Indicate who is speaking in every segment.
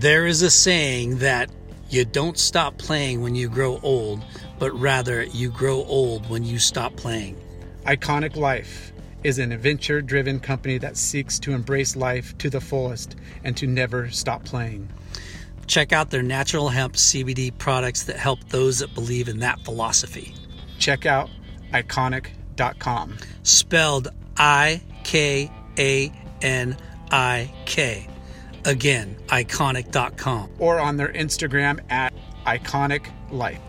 Speaker 1: There is a saying that you don't stop playing when you grow old, but rather you grow old when you stop playing.
Speaker 2: Iconic Life is an adventure driven company that seeks to embrace life to the fullest and to never stop playing.
Speaker 1: Check out their natural hemp CBD products that help those that believe in that philosophy.
Speaker 2: Check out iconic.com.
Speaker 1: Spelled I K A N I K. Again, iconic.com.
Speaker 2: or on their Instagram at Iconic Life.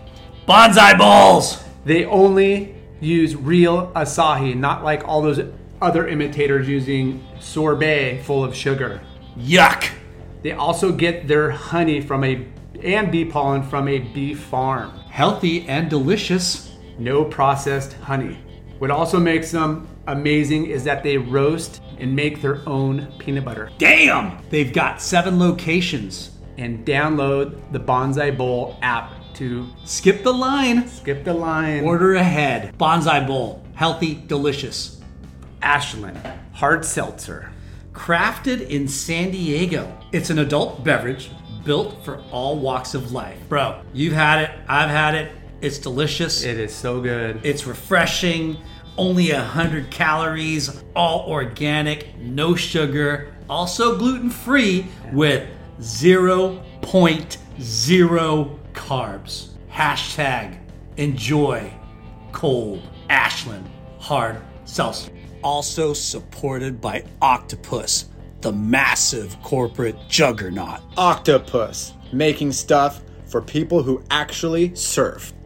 Speaker 3: Bonsai balls!
Speaker 4: they only use real asahi, not like all those other imitators using sorbet full of sugar.
Speaker 3: Yuck!
Speaker 4: They also get their honey from a and bee pollen from a bee farm.
Speaker 5: healthy and delicious.
Speaker 4: No processed honey. What also makes them amazing is that they roast and make their own peanut butter
Speaker 3: Damn!
Speaker 5: They've got seven locations.
Speaker 4: and download the Bonsai Bowl app to
Speaker 5: Skip the line,
Speaker 4: skip the line.
Speaker 5: order ahead. Bonsai Bowl, healthy, delicious.
Speaker 4: Ashland hard seltzer.
Speaker 5: Crafted in San Diego. It's an adult beverage built for all walks of life. Bro, you've had it, I've had it. It's delicious,
Speaker 4: It is so good.
Speaker 5: it's refreshing, only 100 calories, all organic, no sugar, also gluten free with 0.0 carbs. Hashtag enjoy cold Ashland hard seltzer.
Speaker 1: Also supported by Octopus, the massive corporate juggernaut.
Speaker 6: Octopus, making stuff for people who actually surf.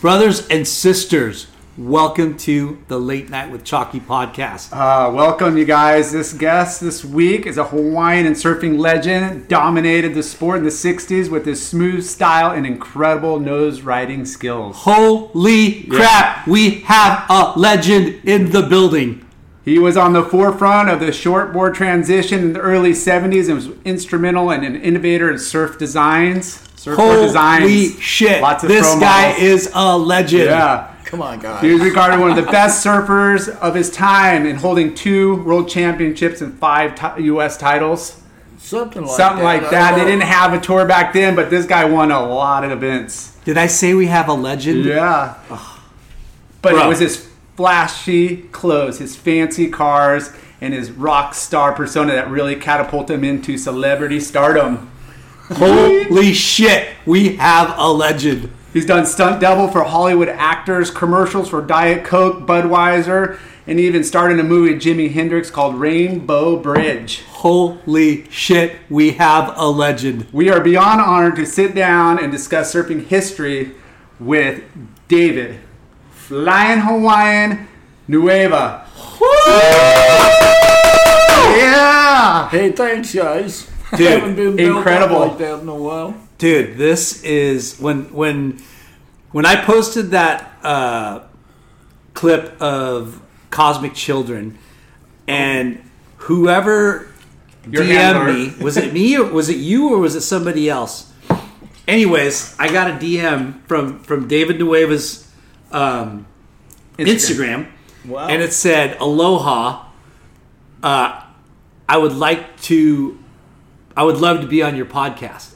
Speaker 3: brothers and sisters, welcome to the Late Night with Chalky podcast.
Speaker 4: Uh, welcome, you guys. This guest this week is a Hawaiian and surfing legend. Dominated the sport in the 60s with his smooth style and incredible nose riding skills.
Speaker 3: Holy crap, we have a legend in the building.
Speaker 4: He was on the forefront of the shortboard transition in the early 70s and was instrumental and an innovator in surf designs. Surfboard
Speaker 3: Holy
Speaker 4: designs.
Speaker 3: shit,
Speaker 4: Lots of
Speaker 3: this
Speaker 4: pro
Speaker 3: guy
Speaker 4: models.
Speaker 3: is a legend.
Speaker 4: Yeah.
Speaker 6: Come on,
Speaker 4: He
Speaker 6: guys.
Speaker 4: was regarded one of the best surfers of his time and holding two world championships and five ti U.S. titles.
Speaker 6: Something like
Speaker 4: Something like that. They
Speaker 6: I don't
Speaker 4: didn't have a tour back then, but this guy won a lot of events.
Speaker 3: Did I say we have a legend?
Speaker 4: Yeah. But
Speaker 3: Bro.
Speaker 4: it was his flashy clothes, his fancy cars, and his rock star persona that really catapulted him into celebrity stardom.
Speaker 3: Holy shit, we have a legend.
Speaker 4: He's done stunt double for Hollywood actors, commercials for Diet Coke, Budweiser, and even started a movie with Jimi Hendrix called Rainbow Bridge.
Speaker 3: Holy shit, we have a legend.
Speaker 4: We are beyond honored to sit down and discuss surfing history with David, Flying Hawaiian Nueva. Yeah!
Speaker 7: Hey, thanks, guys.
Speaker 3: Dude,
Speaker 7: haven't been built up
Speaker 4: incredible.
Speaker 7: like that in a while.
Speaker 3: Dude, this is when when when I posted that uh, clip of Cosmic Children and whoever
Speaker 4: Your
Speaker 3: DM'd
Speaker 4: handler.
Speaker 3: me. Was it me or was it you or was it somebody else? Anyways, I got a DM from from David Nueva's um, Instagram, and it said, "Aloha, uh, I would like to, I would love to be on your podcast."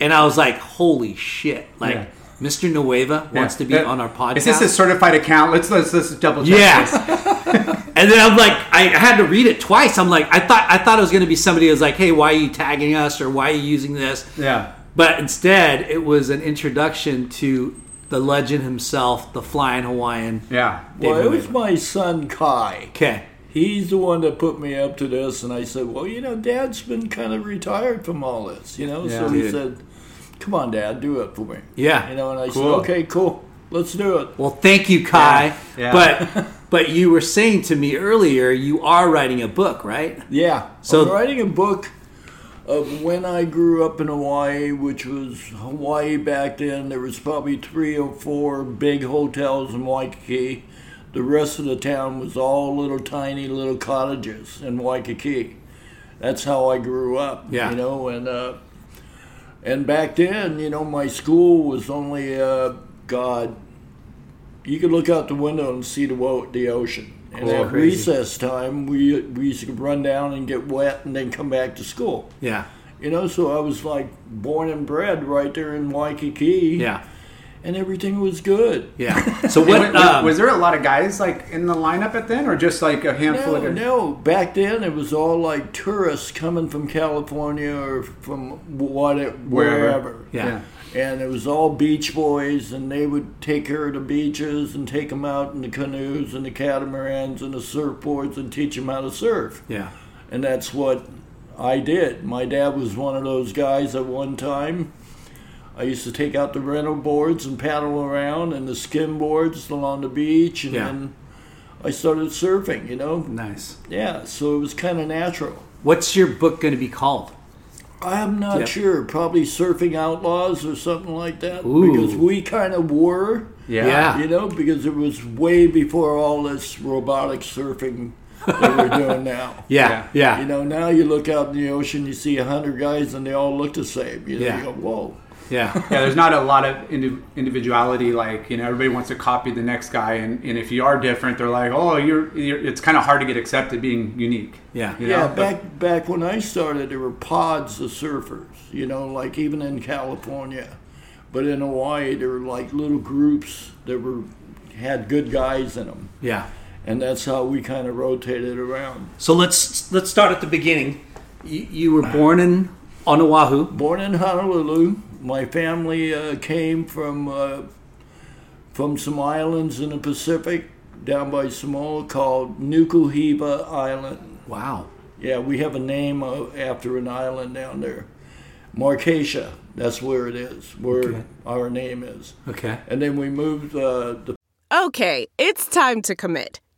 Speaker 3: And I was like, "Holy shit!" Like,
Speaker 4: Yeah.
Speaker 3: Mr. Nueva wants to be
Speaker 4: Yeah.
Speaker 3: on our podcast.
Speaker 4: Is this a certified account? Let's let's, let's double check. this.
Speaker 3: Yeah. and then I'm like, I had to read it twice. I'm like, I thought I thought it was gonna be somebody who was like, hey, why are you tagging us or why are you using this?
Speaker 4: Yeah.
Speaker 3: But instead, it was an introduction to the legend himself, the flying Hawaiian.
Speaker 8: Yeah.
Speaker 9: Well,
Speaker 3: David
Speaker 9: it was
Speaker 3: Weaver.
Speaker 9: my son Kai.
Speaker 3: Okay.
Speaker 9: He's the one that put me up to this, and I said, "Well, you know, Dad's been kind of retired from all this, you know." so
Speaker 8: Yeah.
Speaker 9: he
Speaker 8: Dude.
Speaker 9: said, "Come on, Dad, do it for me."
Speaker 3: Yeah.
Speaker 9: You know, and I
Speaker 8: Cool.
Speaker 9: said, "Okay, cool, let's do it."
Speaker 3: Well, thank you, Kai.
Speaker 8: Yeah, yeah.
Speaker 3: But but you were saying to me earlier, you are writing a book, right?
Speaker 9: Yeah.
Speaker 3: So-
Speaker 9: So I'm writing a book of when I grew up in Hawaii, which was Hawaii back then. There was probably three or four big hotels in Waikiki. The rest of the town was all little tiny little cottages in Waikiki. That's how I grew up.
Speaker 3: Yeah.
Speaker 9: You know, and uh, and back then, you know, my school was only uh, God. You could look out the window and see the wo- the ocean. And
Speaker 3: Cool.
Speaker 9: at
Speaker 3: Crazy.
Speaker 9: recess time, we we used to run down and get wet and then come back to school.
Speaker 3: Yeah.
Speaker 9: You know, so I was like born and bred right there in Waikiki.
Speaker 3: Yeah.
Speaker 9: And everything was good.
Speaker 3: Yeah. So
Speaker 8: Wa-
Speaker 3: what?
Speaker 8: wa-
Speaker 3: um,
Speaker 8: was there a lot of guys like in the lineup at then, or just like a handful
Speaker 9: No,
Speaker 8: of guys?
Speaker 9: no. Back then, it was all like tourists coming from California or from what
Speaker 8: Wherever.
Speaker 9: wherever.
Speaker 3: yeah.
Speaker 8: Yeah.
Speaker 9: and it was all beach boys and they would take her to beaches and take them out in the canoes and the catamarans and the surfboards and teach them how to surf
Speaker 3: Yeah.
Speaker 9: and that's what i did my dad was one of those guys at one time i used to take out the rental boards and paddle around and the skim boards along the beach and
Speaker 3: Yeah.
Speaker 9: then i started surfing you know
Speaker 3: Nice.
Speaker 9: yeah so it was kind of natural
Speaker 3: What's your book going to be called?
Speaker 9: I'm not
Speaker 3: Yep.
Speaker 9: sure. Probably surfing outlaws or something like that.
Speaker 3: Ooh.
Speaker 9: Because we kind of were.
Speaker 8: Yeah.
Speaker 3: Yeah.
Speaker 9: You know, because it was way before all this robotic surfing that we're doing now.
Speaker 3: Yeah. Yeah.
Speaker 9: You know, now you look out in the ocean, you see a hundred guys, and they all look the same. You know,
Speaker 3: Yeah.
Speaker 9: you go, whoa.
Speaker 3: yeah.
Speaker 8: Yeah, there's not a lot of indi- individuality. Like you know, everybody wants to copy the next guy, and, and if you are different, they're like, oh, you're. you're it's kind of hard to get accepted being unique.
Speaker 3: Yeah.
Speaker 8: You know?
Speaker 9: Yeah,
Speaker 8: But-
Speaker 9: back back when I started, there were pods of surfers. You know, like even in California, but in Hawaii, there were like little groups that were had good guys in them.
Speaker 3: Yeah.
Speaker 9: and that's how we kind of rotated around.
Speaker 3: So let's let's start at the beginning. You, you were born in on Oahu.
Speaker 9: Born in Honolulu, my family uh, came from uh, from some islands in the Pacific down by Samoa called Nukuheva Island.
Speaker 3: Wow.
Speaker 9: Yeah, we have a name uh, after an island down there, Marcasia. That's where it is, where our name is.
Speaker 3: Okay.
Speaker 9: And then we moved uh, the
Speaker 10: Okay, it's time to commit.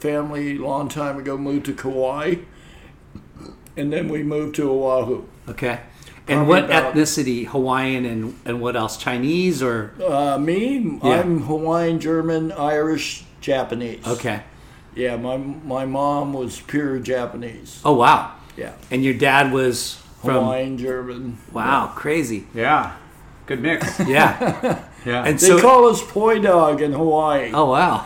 Speaker 9: family a long time ago moved to Kauai, and then we moved to Oahu.
Speaker 3: Okay. And
Speaker 9: Probably
Speaker 3: what
Speaker 9: about-
Speaker 3: ethnicity? Hawaiian and and what else? Chinese or
Speaker 9: Uh, me,
Speaker 3: Yeah.
Speaker 9: I'm Hawaiian, German, Irish, Japanese.
Speaker 3: okay.
Speaker 9: Yeah, my my mom was pure Japanese.
Speaker 3: Oh wow.
Speaker 9: Yeah,
Speaker 3: And your dad was from
Speaker 9: Hawaiian, German.
Speaker 3: Wow, crazy.
Speaker 8: Yeah. Good mix.
Speaker 3: Yeah.
Speaker 8: Yeah.
Speaker 3: And
Speaker 9: They
Speaker 3: so
Speaker 9: call us poi dog in Hawaii.
Speaker 3: Oh wow.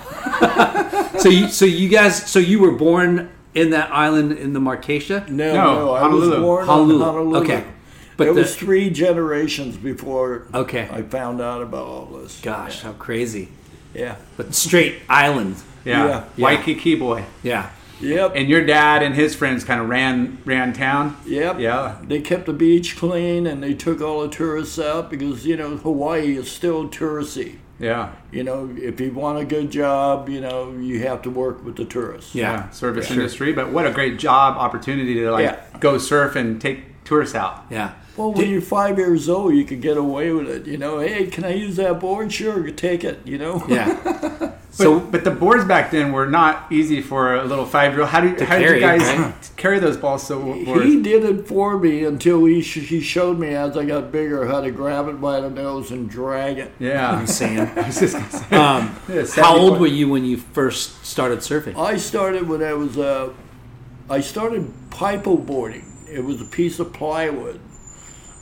Speaker 3: so you so you guys so you were born in that island in the Marcasia?
Speaker 9: no,
Speaker 8: No,
Speaker 9: no, I was
Speaker 8: Honolulu.
Speaker 9: born
Speaker 3: Honolulu.
Speaker 9: in Honolulu.
Speaker 3: Okay. But
Speaker 9: it
Speaker 3: the-
Speaker 9: was three generations before
Speaker 3: Okay.
Speaker 9: I found out about all this.
Speaker 3: Gosh, how crazy.
Speaker 9: Yeah.
Speaker 3: but straight island.
Speaker 8: Yeah.
Speaker 9: Yeah.
Speaker 8: Waikiki boy.
Speaker 3: Yeah.
Speaker 9: Yep.
Speaker 8: And your dad and his friends kind of ran ran town.
Speaker 9: Yep.
Speaker 8: Yeah.
Speaker 9: They kept the beach clean and they took all the tourists out because, you know, Hawaii is still touristy.
Speaker 8: Yeah.
Speaker 9: You know, if you want a good job, you know, you have to work with the tourists.
Speaker 8: Yeah. Service industry, but what a great job opportunity to like
Speaker 9: Yeah.
Speaker 8: go surf and take tourists out.
Speaker 3: Yeah.
Speaker 9: Well, when you're five years old, you could get away with it. You know, hey, can I use that board? Sure, take it. You know.
Speaker 3: Yeah.
Speaker 8: So, but the boards back then were not easy for a little five year old. How do you, how did
Speaker 3: carry,
Speaker 8: you guys
Speaker 3: right?
Speaker 8: carry those balls so boards?
Speaker 9: He did it for me until he, sh- he showed me as I got bigger how to grab it by the nose and drag it.
Speaker 8: yeah.
Speaker 3: Sand.
Speaker 8: I was just gonna say.
Speaker 3: Um,
Speaker 8: Yeah,
Speaker 3: how old
Speaker 8: 74.
Speaker 3: were you when you first started surfing?
Speaker 9: I started when I was uh, I started pipo boarding. It was a piece of plywood.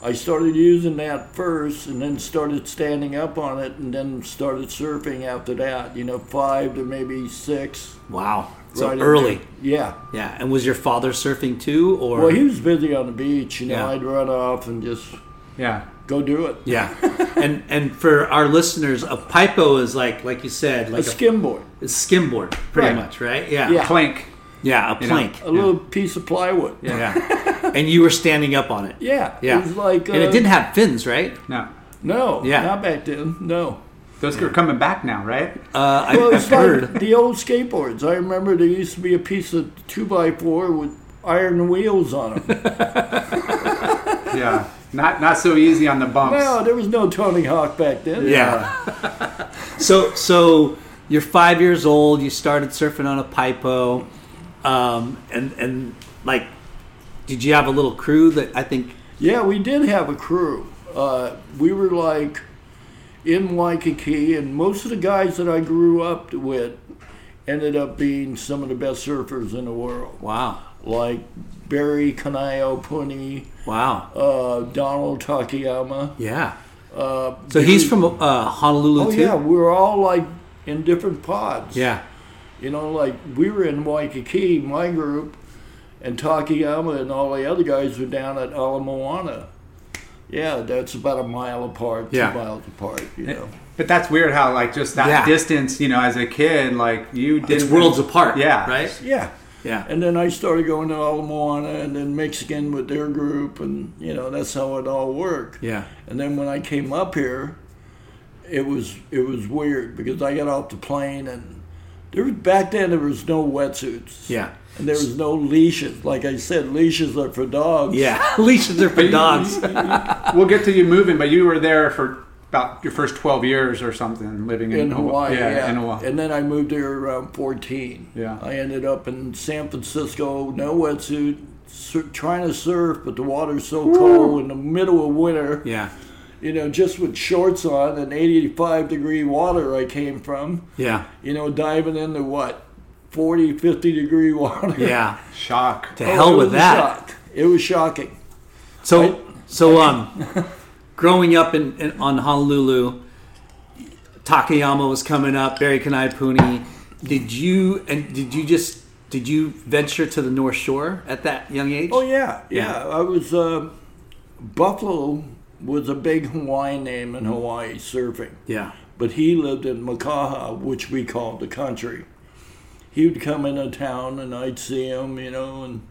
Speaker 9: I started using that first, and then started standing up on it, and then started surfing after that. You know, five to maybe six.
Speaker 3: Wow. So
Speaker 9: right in
Speaker 3: early.
Speaker 9: there. Yeah.
Speaker 3: Yeah. And was your father surfing too, or
Speaker 9: Well, he was busy on the beach. You know,
Speaker 3: Yeah.
Speaker 9: I'd run off and just
Speaker 8: Yeah.
Speaker 9: go do it.
Speaker 3: Yeah. and and for our listeners, a pipo is like like you said,
Speaker 9: A
Speaker 3: like a,
Speaker 9: skimboard,
Speaker 3: a skimboard, pretty
Speaker 8: Right.
Speaker 3: much, right? Yeah.
Speaker 9: Yeah.
Speaker 8: Plank.
Speaker 3: Yeah, a plank.
Speaker 9: a little piece of plywood. Yeah.
Speaker 3: Yeah. and you were standing up on it.
Speaker 9: Yeah.
Speaker 3: Yeah.
Speaker 9: It was like. Uh,
Speaker 3: and it didn't have fins, right?
Speaker 8: No.
Speaker 9: No.
Speaker 3: Yeah.
Speaker 9: Not back then. No.
Speaker 8: Those are coming back now, right?
Speaker 3: Uh, I,
Speaker 9: Well,
Speaker 3: I've
Speaker 9: it's like
Speaker 3: heard.
Speaker 9: the old skateboards. I remember there used to be a piece of two by four with iron wheels on them.
Speaker 8: yeah. Not not so easy on the bumps.
Speaker 9: well, there was no Tony Hawk back then.
Speaker 3: Yeah. so so you're five years old. You started surfing on a pipo, um, and and like, did you have a little crew that I think?
Speaker 9: Yeah, we did have a crew. Uh, we were like in Waikiki, and most of the guys that I grew up with ended up being some of the best surfers in the world,
Speaker 3: Wow,
Speaker 9: like Barry Kanai Puni,
Speaker 3: wow,
Speaker 9: uh, Donald Takayama.
Speaker 3: yeah. so he's from uh, Honolulu
Speaker 9: Oh
Speaker 3: too.
Speaker 9: yeah, we were all like in different pods.
Speaker 3: yeah,
Speaker 9: You know, like we were in Waikiki, my group, and Takayama and all the other guys were down at Ala Moana. Yeah, that's about a mile apart,
Speaker 3: Yeah.
Speaker 9: two miles apart, you know.
Speaker 8: But that's weird how like just that
Speaker 3: Yeah.
Speaker 8: distance, you know, as a kid, like you didn't
Speaker 3: it's worlds apart.
Speaker 8: Yeah.
Speaker 3: right.
Speaker 9: Yeah.
Speaker 3: Yeah,
Speaker 9: And then I started going to Ala Moana and then mixing in with their group and you know, that's how it all worked.
Speaker 3: yeah,
Speaker 9: And then when I came up here, it was it was weird because I got off the plane and there was back then there was no wetsuits.
Speaker 3: yeah,
Speaker 9: And there was no leashes. Like I said, leashes are for dogs.
Speaker 3: yeah. Leashes are for dogs.
Speaker 8: We'll get to you moving, but you were there for about your first twelve years or something, living in,
Speaker 9: in Hawaii.
Speaker 8: Yeah,
Speaker 9: Yeah,
Speaker 8: in Hawaii.
Speaker 9: And then I moved there around 14.
Speaker 8: Yeah.
Speaker 9: I ended up in San Francisco, no wetsuit, sur- trying to surf, but the water's so cold in the middle of winter.
Speaker 3: Yeah,
Speaker 9: You know, just with shorts on and 85 degree water I came from,
Speaker 3: yeah,
Speaker 9: you know, diving into what? 40, 50 degree water.
Speaker 3: yeah.
Speaker 8: Shock.
Speaker 3: To
Speaker 9: Oh, it
Speaker 3: hell
Speaker 9: was
Speaker 3: with
Speaker 9: a
Speaker 3: that.
Speaker 9: shock. It was shocking.
Speaker 3: So, so um, growing up in, in on Honolulu, Takayama was coming up. Barry Kanai Puni. Did you and did you just did you venture to the North Shore at that young age?
Speaker 9: Oh yeah, yeah. I was uh, Buffalo was a big Hawaiian name in Hawaii surfing,
Speaker 3: Mm-hmm. yeah,
Speaker 9: but he lived in Makaha, which we called the country. He would come into town, and I'd see him, you know, and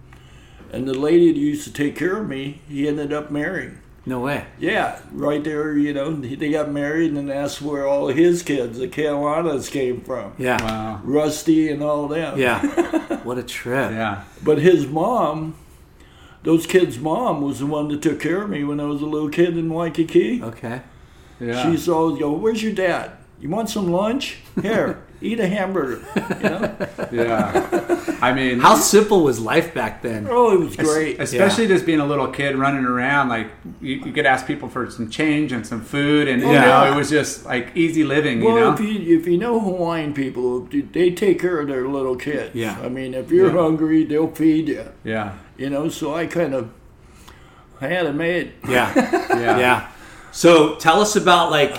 Speaker 9: and the lady that used to take care of me, he ended up marrying.
Speaker 3: no way.
Speaker 9: Yeah, right there, you know, they got married, and that's where all his kids, the Carolinas, came from.
Speaker 3: Yeah,
Speaker 9: Rusty and all them.
Speaker 3: yeah. what a trip.
Speaker 8: Yeah.
Speaker 9: But his mom, those kids' mom, was the one that took care of me when I was a little kid in Waikiki.
Speaker 3: Okay.
Speaker 8: Yeah.
Speaker 9: She's always go, "Where's your dad? You want some lunch? Here, eat a hamburger." You know?
Speaker 8: yeah. I mean
Speaker 3: How simple was life back then?
Speaker 9: Oh, it was great.
Speaker 8: Especially just being a little kid running around, like you, you could ask people for some change and some food, and you
Speaker 3: Yeah.
Speaker 8: know it was just like easy living.
Speaker 9: well,
Speaker 8: you know,
Speaker 9: if you if you know Hawaiian people, they take care of their little kids.
Speaker 3: Yeah.
Speaker 9: I mean, if you're hungry, they'll feed you.
Speaker 8: yeah,
Speaker 9: You know, so I kind of I had it made.
Speaker 3: Yeah,
Speaker 8: yeah,
Speaker 3: yeah. So tell us about like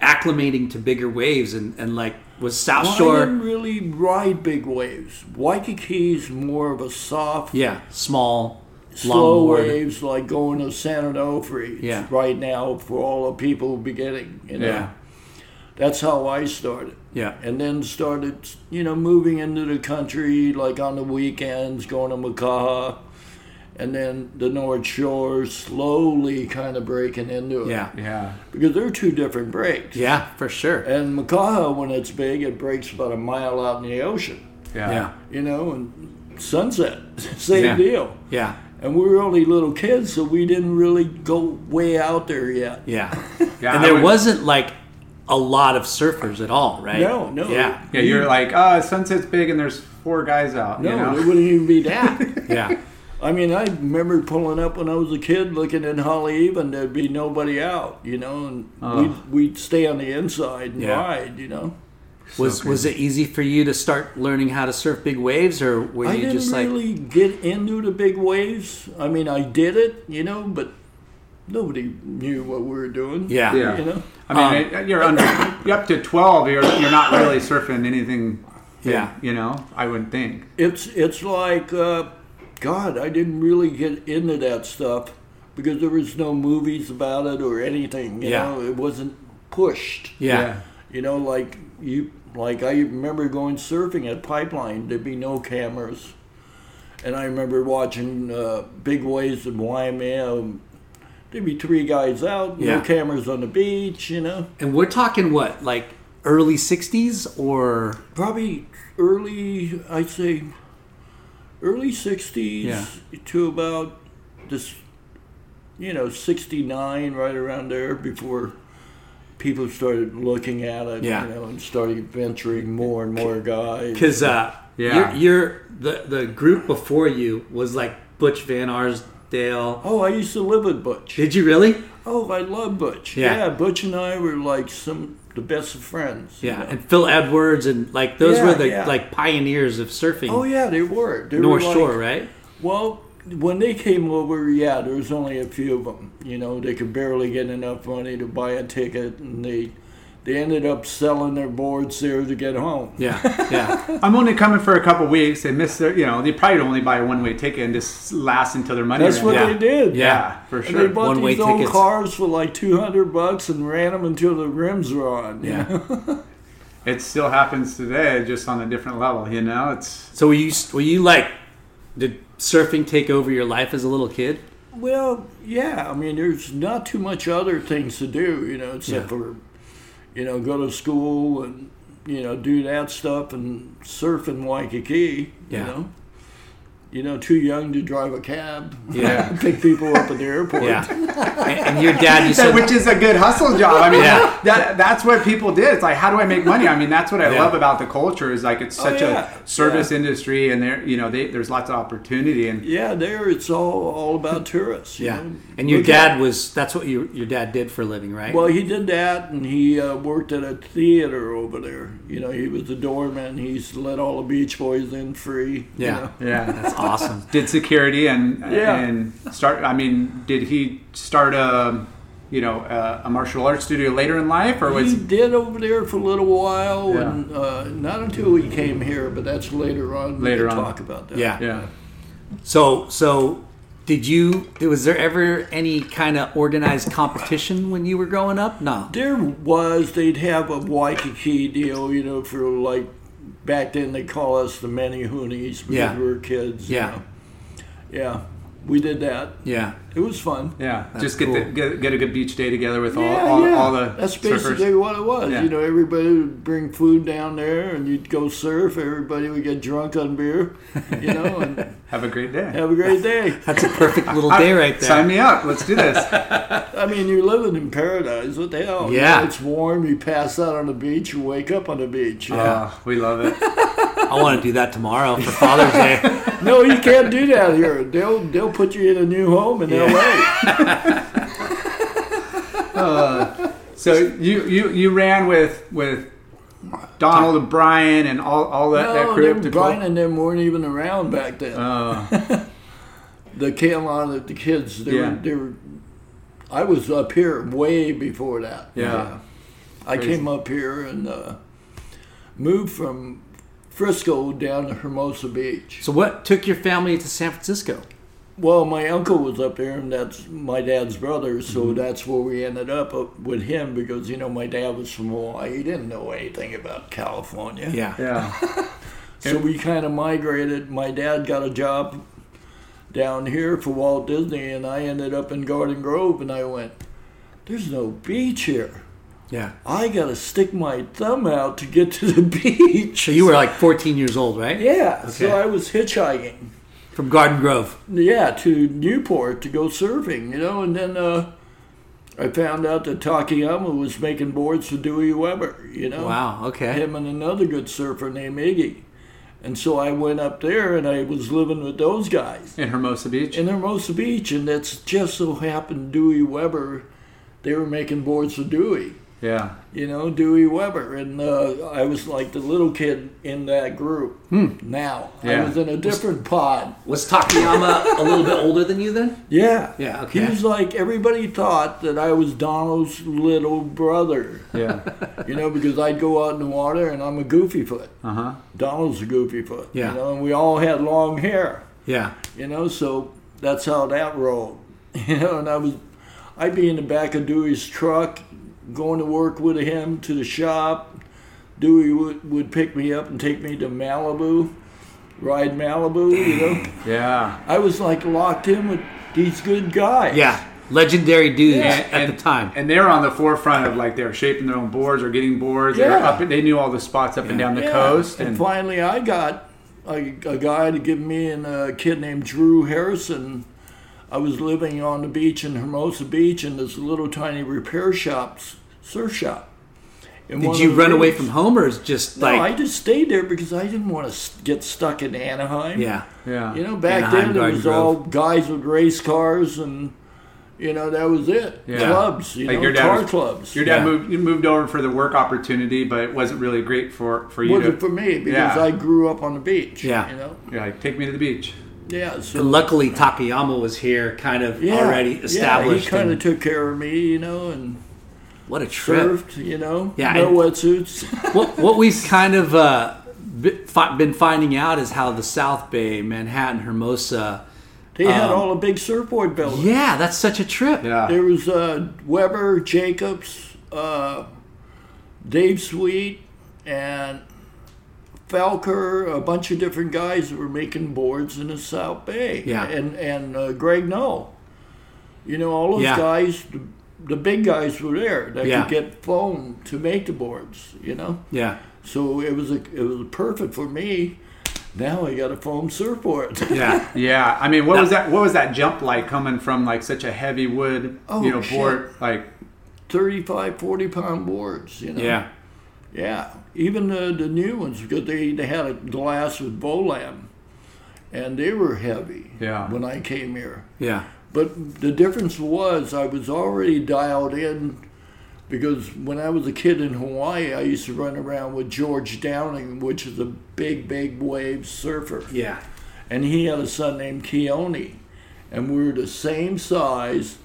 Speaker 3: acclimating to bigger waves and and like was South
Speaker 9: Well, I didn't
Speaker 3: Shore.
Speaker 9: really ride big waves. Waikiki's more of a soft
Speaker 3: Yeah, small,
Speaker 9: slow
Speaker 3: longboard.
Speaker 9: waves like going to San Onofre
Speaker 3: Yeah.
Speaker 9: right now for all the people beginning. You know?
Speaker 8: Yeah.
Speaker 9: That's how I started.
Speaker 3: Yeah.
Speaker 9: And then started, you know, moving into the country, like on the weekends, going to Makaha, and then the North Shore, slowly kind of breaking into it.
Speaker 3: Yeah.
Speaker 4: Yeah.
Speaker 9: Because they're two different breaks.
Speaker 3: Yeah, for sure.
Speaker 9: And Makaha, when it's big, it breaks about a mile out in the ocean,
Speaker 3: Yeah.
Speaker 9: you know, and sunset, same
Speaker 3: Yeah.
Speaker 9: deal.
Speaker 3: Yeah.
Speaker 9: And we were only little kids, so we didn't really go way out there yet.
Speaker 3: Yeah.
Speaker 4: Yeah,
Speaker 3: and
Speaker 4: I
Speaker 3: there
Speaker 4: would-
Speaker 3: wasn't like a lot of surfers at all, right?
Speaker 9: No, no.
Speaker 3: Yeah.
Speaker 4: Yeah, you're like, ah, sunset's big and there's four guys out.
Speaker 9: No,
Speaker 4: you know?
Speaker 9: it wouldn't even be that.
Speaker 3: Yeah.
Speaker 9: I mean, I remember pulling up when I was a kid, looking in Holly Eve, and there'd be nobody out, you know, and we'd, we'd stay on the inside and
Speaker 3: Uh. Yeah.
Speaker 9: ride, you know.
Speaker 3: Was was it easy for you to start learning how to surf big waves or were
Speaker 9: I
Speaker 3: you
Speaker 9: didn't
Speaker 3: just like
Speaker 9: really get into the big waves. I mean, I did it, you know, but nobody knew what we were doing.
Speaker 3: Yeah.
Speaker 4: Yeah.
Speaker 9: You know?
Speaker 4: I mean, it- you're under, you're up to 12, you're, you're not really surfing anything,
Speaker 3: Yeah.
Speaker 4: you know, I wouldn't think.
Speaker 9: it's it's like uh, God, I didn't really get into that stuff because there was no movies about it or anything. You
Speaker 3: Yeah.
Speaker 9: know, it wasn't pushed.
Speaker 3: Yeah.
Speaker 9: You know, like you like I remember going surfing at Pipeline. There'd be no cameras, and I remember watching uh, big waves in Waimea. There'd be three guys out,
Speaker 3: Yeah.
Speaker 9: no cameras on the beach. You know,
Speaker 3: And we're talking what, like early sixties or
Speaker 9: probably early i'd say early 60s
Speaker 3: Yeah.
Speaker 9: to about this you know 69 right around there before people started looking at it
Speaker 3: Yeah.
Speaker 9: you know and started venturing more and more guys
Speaker 3: because uh
Speaker 4: Yeah.
Speaker 3: you're, you're the the group before you was like Butch Van Arsdale.
Speaker 9: oh i used to live with butch
Speaker 3: Did you really?
Speaker 9: oh i love butch
Speaker 3: Yeah.
Speaker 9: butch and i were like some the best of friends you
Speaker 3: Yeah.
Speaker 9: know.
Speaker 3: And Phil Edwards and like those
Speaker 9: Yeah,
Speaker 3: were the
Speaker 9: yeah.
Speaker 3: like pioneers of surfing
Speaker 9: oh yeah they were they
Speaker 3: North
Speaker 9: were like,
Speaker 3: Shore, right?
Speaker 9: Well, when they came over, yeah, there was only a few of them. You know, they could barely get enough money to buy a ticket, and they they ended up selling their boards there to get home.
Speaker 3: Yeah. Yeah.
Speaker 4: I'm only coming for a couple weeks. They miss their, you know, they probably only buy a one way ticket and just last until their money
Speaker 9: That's
Speaker 4: ran
Speaker 9: what
Speaker 4: out.
Speaker 9: they did.
Speaker 3: Yeah.
Speaker 4: Yeah, for
Speaker 9: And they
Speaker 4: sure.
Speaker 9: bought
Speaker 3: One-way
Speaker 9: these old
Speaker 3: tickets.
Speaker 9: cars for like two hundred bucks and ran them until the rims were on.
Speaker 3: Yeah.
Speaker 4: it still happens today, just on a different level, you know? It's,
Speaker 3: So were you were you like did surfing take over your life as a little kid?
Speaker 9: Well, yeah. I mean, there's not too much other things to do, you know, except
Speaker 3: Yeah.
Speaker 9: for, you know, go to school and you know do that stuff and surf in Waikiki.
Speaker 3: Yeah.
Speaker 9: You know, you know, too young to drive a cab.
Speaker 3: Yeah.
Speaker 9: pick people up at the airport.
Speaker 3: Yeah. and, and your dad you said
Speaker 4: which is a good hustle job. I mean,
Speaker 3: Yeah.
Speaker 4: that that's what people did. It's like, how do I make money? I mean, that's what I
Speaker 3: Yeah.
Speaker 4: love about the culture is like it's such
Speaker 9: Oh, yeah.
Speaker 4: a service industry, and there, you know, they, there's lots of opportunity. And
Speaker 9: Yeah, there it's all all about tourists. you
Speaker 3: Yeah.
Speaker 9: know.
Speaker 3: And your
Speaker 9: Look at-
Speaker 3: dad was that's what your your dad did for a living, right?
Speaker 9: Well, he did that, and he uh, worked at a theater over there. You know, he was the doorman. He's let all the Beach Boys in free. you
Speaker 3: yeah.
Speaker 9: know.
Speaker 4: yeah,
Speaker 3: That's awesome.
Speaker 4: did security and
Speaker 9: Yeah.
Speaker 4: and start. I mean, did he start a you know a, a martial arts studio later in life, or was
Speaker 9: He did over there for a little while,
Speaker 4: Yeah.
Speaker 9: and uh, not until he came here, but that's later on. we
Speaker 4: Later
Speaker 9: can
Speaker 4: on.
Speaker 9: talk about that.
Speaker 3: Yeah.
Speaker 4: yeah?
Speaker 3: So so did you was there ever any kind of organized competition when you were growing up? No.
Speaker 9: there was they'd have a Waikiki deal, you know, for like back then they call us the Many Hoonies because
Speaker 3: Yeah.
Speaker 9: we were kids. you
Speaker 3: Yeah.
Speaker 9: know. yeah, we did that.
Speaker 3: Yeah.
Speaker 9: It was fun.
Speaker 4: Yeah, just get, the,
Speaker 3: cool.
Speaker 4: get get a good beach day together with all,
Speaker 9: Yeah,
Speaker 4: all,
Speaker 9: yeah.
Speaker 4: all the
Speaker 9: that's
Speaker 4: surfers.
Speaker 9: basically what it was.
Speaker 4: Yeah.
Speaker 9: You know, everybody would bring food down there, and you'd go surf. Everybody would get drunk on beer, you know, and
Speaker 4: Have a great day.
Speaker 9: have a great day.
Speaker 3: That's a perfect little day right there.
Speaker 4: Sign me up. Let's do this.
Speaker 9: I mean, you're living in paradise. What the hell? You
Speaker 3: Yeah.
Speaker 9: know, it's warm. You pass out on the beach. You wake up on the beach.
Speaker 4: Oh, we love it.
Speaker 3: I want to do that tomorrow for Father's Day.
Speaker 9: no, you can't do that here. They'll they'll put you in a new home in L.A.
Speaker 4: So you, you you ran with with Donald and Brian and all all that, that
Speaker 9: No,
Speaker 4: crew
Speaker 9: them-
Speaker 4: up to
Speaker 9: Brian
Speaker 4: Brian
Speaker 9: and them weren't even around back then.
Speaker 4: Oh.
Speaker 9: the Kalon of the kids, they
Speaker 4: Yeah.
Speaker 9: were they were. I was up here way before that.
Speaker 4: Yeah.
Speaker 9: I came up here and uh, moved from Frisco down to Hermosa Beach.
Speaker 3: So what took your family to San Francisco?
Speaker 9: Well, my uncle was up there, and that's my dad's brother, so
Speaker 3: Mm-hmm.
Speaker 9: that's where we ended up uh, with him because you know my dad was from Hawaii. He didn't know anything about California.
Speaker 3: Yeah.
Speaker 8: Yeah.
Speaker 9: So we kind of migrated. My dad got a job down here for Walt Disney, and I ended up in Garden Grove, and I went, "There's no beach here.
Speaker 3: Yeah.
Speaker 9: I gotta stick my thumb out to get to the beach."
Speaker 3: So you were like 14 years old, right?
Speaker 9: Yeah. So
Speaker 3: Okay.
Speaker 9: I was hitchhiking.
Speaker 3: From Garden Grove.
Speaker 9: yeah, to Newport to go surfing, you know, and then uh, I found out that Takayama was making boards for Dewey Weber, you know.
Speaker 3: Wow, okay.
Speaker 9: Him and another good surfer named Iggy. And so I went up there and I was living with those guys
Speaker 8: In Hermosa Beach.
Speaker 9: in Hermosa Beach, and that's just so happened Dewey Weber, they were making boards for Dewey
Speaker 8: Yeah.
Speaker 9: you know, Dewey Weber, and uh, I was like the little kid in that group.
Speaker 3: Hmm.
Speaker 9: Now
Speaker 8: Yeah.
Speaker 9: I was in a different pod.
Speaker 3: Was Takayama a little bit older than you then?
Speaker 9: Yeah,
Speaker 3: Yeah, okay.
Speaker 9: He was like everybody thought that I was Donald's little brother,
Speaker 8: Yeah.
Speaker 9: you know, because I'd go out in the water and I'm a goofy foot. Uh huh. Donald's a goofy foot.
Speaker 3: Uh-huh. Yeah.
Speaker 9: You know, and we all had long hair.
Speaker 3: Yeah.
Speaker 9: You know, so that's how that rolled. You know, and I was, I'd be in the back of Dewey's truck, going to work with him to the shop. Dewey would, would pick me up and take me to Malibu, ride Malibu. You know,
Speaker 8: Yeah.
Speaker 9: I was like locked in with these good guys.
Speaker 3: Yeah. Legendary dudes at
Speaker 8: and,
Speaker 3: the time.
Speaker 8: and they were on the forefront of like they were shaping their own boards or getting boards. They were
Speaker 9: Yeah.
Speaker 8: up. They knew all the spots up and down the
Speaker 9: Yeah.
Speaker 8: coast.
Speaker 9: And,
Speaker 8: And,
Speaker 9: finally, I got a, a guy to give me and a kid named Drew Harrison. I was living on the beach in Hermosa Beach in this little tiny repair shop, s- surf shop. And one
Speaker 3: Did
Speaker 9: of
Speaker 3: you
Speaker 9: the
Speaker 3: run away
Speaker 9: dudes-
Speaker 3: from home or is just
Speaker 9: No,
Speaker 3: like.
Speaker 9: I just stayed there because I didn't want to get stuck in Anaheim.
Speaker 3: yeah.
Speaker 8: yeah.
Speaker 9: You know, back
Speaker 3: Anaheim,
Speaker 9: then it
Speaker 3: Garden
Speaker 9: was
Speaker 3: Grove.
Speaker 9: all guys with race cars and, you know, that was it.
Speaker 8: Yeah.
Speaker 9: Clubs, you
Speaker 8: Like
Speaker 9: know,
Speaker 8: your dad
Speaker 9: car
Speaker 8: was-
Speaker 9: clubs.
Speaker 8: Your dad
Speaker 3: Yeah.
Speaker 8: moved you moved over for the work opportunity, but it wasn't really great for for you.
Speaker 9: wasn't
Speaker 8: to,
Speaker 9: for me because
Speaker 8: Yeah.
Speaker 9: I grew up on the beach.
Speaker 3: Yeah.
Speaker 9: You know?
Speaker 8: You're like, take me to the beach.
Speaker 9: Yeah. So
Speaker 3: And luckily, Takayama was here kind of
Speaker 9: yeah,
Speaker 3: already
Speaker 9: Yeah, he
Speaker 3: established.
Speaker 9: kind of
Speaker 3: and
Speaker 9: took care of me, you know, and
Speaker 3: what a trip.
Speaker 9: surfed, you know,
Speaker 3: Yeah,
Speaker 9: no
Speaker 3: and-
Speaker 9: wetsuits.
Speaker 3: what, what we've kind of uh, be- fi- been finding out is how the South Bay, Manhattan, Hermosa.
Speaker 9: They had all the big surfboard buildings.
Speaker 3: Um, Yeah, that's such a trip.
Speaker 8: Yeah.
Speaker 9: There was uh, Weber, Jacobs, uh, Dave Sweet, and Falker, a bunch of different guys that were making boards in the South Bay.
Speaker 3: Yeah.
Speaker 9: And, and uh, Greg Null. You know, all those
Speaker 3: Yeah.
Speaker 9: guys, the, the big guys were there that
Speaker 3: Yeah.
Speaker 9: could get foam to make the boards, you know?
Speaker 3: Yeah.
Speaker 9: So it was a, it was perfect for me. Now I got a foam surfboard.
Speaker 3: Yeah.
Speaker 8: Yeah, I mean, what was that? What was that jump like coming from like such a heavy wood,
Speaker 9: Oh,
Speaker 8: you know,
Speaker 9: shit.
Speaker 8: board? Like,
Speaker 9: 35, 40 pound boards, you know.
Speaker 3: yeah.
Speaker 9: Yeah, even the, the new ones because they, they had a glass with Bolam, and they were heavy.
Speaker 8: Yeah.
Speaker 9: When I came here,
Speaker 3: Yeah.
Speaker 9: but the difference was I was already dialed in because when I was a kid in Hawaii, I used to run around with George Downing, which is a big big wave surfer.
Speaker 3: Yeah.
Speaker 9: and he had a son named Keone, and we were the same size,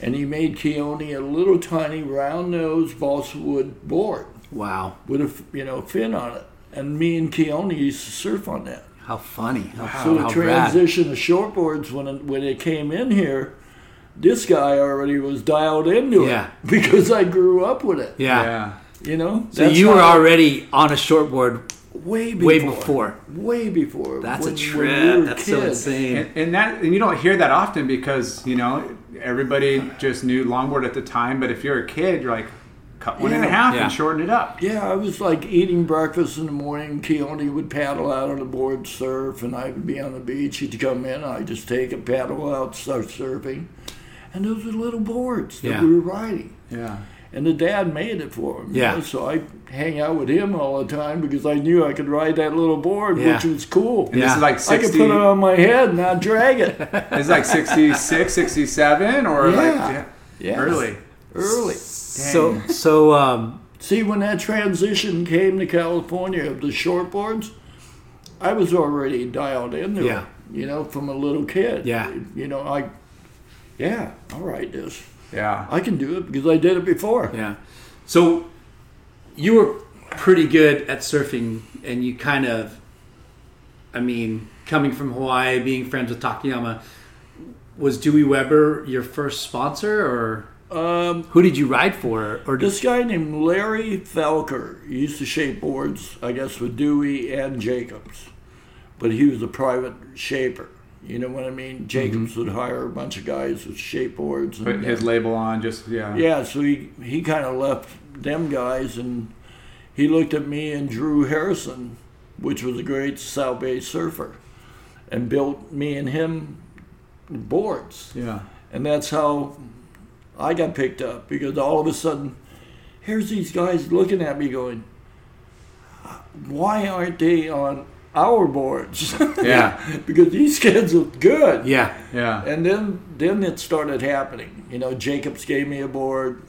Speaker 9: and he made Keone a little tiny round nose balsa wood board
Speaker 3: Wow.
Speaker 9: with a f- you know fin on it. And me and Keone used to surf on that.
Speaker 3: How funny. How,
Speaker 9: So
Speaker 3: how
Speaker 9: the
Speaker 3: rad.
Speaker 9: transition to shortboards when it, when it came in here, this guy already was dialed into
Speaker 3: Yeah.
Speaker 9: it because I grew up with it.
Speaker 3: Yeah.
Speaker 8: yeah,
Speaker 9: You know,
Speaker 3: So you were already on a shortboard
Speaker 9: way before,
Speaker 3: way before.
Speaker 9: way before.
Speaker 3: That's a
Speaker 9: when- when we
Speaker 3: trip.
Speaker 9: were
Speaker 3: That's so
Speaker 9: kids.
Speaker 3: insane.
Speaker 8: and, and that and you don't hear that often because you know everybody just knew longboard at the time. But if you're a kid, you're like, cut one and a
Speaker 9: Yeah.
Speaker 8: half
Speaker 3: Yeah.
Speaker 8: and shorten it up.
Speaker 9: Yeah, I was like eating breakfast in the morning. Keone would paddle out on the board, surf, and I would be on the beach. He'd come in, I'd just take a paddle out, start surfing. And those were little boards that
Speaker 3: Yeah.
Speaker 9: we were riding.
Speaker 8: Yeah,
Speaker 9: And the dad made it for him. you
Speaker 3: Yeah.
Speaker 9: know, So I hang out with him all the time because I knew I could ride that little board,
Speaker 3: Yeah.
Speaker 9: which was cool.
Speaker 8: and
Speaker 3: Yeah.
Speaker 8: this is like
Speaker 9: I could
Speaker 8: 60,
Speaker 9: put it on my head and not drag it.
Speaker 8: It's like 66, 67 or like
Speaker 9: Yeah.
Speaker 8: yeah,
Speaker 9: Yes.
Speaker 8: early.
Speaker 9: Early.
Speaker 3: So so um
Speaker 9: See, when that transition came to California of the shortboards, I was already dialed into
Speaker 3: Yeah.
Speaker 9: it. You know, from a little kid.
Speaker 3: Yeah.
Speaker 9: You know, I, yeah, I'll write this.
Speaker 8: Yeah,
Speaker 9: I can do it because I did it before.
Speaker 3: yeah. So you were pretty good at surfing and you kind of I mean, coming from Hawaii, being friends with Takayama, was Dewey Weber your first sponsor, or um, who did you ride for? Or did,
Speaker 9: This guy named Larry Falker he used to shape boards, I guess, with Dewey and Jacobs, but he was a private shaper. You know what I
Speaker 3: Mm-hmm.
Speaker 9: mean? Jacobs would hire a bunch of guys with shape boards. And,
Speaker 8: Put his label on, just yeah.
Speaker 9: yeah, so he, he kind of left them guys and he looked at me and Drew Harrison, which was a great South Bay surfer, and built me and him boards.
Speaker 8: Yeah.
Speaker 9: And that's how I got picked up because all of a sudden, here's these guys looking at me going, why aren't they on our boards?
Speaker 8: Yeah.
Speaker 9: because these kids are good.
Speaker 3: yeah,
Speaker 8: Yeah.
Speaker 9: And then then it started happening. You know, Jacobs gave me a board.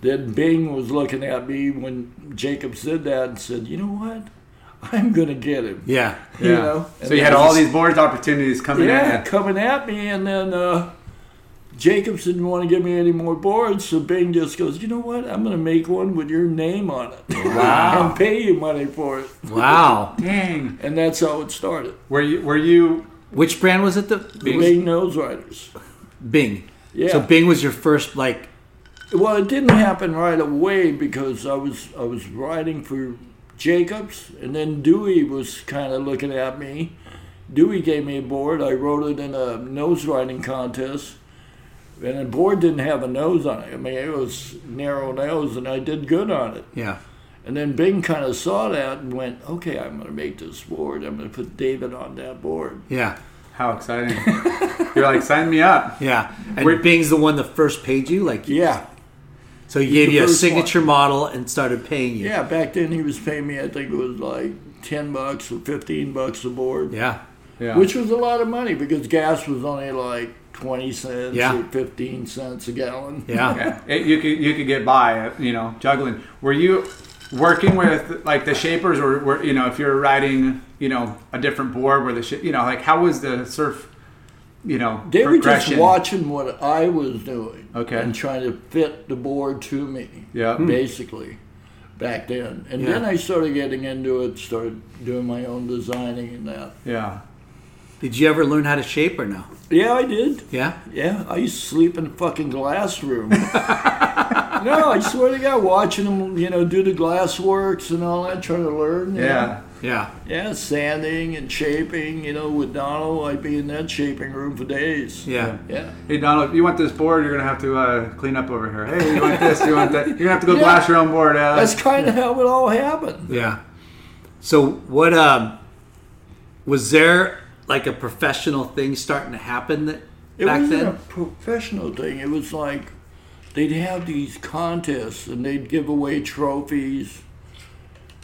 Speaker 9: Then Bing was looking at me when Jacobs did that and said, "You know what? I'm gonna get him."
Speaker 3: yeah,
Speaker 9: You
Speaker 8: Yeah.
Speaker 9: know.
Speaker 8: so
Speaker 9: And
Speaker 8: you had
Speaker 9: that
Speaker 8: all
Speaker 9: was-
Speaker 8: these boards opportunities coming
Speaker 9: yeah,
Speaker 8: at you.
Speaker 9: coming at me, and then uh, Jacobs didn't want to give me any more boards, so Bing just goes, "You know what? I'm gonna make one with your name on it wow. and pay you money for it."
Speaker 3: wow.
Speaker 8: Dang.
Speaker 9: And that's how it started.
Speaker 8: Were you? Were you?
Speaker 3: Which brand was it? The
Speaker 9: Bing Nose Riders.
Speaker 3: Bing.
Speaker 9: Yeah.
Speaker 3: So Bing was your first like
Speaker 9: Well, it didn't happen right away because I was I was riding for Jacobs, and then Dewey was kind of looking at me. Dewey gave me a board. I rode it in a nose riding contest, and the board didn't have a nose on it. I mean, it was narrow nose, and I did good on it.
Speaker 3: yeah.
Speaker 9: And then Bing kind of saw that and went, "Okay, I'm going to make this board. I'm going to put David on that board."
Speaker 3: Yeah,
Speaker 8: How exciting! You're like, sign me up.
Speaker 3: yeah, and Bing's the one that first paid you. Like,
Speaker 9: Yeah,
Speaker 3: so he gave
Speaker 9: the
Speaker 3: you a
Speaker 9: first
Speaker 3: signature model and started paying you.
Speaker 9: yeah. Back then, he was paying me. I think it was like ten bucks or fifteen bucks a board.
Speaker 3: yeah,
Speaker 8: Yeah.
Speaker 9: which was a lot of money because gas was only like 20 cents
Speaker 3: Yeah.
Speaker 9: or 15 cents a gallon.
Speaker 3: yeah.
Speaker 8: Yeah. It- you could you could get by, uh, you know, juggling. Were you working with like the shapers, or were you know, if you're riding, you know, a different board, where the sh- you know, like how was the surf, you know,
Speaker 9: They were just
Speaker 8: progression?
Speaker 9: watching what I was doing
Speaker 8: Okay.
Speaker 9: and trying to fit the board to me,
Speaker 8: Yeah. Hmm.
Speaker 9: basically, back then. And then I started getting into it, started doing my own designing and that.
Speaker 8: Yeah.
Speaker 3: Did you ever learn how to shape or no?
Speaker 9: Yeah, I did.
Speaker 3: Yeah,
Speaker 9: Yeah, I used to sleep in a fucking glass room. no, I swear to God, watching them, you know, do the glass works and all that, trying to learn. you know.
Speaker 8: Yeah.
Speaker 3: yeah,
Speaker 9: Yeah, sanding and shaping. You know, with Donald, I'd be in that shaping room for days.
Speaker 3: yeah.
Speaker 9: Yeah.
Speaker 8: Hey Donald, if you want this board, you're gonna have to uh, clean up over here. Hey, you want this? You want that? You're gonna have to go glass your own board. Uh,
Speaker 9: That's kind of how it all happened.
Speaker 3: Yeah. So what um was there like a professional thing starting to happen that
Speaker 9: It
Speaker 3: back
Speaker 9: wasn't a
Speaker 3: then?
Speaker 9: professional thing. It was like they'd have these contests and they'd give away trophies.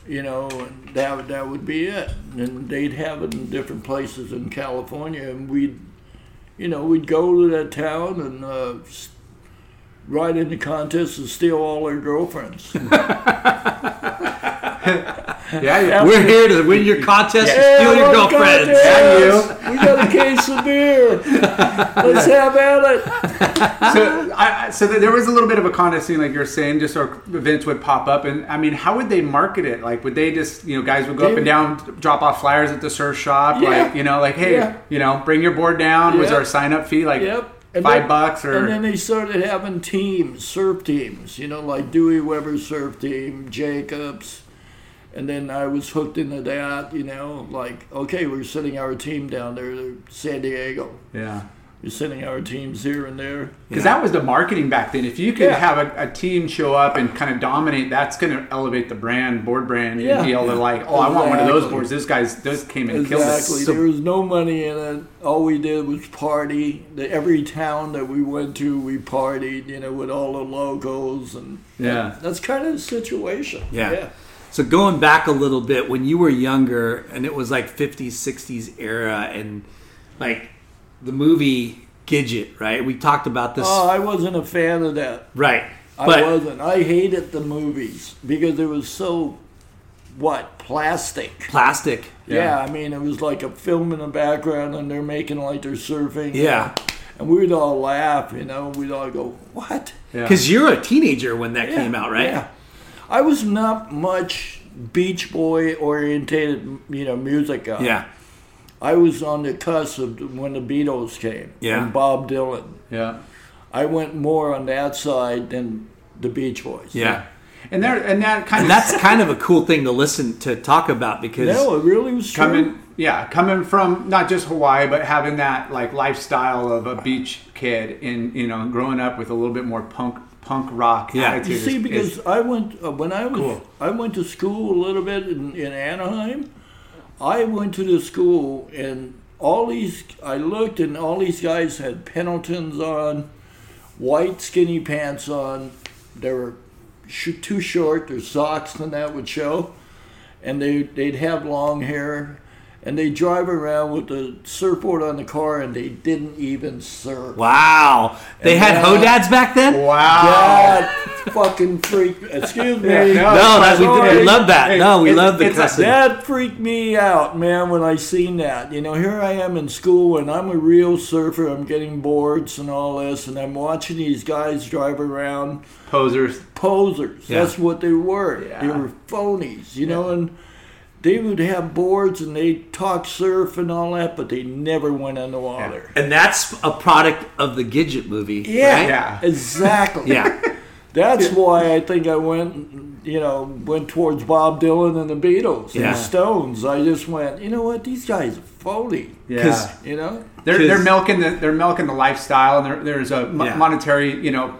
Speaker 9: You know, and that would- that would be it. And they'd have it in different places in California, and we'd, you know, we'd go to that town and uh, s- ride in the contest and steal all their girlfriends.
Speaker 8: yeah, yeah.
Speaker 3: We're here to win your contest and steal your
Speaker 9: well,
Speaker 3: girlfriends.
Speaker 9: oh, goddamn, We got a case of beer. Let's have at it.
Speaker 8: so, I, I- so th- there was a little bit of a contest scene, like you're saying, just so events would pop up. And I mean, how would they market it? Like, would they just, you know, guys would go up
Speaker 9: They-
Speaker 8: and down, drop off flyers at the surf shop,
Speaker 9: Yeah.
Speaker 8: like, you know, like, hey,
Speaker 9: Yeah.
Speaker 8: you know, bring your board down. Was
Speaker 9: Yeah.
Speaker 8: there a sign up fee, like
Speaker 9: Yep. And
Speaker 8: five
Speaker 9: then-
Speaker 8: bucks or?
Speaker 9: And then they started having teams, surf teams, you know, like Dewey Weber's surf team, Jacobs. And then I was hooked into that, you know, like, okay, we're sending our team down there to San Diego.
Speaker 8: yeah.
Speaker 9: We're sending our teams here and there.
Speaker 8: Because that was the marketing back then. If you could
Speaker 9: Yeah.
Speaker 8: have a, a team show up and kind of dominate, that's going to elevate the brand, board brand,
Speaker 9: Yeah.
Speaker 8: and be able to like, oh, I want one of those
Speaker 9: Exactly.
Speaker 8: boards. This guy's those came and killed us.
Speaker 9: Exactly. there was no money in it. All we did was party. The, every town that we went to, we partied. You know, with all the locals and
Speaker 8: Yeah.
Speaker 9: that's kind of the situation.
Speaker 3: Yeah. So going back a little bit, when you were younger and it was like 50s, 60s era and like the movie Gidget, right? We talked about this.
Speaker 9: Oh, I wasn't a fan of that.
Speaker 3: right.
Speaker 9: I
Speaker 3: But
Speaker 9: wasn't. I hated the movies because it was so what plastic.
Speaker 3: plastic.
Speaker 9: Yeah. I mean, it was like a film in the background, and they're making like they're surfing.
Speaker 3: Yeah.
Speaker 9: and we'd all laugh. You know, we'd all go, "What?"
Speaker 3: Because you're a teenager when that came out, right?
Speaker 9: Yeah. I was not much Beach Boy orientated, you know, music guy.
Speaker 3: Yeah.
Speaker 9: I was on the cusp of when the Beatles came
Speaker 3: Yeah.
Speaker 9: and Bob Dylan.
Speaker 8: Yeah.
Speaker 9: I went more on that side than the Beach Boys.
Speaker 3: Yeah.
Speaker 8: And there and that kind
Speaker 3: And
Speaker 8: of
Speaker 3: that's kind of a cool thing to listen to talk about because
Speaker 9: No, it really was true.
Speaker 8: coming yeah coming from not just hawaii but having that like lifestyle of a beach kid and you know growing up with a little bit more punk punk rock
Speaker 3: Yeah.
Speaker 8: attitude
Speaker 9: You
Speaker 8: is-
Speaker 9: see,
Speaker 8: is-
Speaker 9: because I went uh, when I was I went to school a little bit in, in Anaheim. I went to the school and all these I looked and all these guys had Pendletons on, white skinny pants on. They were sh- too short. Their socks and that would show, and they they'd have long hair. And they drive around with the surfboard on the car, and they didn't even surf.
Speaker 3: wow, they
Speaker 9: And
Speaker 3: had
Speaker 9: then-
Speaker 3: hodads back then.
Speaker 8: wow
Speaker 9: God, fucking freak! Excuse me.
Speaker 3: No, that, we, we
Speaker 8: Sorry.
Speaker 3: love that.
Speaker 8: Hey,
Speaker 3: no, we
Speaker 8: it's-
Speaker 3: love the
Speaker 8: it's a-
Speaker 3: cussing.
Speaker 9: That freaked me out, man, when I seen that. You know, here I am in school and I'm a real surfer. I'm getting boards and all this, and I'm watching these guys drive around
Speaker 8: posers
Speaker 9: posers.
Speaker 3: Yeah.
Speaker 9: That's what they were. They were phonies, you know, and they would have boards and they talk surf and all that, but they never went on the water.
Speaker 3: and that's a product of the Gidget movie. right?
Speaker 8: Yeah.
Speaker 9: exactly.
Speaker 3: yeah.
Speaker 9: That's why I think I went, you know, went towards Bob Dylan and the Beatles and
Speaker 3: Yeah.
Speaker 9: the Stones. I just went, you know what? These guys are phony.
Speaker 8: yeah
Speaker 9: You know,
Speaker 8: they're, they're
Speaker 3: 'cause-
Speaker 8: milking the they're milking the lifestyle and there, there's a mo-
Speaker 3: Yeah.
Speaker 8: monetary you know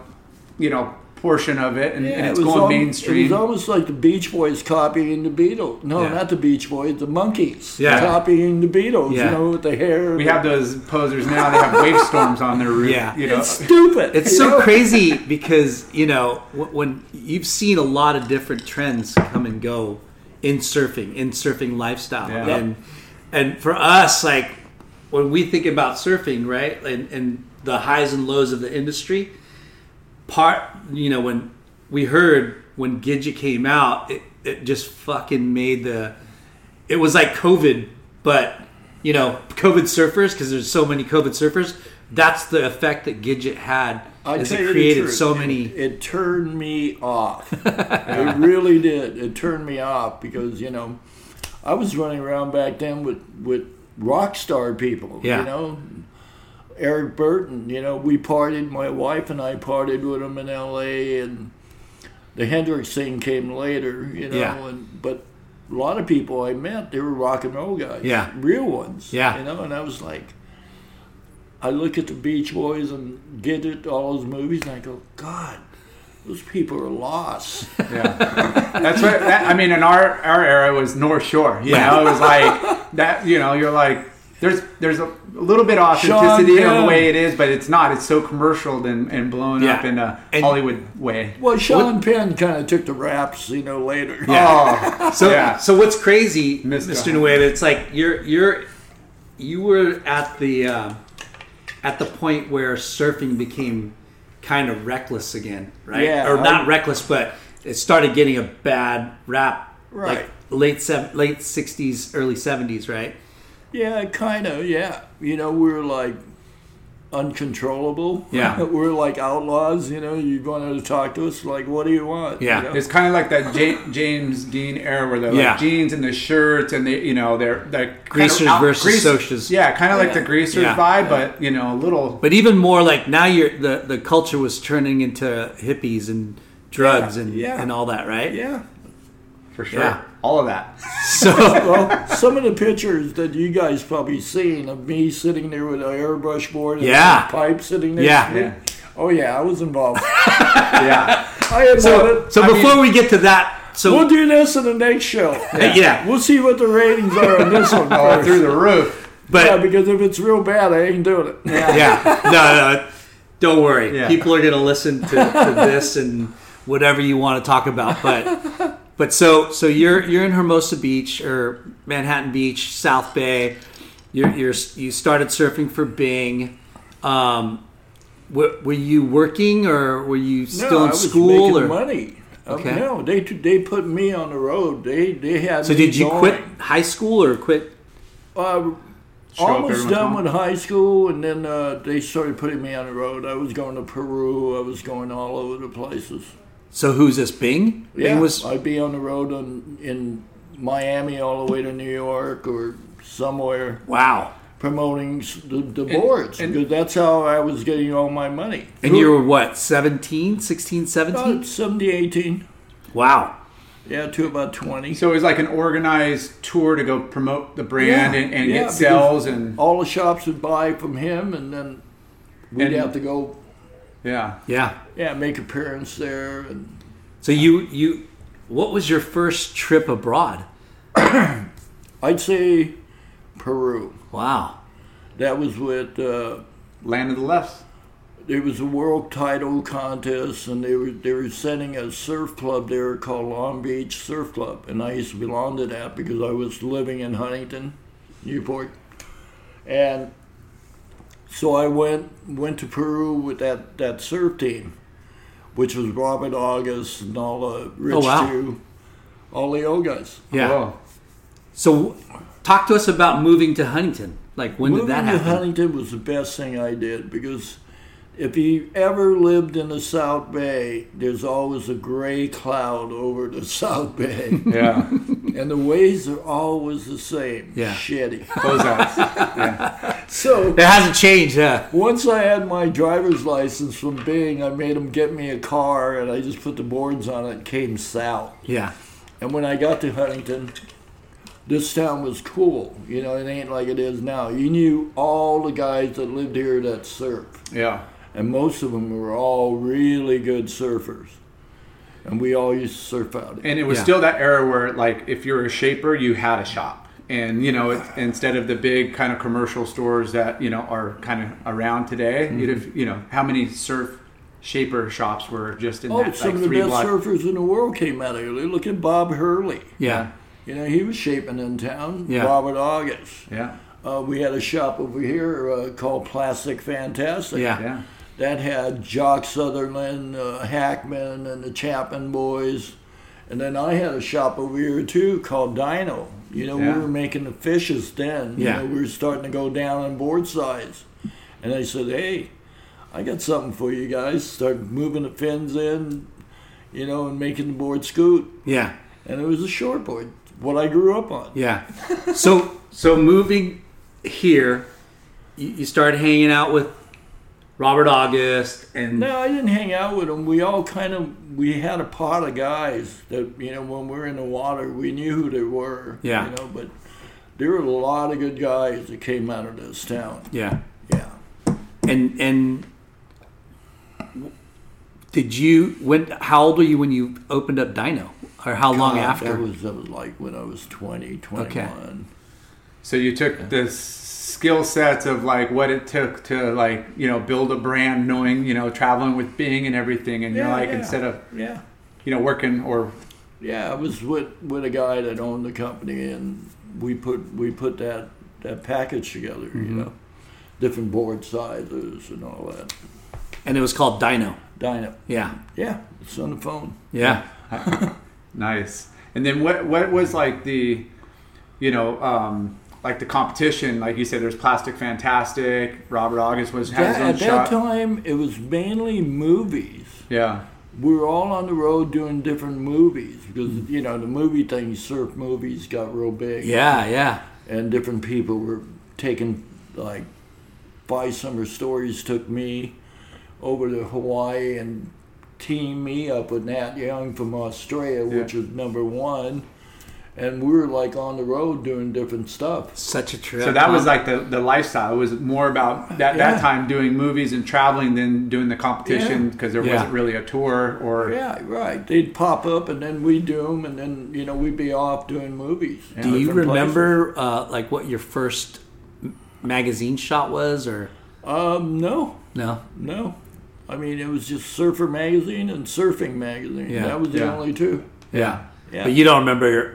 Speaker 8: you know portion of it and, and
Speaker 9: Yeah,
Speaker 8: it's
Speaker 9: it was
Speaker 8: going
Speaker 9: al- It
Speaker 8: mainstream
Speaker 9: was almost like the Beach Boys copying the Beatles. No,
Speaker 3: Yeah.
Speaker 9: not the Beach Boys, the Monkeys
Speaker 3: Yeah.
Speaker 9: copying the Beatles.
Speaker 3: Yeah.
Speaker 9: You know, with the hair.
Speaker 8: we have those posers now they have wave storms on their roof
Speaker 3: Yeah.
Speaker 8: you know
Speaker 9: it's stupid.
Speaker 3: It's
Speaker 9: you
Speaker 3: so
Speaker 9: know?
Speaker 3: crazy because you know wh- when you've seen a lot of different trends come and go in surfing, in surfing lifestyle,
Speaker 8: Yeah.
Speaker 3: and and for us, like when we think about surfing, right, and and the highs and lows of the industry, part you know when we heard when Gidget came out, it, it just fucking made the it was like COVID, but you know, COVID surfers because there's so many COVID surfers. That's the effect that Gidget had.
Speaker 9: I
Speaker 3: is
Speaker 9: tell
Speaker 3: it
Speaker 9: you the
Speaker 3: created
Speaker 9: truth,
Speaker 3: so
Speaker 9: it-
Speaker 3: many.
Speaker 9: It, turned me off. it really did. It turned me off because you know, I was running around back then with with rock star people.
Speaker 3: Yeah.
Speaker 9: You know, Eric Burton. You know, we partied. My wife and I partied with him in L.A. and the Hendrix thing came later. You know,
Speaker 3: Yeah.
Speaker 9: and but. A lot of people I met, they were rock and roll guys,
Speaker 3: Yeah.
Speaker 9: real ones,
Speaker 3: Yeah.
Speaker 9: You know, and I was like, I look at the Beach Boys and get it all those movies, and I go, God, those people are lost.
Speaker 8: That's what that, I mean. In our our era was North Shore. You
Speaker 3: Yeah.
Speaker 8: know, it was like that. You know, you're like there's there's a little bit of authenticity
Speaker 9: Sean
Speaker 8: in
Speaker 9: Penn.
Speaker 8: the way it is, but it's not. It's so commercial and, and blown
Speaker 3: Yeah.
Speaker 8: up in a
Speaker 3: And-
Speaker 8: Hollywood way.
Speaker 9: Well, Sean Penn kind of took the raps, you know, later.
Speaker 8: Oh,
Speaker 3: So,
Speaker 8: yeah.
Speaker 3: so what's crazy,
Speaker 8: Mr.
Speaker 3: Mister Nueva? It's like you're you're you were at the um at the point where surfing became kind of reckless again, right?
Speaker 9: Yeah,
Speaker 3: or not
Speaker 9: I-
Speaker 3: reckless, but it started getting a bad rap,
Speaker 9: Right.
Speaker 3: Like late sev- late sixties, early seventies, right?
Speaker 9: Yeah, kind of, yeah. You know, we were like uncontrollable.
Speaker 3: Yeah.
Speaker 9: we are like outlaws, you know, you're going to talk to us, like, what do you want?
Speaker 3: Yeah.
Speaker 9: You know?
Speaker 8: It's kind of like that Ja- James Dean era where they're
Speaker 3: Yeah.
Speaker 8: like jeans and the shirts and they, you know, they're like
Speaker 3: Greasers versus socias.
Speaker 8: Yeah, kind of like the greasers
Speaker 3: Yeah.
Speaker 8: vibe, but you know, a little.
Speaker 3: But even more like now, you're the the culture was turning into hippies and drugs and
Speaker 9: yeah.
Speaker 3: and all that, right?
Speaker 9: Yeah.
Speaker 8: for sure,
Speaker 3: Yeah.
Speaker 8: all of that.
Speaker 9: Well, some of the pictures that you guys probably seen of me sitting there with an airbrush board and
Speaker 3: Yeah.
Speaker 9: some pipe sitting there.
Speaker 3: Yeah.
Speaker 8: Yeah,
Speaker 9: Oh, yeah, I was involved.
Speaker 8: yeah.
Speaker 9: I had so,
Speaker 3: So before we get to that, so
Speaker 9: We'll do this in the next show.
Speaker 3: yeah,
Speaker 9: We'll see what the ratings are on this one.
Speaker 8: Oh,
Speaker 9: first.
Speaker 8: through the roof.
Speaker 3: but
Speaker 9: yeah, because if it's real bad, I ain't doing it.
Speaker 3: yeah, no, no, don't worry.
Speaker 8: Yeah.
Speaker 3: People are gonna listen to, to this and whatever you want to talk about. But but so so you're you're in Hermosa Beach or Manhattan Beach, South Bay. You're you're you started surfing for Bing. Um, were, were you working or were you still
Speaker 9: no,
Speaker 3: in
Speaker 9: I was
Speaker 3: school
Speaker 9: making
Speaker 3: or?
Speaker 9: money. Uh,
Speaker 3: Okay.
Speaker 9: No, they they put me on the road. They they had.
Speaker 3: So
Speaker 9: me
Speaker 3: did you
Speaker 9: going.
Speaker 3: quit high school or quit?
Speaker 9: Uh,
Speaker 8: up
Speaker 9: almost
Speaker 8: everyone's
Speaker 9: done
Speaker 8: home.
Speaker 9: with high school, and then uh, they started putting me on the road. I was going to Peru. I was going all over the places.
Speaker 3: So who's this Bing? Bing was
Speaker 9: I'd be on the road on, in Miami all the way to New York or somewhere
Speaker 3: Wow.
Speaker 9: promoting s- the, the boards because that's how I was getting all my money.
Speaker 3: And you were what, 17, 16, 17?
Speaker 9: About 70, 18.
Speaker 3: Wow.
Speaker 9: Yeah, to about 20.
Speaker 8: So it was like an organized tour to go promote the brand and, and
Speaker 9: Yeah,
Speaker 8: get
Speaker 9: because
Speaker 8: sales and
Speaker 9: all the shops would buy from him, and then we'd
Speaker 8: And-
Speaker 9: have to go,
Speaker 8: yeah.
Speaker 3: Yeah.
Speaker 9: yeah, make appearance there. And
Speaker 3: So you you what was your first trip abroad?
Speaker 9: I'd say Peru.
Speaker 3: Wow.
Speaker 9: That was with uh,
Speaker 8: Land of the Left.
Speaker 9: there was a world title contest, and they were they were sending a surf club there called Long Beach Surf Club, and I used to belong to that because I was living in Huntington, Newport, and so I went went to Peru with that that surf team, which was Robert August and all the Rich
Speaker 3: Oh, wow.
Speaker 9: Jew, all the old guys.
Speaker 3: Yeah.
Speaker 8: Whoa.
Speaker 3: So talk to us about moving to Huntington. Like when did that
Speaker 9: Moving to
Speaker 3: happen?
Speaker 9: Huntington was the best thing I did because if you ever lived in the South Bay, there's always a gray cloud over the South Bay,
Speaker 8: Yeah.
Speaker 9: and the waves are always the same.
Speaker 3: Yeah.
Speaker 9: Shitty.
Speaker 8: Closeouts.
Speaker 9: So
Speaker 3: It hasn't changed, huh?
Speaker 9: once I had my driver's license from Bing, I made them get me a car, and I just put the boards on it. and Came south.
Speaker 3: Yeah.
Speaker 9: And when I got to Huntington, this town was cool. You know, it ain't like it is now. You knew all the guys that lived here that surf,
Speaker 8: Yeah.
Speaker 9: and most of them were all really good surfers. And we all used to surf out.
Speaker 8: And it was
Speaker 3: Yeah.
Speaker 8: still that era where, like, if you were a shaper, you had a shop. And, you know, it's, instead of the big kind of commercial stores that, you know, are kind of around today, you'd
Speaker 9: Mm-hmm.
Speaker 8: have, you know, how many surf shaper shops were just in
Speaker 9: oh,
Speaker 8: that,
Speaker 9: some
Speaker 8: like,
Speaker 9: of the
Speaker 8: three
Speaker 9: best
Speaker 8: block?
Speaker 9: surfers in the world came out of here. Look at Bob Hurley.
Speaker 3: Yeah.
Speaker 9: You know, he was shaping in town.
Speaker 3: Yeah.
Speaker 9: Robert August.
Speaker 8: Yeah.
Speaker 9: Uh, we had a shop over here uh, called Plastic Fantastic.
Speaker 3: Yeah.
Speaker 8: Yeah.
Speaker 9: that had Jock Sutherland, uh, Hackman, and the Chapman boys. And then I had a shop over here too called Dino. You know,
Speaker 8: Yeah.
Speaker 9: we were making the fishes then.
Speaker 3: Yeah.
Speaker 9: You know, we were starting to go down in board size. And I said, hey, I got something for you guys. Start moving the fins in, you know, and making the board scoot.
Speaker 3: Yeah.
Speaker 9: And it was a short board, what I grew up on.
Speaker 3: Yeah. So so moving here, you, you started hanging out with Robert August and
Speaker 9: No, I didn't hang out with them. We all kind of we had a pot of guys that you know when we were in the water, we knew who they were.
Speaker 3: Yeah.
Speaker 9: You know, but there were a lot of good guys that came out of this town.
Speaker 3: yeah.
Speaker 9: Yeah.
Speaker 3: And and did you when how old were you when you opened up Dino or how long
Speaker 9: Uh,
Speaker 3: after?
Speaker 9: That was that was like when I was 20, 21.
Speaker 8: So you took the s- skill sets of like what it took to like you know build a brand, knowing you know traveling with Bing and everything, and you're
Speaker 9: Yeah,
Speaker 8: like
Speaker 9: yeah.
Speaker 8: instead of
Speaker 9: Yeah.
Speaker 8: you know working or
Speaker 9: Yeah, I was with with a guy that owned the company, and we put we put that that package together.
Speaker 3: Mm-hmm.
Speaker 9: You know, different board sizes and all that.
Speaker 3: and it was called Dino.
Speaker 9: Dino.
Speaker 3: Yeah.
Speaker 9: Yeah, it's on the phone.
Speaker 3: Yeah.
Speaker 8: nice. And then what what was like the you know um, like the competition? Like you said, there's Plastic Fantastic. Robert August was had
Speaker 9: That-
Speaker 8: his own
Speaker 9: at
Speaker 8: shop.
Speaker 9: that time, it was mainly movies.
Speaker 8: yeah,
Speaker 9: We were all on the road doing different movies because you know the movie thing, surf movies got real big.
Speaker 3: Yeah, yeah.
Speaker 9: and different people were taking like five summer stories took me over to Hawaii and teamed me up with Nat Young from Australia, which was number one. And we were like on the road doing different stuff.
Speaker 3: Such a trip.
Speaker 8: so that was
Speaker 3: huh?
Speaker 8: like the, the lifestyle. It was more about that,
Speaker 9: Yeah.
Speaker 8: that time doing movies and traveling than doing the competition
Speaker 9: Yeah.
Speaker 8: because there
Speaker 3: Yeah.
Speaker 8: wasn't really a tour or
Speaker 9: Yeah, right. They'd pop up and then we'd do them and then, you know, we'd be off doing movies.
Speaker 3: Do you
Speaker 9: different places.
Speaker 3: remember uh, like what your first m- magazine shot was or
Speaker 9: Um, no,
Speaker 3: no?
Speaker 9: no. I mean, it was just Surfer Magazine and Surfing Magazine.
Speaker 3: Yeah.
Speaker 9: That was the
Speaker 8: Yeah.
Speaker 9: only two.
Speaker 3: Yeah.
Speaker 9: Yeah.
Speaker 3: But you don't remember your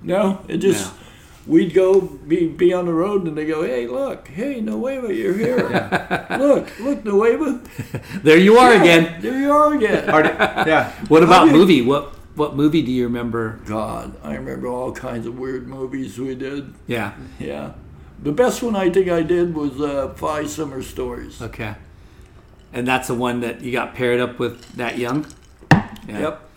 Speaker 9: No, it just
Speaker 3: No.
Speaker 9: we'd go be be on the road and they go, hey, look, hey, Nueva, you're here. Look, look, Nueva,
Speaker 3: There you are again.
Speaker 9: there you are again.
Speaker 8: Or- yeah.
Speaker 3: What about movie? What what movie do you remember?
Speaker 9: God, I remember all kinds of weird movies we did.
Speaker 3: Yeah.
Speaker 9: Yeah, the best one I think I did was uh, Five Summer Stories.
Speaker 3: Okay. And that's the one that you got paired up with Nat Young? Yeah.
Speaker 9: Yep.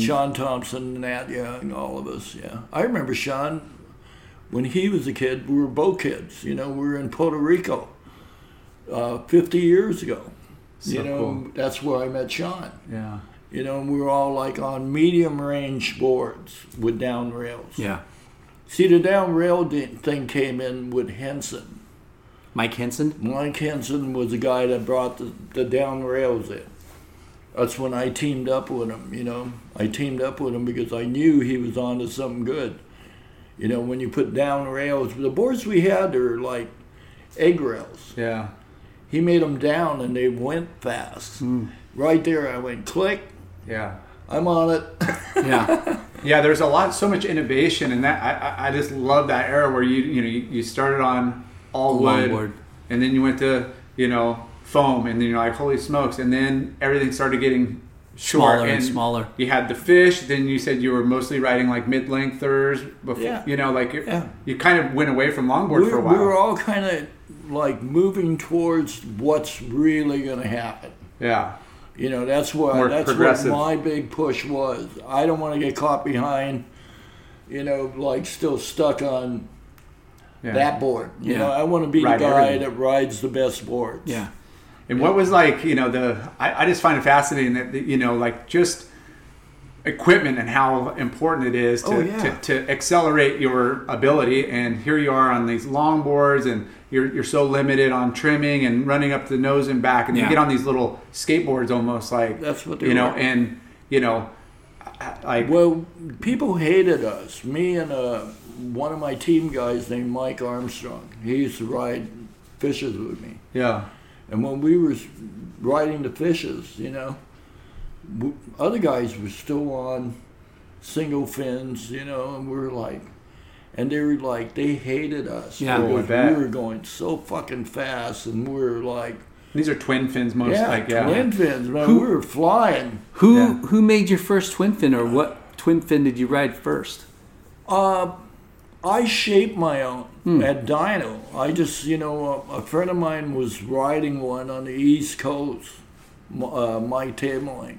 Speaker 9: Sean Thompson, Nat Young, all of us. Yeah, I remember Sean. when he was a kid, we were bow kids. You know, we were in Puerto Rico uh, 50 years ago. you know, that's where I met Sean.
Speaker 8: Yeah.
Speaker 9: You know, and we were all like on medium range boards with down rails.
Speaker 3: Yeah.
Speaker 9: See, the down rail di- thing came in with Henson.
Speaker 3: Mike Henson.
Speaker 9: Mike Henson was the guy that brought the, the down rails in. That's when I teamed up with him, you know. I teamed up with him because I knew he was onto something good. You know, when you put down rails, the boards we had are like egg rails.
Speaker 8: Yeah.
Speaker 9: He made them down and they went fast.
Speaker 8: Hmm.
Speaker 9: Right there, I went click,
Speaker 8: Yeah.
Speaker 9: I'm on it.
Speaker 3: Yeah.
Speaker 8: Yeah, there's a lot, so much innovation, and that I, I- I just love that era where you you know you, you started on all wood,
Speaker 3: Longboard.
Speaker 8: and then you went to you know foam, and then you're like holy smokes, and then everything started getting short
Speaker 3: Smaller and smaller.
Speaker 8: You had the fish, then you said you were mostly riding like mid lengthers before
Speaker 9: Yeah.
Speaker 8: you know like it-
Speaker 9: Yeah.
Speaker 8: you kind of went away from longboard
Speaker 9: we
Speaker 8: for a
Speaker 9: were,
Speaker 8: while.
Speaker 9: we were all kind of like moving towards what's really going to happen.
Speaker 8: yeah,
Speaker 9: You know, that's what
Speaker 8: More
Speaker 9: that's what
Speaker 8: progressive.
Speaker 9: my big push was. I don't want to get caught behind. You know, like still stuck on
Speaker 8: yeah.
Speaker 9: that board. You
Speaker 3: Yeah.
Speaker 9: know, I want to be
Speaker 8: Ride
Speaker 9: the guy
Speaker 8: everything.
Speaker 9: that rides the best boards.
Speaker 3: Yeah.
Speaker 8: And what was like, you know, the I, I just find it fascinating that you know, like just equipment and how important it is to,
Speaker 9: Oh, yeah.
Speaker 8: to, to accelerate your ability. And here you are on these long boards, and you're you're so limited on trimming and running up the nose and back, and
Speaker 3: Yeah.
Speaker 8: you get on these little skateboards almost like
Speaker 9: That's what they
Speaker 8: you know,
Speaker 9: were.
Speaker 8: and you know, I- I- like
Speaker 9: Well, people hated us. Me and uh, one of my team guys named Mike Armstrong. He used to ride fishes with me.
Speaker 8: yeah,
Speaker 9: And when we were riding the fishes, you know, w- other guys were still on single fins, you know, and we were like, and they were like, they hated us.
Speaker 3: Yeah.
Speaker 8: Oh, I
Speaker 9: because
Speaker 8: bet.
Speaker 9: we were going so fucking fast, and we were like,
Speaker 8: these are twin fins most
Speaker 9: yeah,
Speaker 8: like yeah.
Speaker 9: twin fins, man, we were flying.
Speaker 3: Who
Speaker 8: Yeah.
Speaker 3: who made your first twin fin, or what twin fin did you ride first?
Speaker 9: I shaped my own at Dino. I just, you know, a, a friend of mine was riding one on the East Coast, M- uh, Mike Tamerling.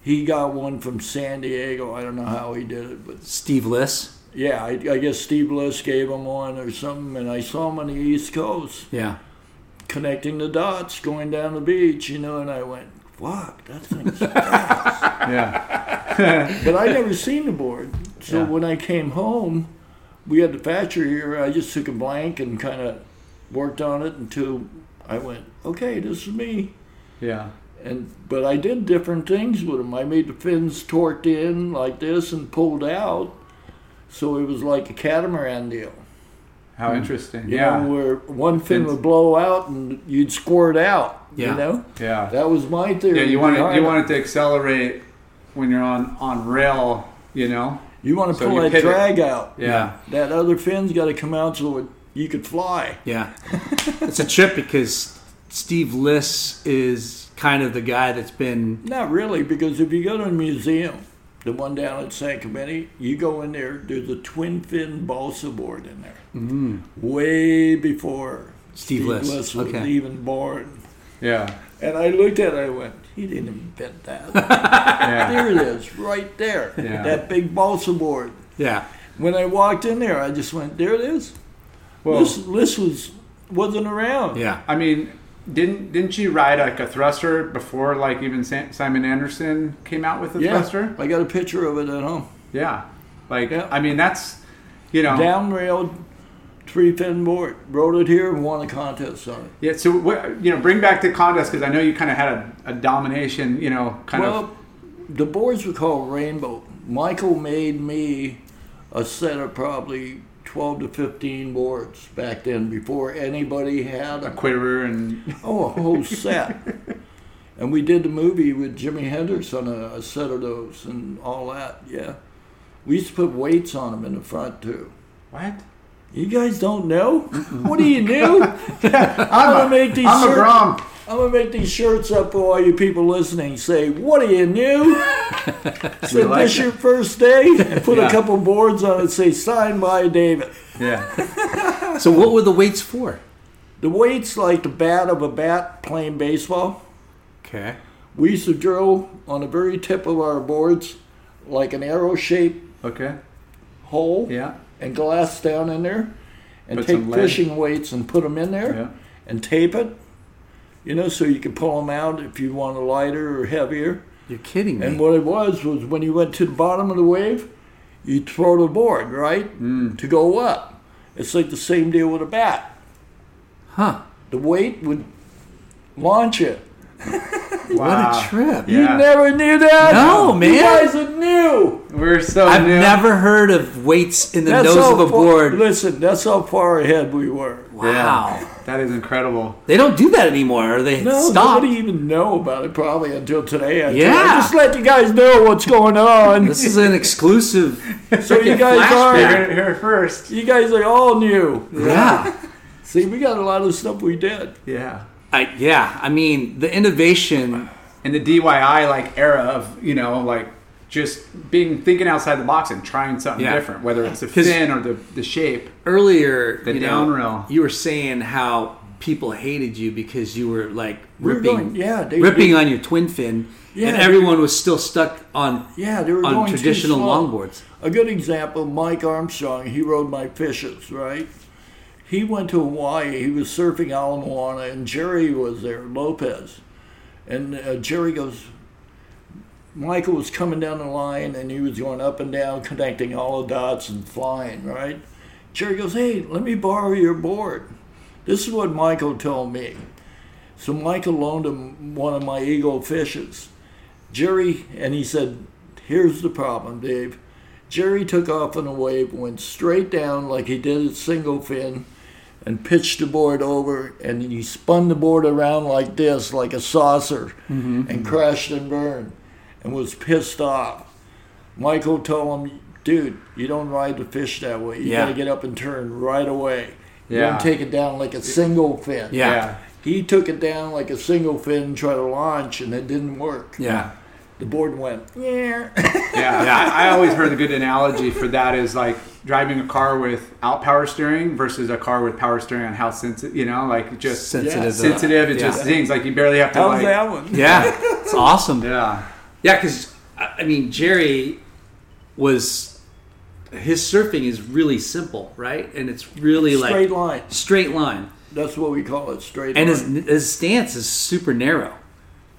Speaker 9: He got one from San Diego. I don't know how he did it, but
Speaker 3: Steve Liss.
Speaker 9: yeah, I, I guess Steve Bliss gave him one or something. And I saw him on the East Coast
Speaker 3: Yeah.
Speaker 9: connecting the dots, going down the beach, you know, and I went, fuck, that thing's
Speaker 8: yeah.
Speaker 9: But I never seen the board. So when I came home, we had the factory here. I just took a blank and kind of worked on it until I went, okay, this is me.
Speaker 8: Yeah.
Speaker 9: And but I did different things with them. I made the fins torqued in like this and pulled out, so it was like a catamaran deal.
Speaker 8: How interesting.
Speaker 9: Hmm. You
Speaker 8: Yeah.
Speaker 9: know, where one fin
Speaker 8: Fins.
Speaker 9: would blow out and you'd squirt out.
Speaker 3: Yeah.
Speaker 9: You know,
Speaker 8: yeah.
Speaker 9: that was my theory.
Speaker 8: Yeah, you want it,
Speaker 9: behind
Speaker 8: you
Speaker 9: it.
Speaker 8: want it to accelerate when you're on on rail, you know.
Speaker 9: you want to
Speaker 8: so
Speaker 9: pull
Speaker 8: you
Speaker 9: that
Speaker 8: pivot.
Speaker 9: drag out.
Speaker 8: Yeah,
Speaker 9: That other fin's got to come out so it, you could fly.
Speaker 3: Yeah. it's a trip because Steve Liss is kind of the guy that's been
Speaker 9: Not really, because if you go to the museum, the one down at San Clemente, you go in there, there's a twin fin balsa board in there.
Speaker 8: Mm-hmm.
Speaker 9: Way before
Speaker 3: Steve Liss.
Speaker 9: was
Speaker 3: Okay.
Speaker 9: even born.
Speaker 8: yeah,
Speaker 9: And I looked at it, I went, he didn't invent that.
Speaker 8: yeah,
Speaker 9: there it is, right there.
Speaker 8: Yeah.
Speaker 9: That big balsa board.
Speaker 3: yeah.
Speaker 9: When I walked in there, I just went, there it is.
Speaker 8: Well-
Speaker 9: this, this was, wasn't around.
Speaker 3: Yeah.
Speaker 8: I mean, didn't didn't you ride like a thruster before like even Sam, Simon Anderson came out with a
Speaker 9: Yeah,
Speaker 8: thruster?
Speaker 9: I got a picture of it at home.
Speaker 8: Yeah, like
Speaker 9: Yeah.
Speaker 8: I mean that's you know
Speaker 9: Down rail, three fin board. Rode it here and won a contest on it.
Speaker 8: yeah. So what, you know, bring back the contest because I know you kind of had a, a domination, you know, kind
Speaker 9: Well,
Speaker 8: of
Speaker 9: the boards were called Rainbow. Michael made me a set of probably 12 to 15 boards back then before anybody had a,
Speaker 8: quiver and
Speaker 9: oh, a whole set. and we did the movie with Jimmy Henderson, a, a set of those and all that, yeah. We used to put weights on them in the front too.
Speaker 8: what?
Speaker 9: You guys don't know? What do you do? I'm gonna make these
Speaker 8: I'm a
Speaker 9: shirts-
Speaker 8: Oh, Grom.
Speaker 9: I'm gonna make these shirts up for all you people listening. Say, what are you new? Said
Speaker 8: like
Speaker 9: this your first day? And put
Speaker 8: Yeah.
Speaker 9: a couple boards on it. Say, signed by David.
Speaker 8: Yeah,
Speaker 3: So what were the weights for?
Speaker 9: The weight's like the bat of a bat playing baseball.
Speaker 3: Okay.
Speaker 9: We used to drill on the very tip of our boards, like an arrow-shaped
Speaker 8: okay,
Speaker 9: hole,
Speaker 8: yeah,
Speaker 9: and glass down in there, and
Speaker 8: Put
Speaker 9: take
Speaker 8: some lead.
Speaker 9: fishing weights and put them in there,
Speaker 8: Yeah.
Speaker 9: and tape it. You know, so you can pull them out if you want a lighter or heavier.
Speaker 3: You're kidding me.
Speaker 9: And what it was was when you went to the bottom of the wave, you throw the board right
Speaker 8: Mm.
Speaker 9: to go up. It's like the same deal with a bat.
Speaker 3: huh.
Speaker 9: The weight would launch it.
Speaker 3: What a trip.
Speaker 8: Yeah.
Speaker 9: You never knew that.
Speaker 3: No, man.
Speaker 9: You guys are new.
Speaker 8: We're so
Speaker 3: I've
Speaker 8: new.
Speaker 3: never heard of weights in the nose
Speaker 9: how
Speaker 3: of a
Speaker 9: far-
Speaker 3: board.
Speaker 9: Listen, that's how far ahead we were.
Speaker 3: Wow.
Speaker 8: That is incredible.
Speaker 3: They don't do that anymore. Or they
Speaker 9: No,
Speaker 3: stop.
Speaker 9: nobody even know about it probably until today. I
Speaker 3: Yeah.
Speaker 9: I just let you guys know what's going on.
Speaker 3: This is an exclusive.
Speaker 9: so you guys are,
Speaker 8: Here, here first.
Speaker 9: you guys are all new.
Speaker 3: Yeah.
Speaker 9: See, we got a lot of stuff we did.
Speaker 8: Yeah.
Speaker 3: I, yeah. I mean, the innovation.
Speaker 8: in the DIY like era of you know like just being thinking outside the box and trying something
Speaker 3: Yeah.
Speaker 8: different, whether it's the fin or the, the shape.
Speaker 3: Earlier,
Speaker 8: The
Speaker 3: you know,
Speaker 8: down rail.
Speaker 3: you were saying how people hated you because you were like
Speaker 9: were
Speaker 3: ripping,
Speaker 9: going- yeah, they-
Speaker 3: ripping
Speaker 9: they-
Speaker 3: on your twin fin,
Speaker 9: Yeah,
Speaker 3: and
Speaker 9: they-
Speaker 3: everyone was still stuck on
Speaker 9: Yeah, they were
Speaker 3: on
Speaker 9: going too
Speaker 3: traditional
Speaker 9: slow.
Speaker 3: longboards.
Speaker 9: A good example, Mike Armstrong, he rode my fishes, right? He went to Hawaii, he was surfing Ala Moana, and Jerry was there, Lopez. And uh, Jerry goes, Michael was coming down the line and he was going up and down, connecting all the dots and flying, right? Jerry goes, Hey, let me borrow your board. This is what Michael told me. So Michael loaned him one of my Eagle fishes. Jerry, and he said, Here's the problem, Dave. Jerry took off on a wave, went straight down like he did at single fin, and pitched the board over, and he spun the board around like this, like a saucer, and crashed and burned, and was pissed off. Michael told him, Dude, you don't ride the fish that way. You
Speaker 3: Yeah.
Speaker 9: gotta get up and turn right away. You
Speaker 8: Yeah.
Speaker 9: don't take it down like a single fin.
Speaker 3: Yeah.
Speaker 9: He took it down like a single fin and tried to launch, and it didn't work.
Speaker 3: Yeah.
Speaker 9: The board went, yeah.
Speaker 8: Yeah, I, I always heard a good analogy for that is like driving a car without power steering versus a car with power steering on how sensitive, you know, like just
Speaker 3: Sensitive.
Speaker 8: sensitive. It
Speaker 3: Yeah.
Speaker 8: just zings. Like you barely have to
Speaker 9: How's
Speaker 8: like.
Speaker 9: that one?
Speaker 3: Yeah. It's awesome.
Speaker 8: Yeah.
Speaker 3: Yeah, because I I mean Jerry was his surfing is really simple, right? And it's really
Speaker 9: Straight
Speaker 3: like
Speaker 9: line.
Speaker 3: straight line,
Speaker 9: That's what we call it, straight
Speaker 3: and his
Speaker 9: line.
Speaker 3: his stance is super narrow,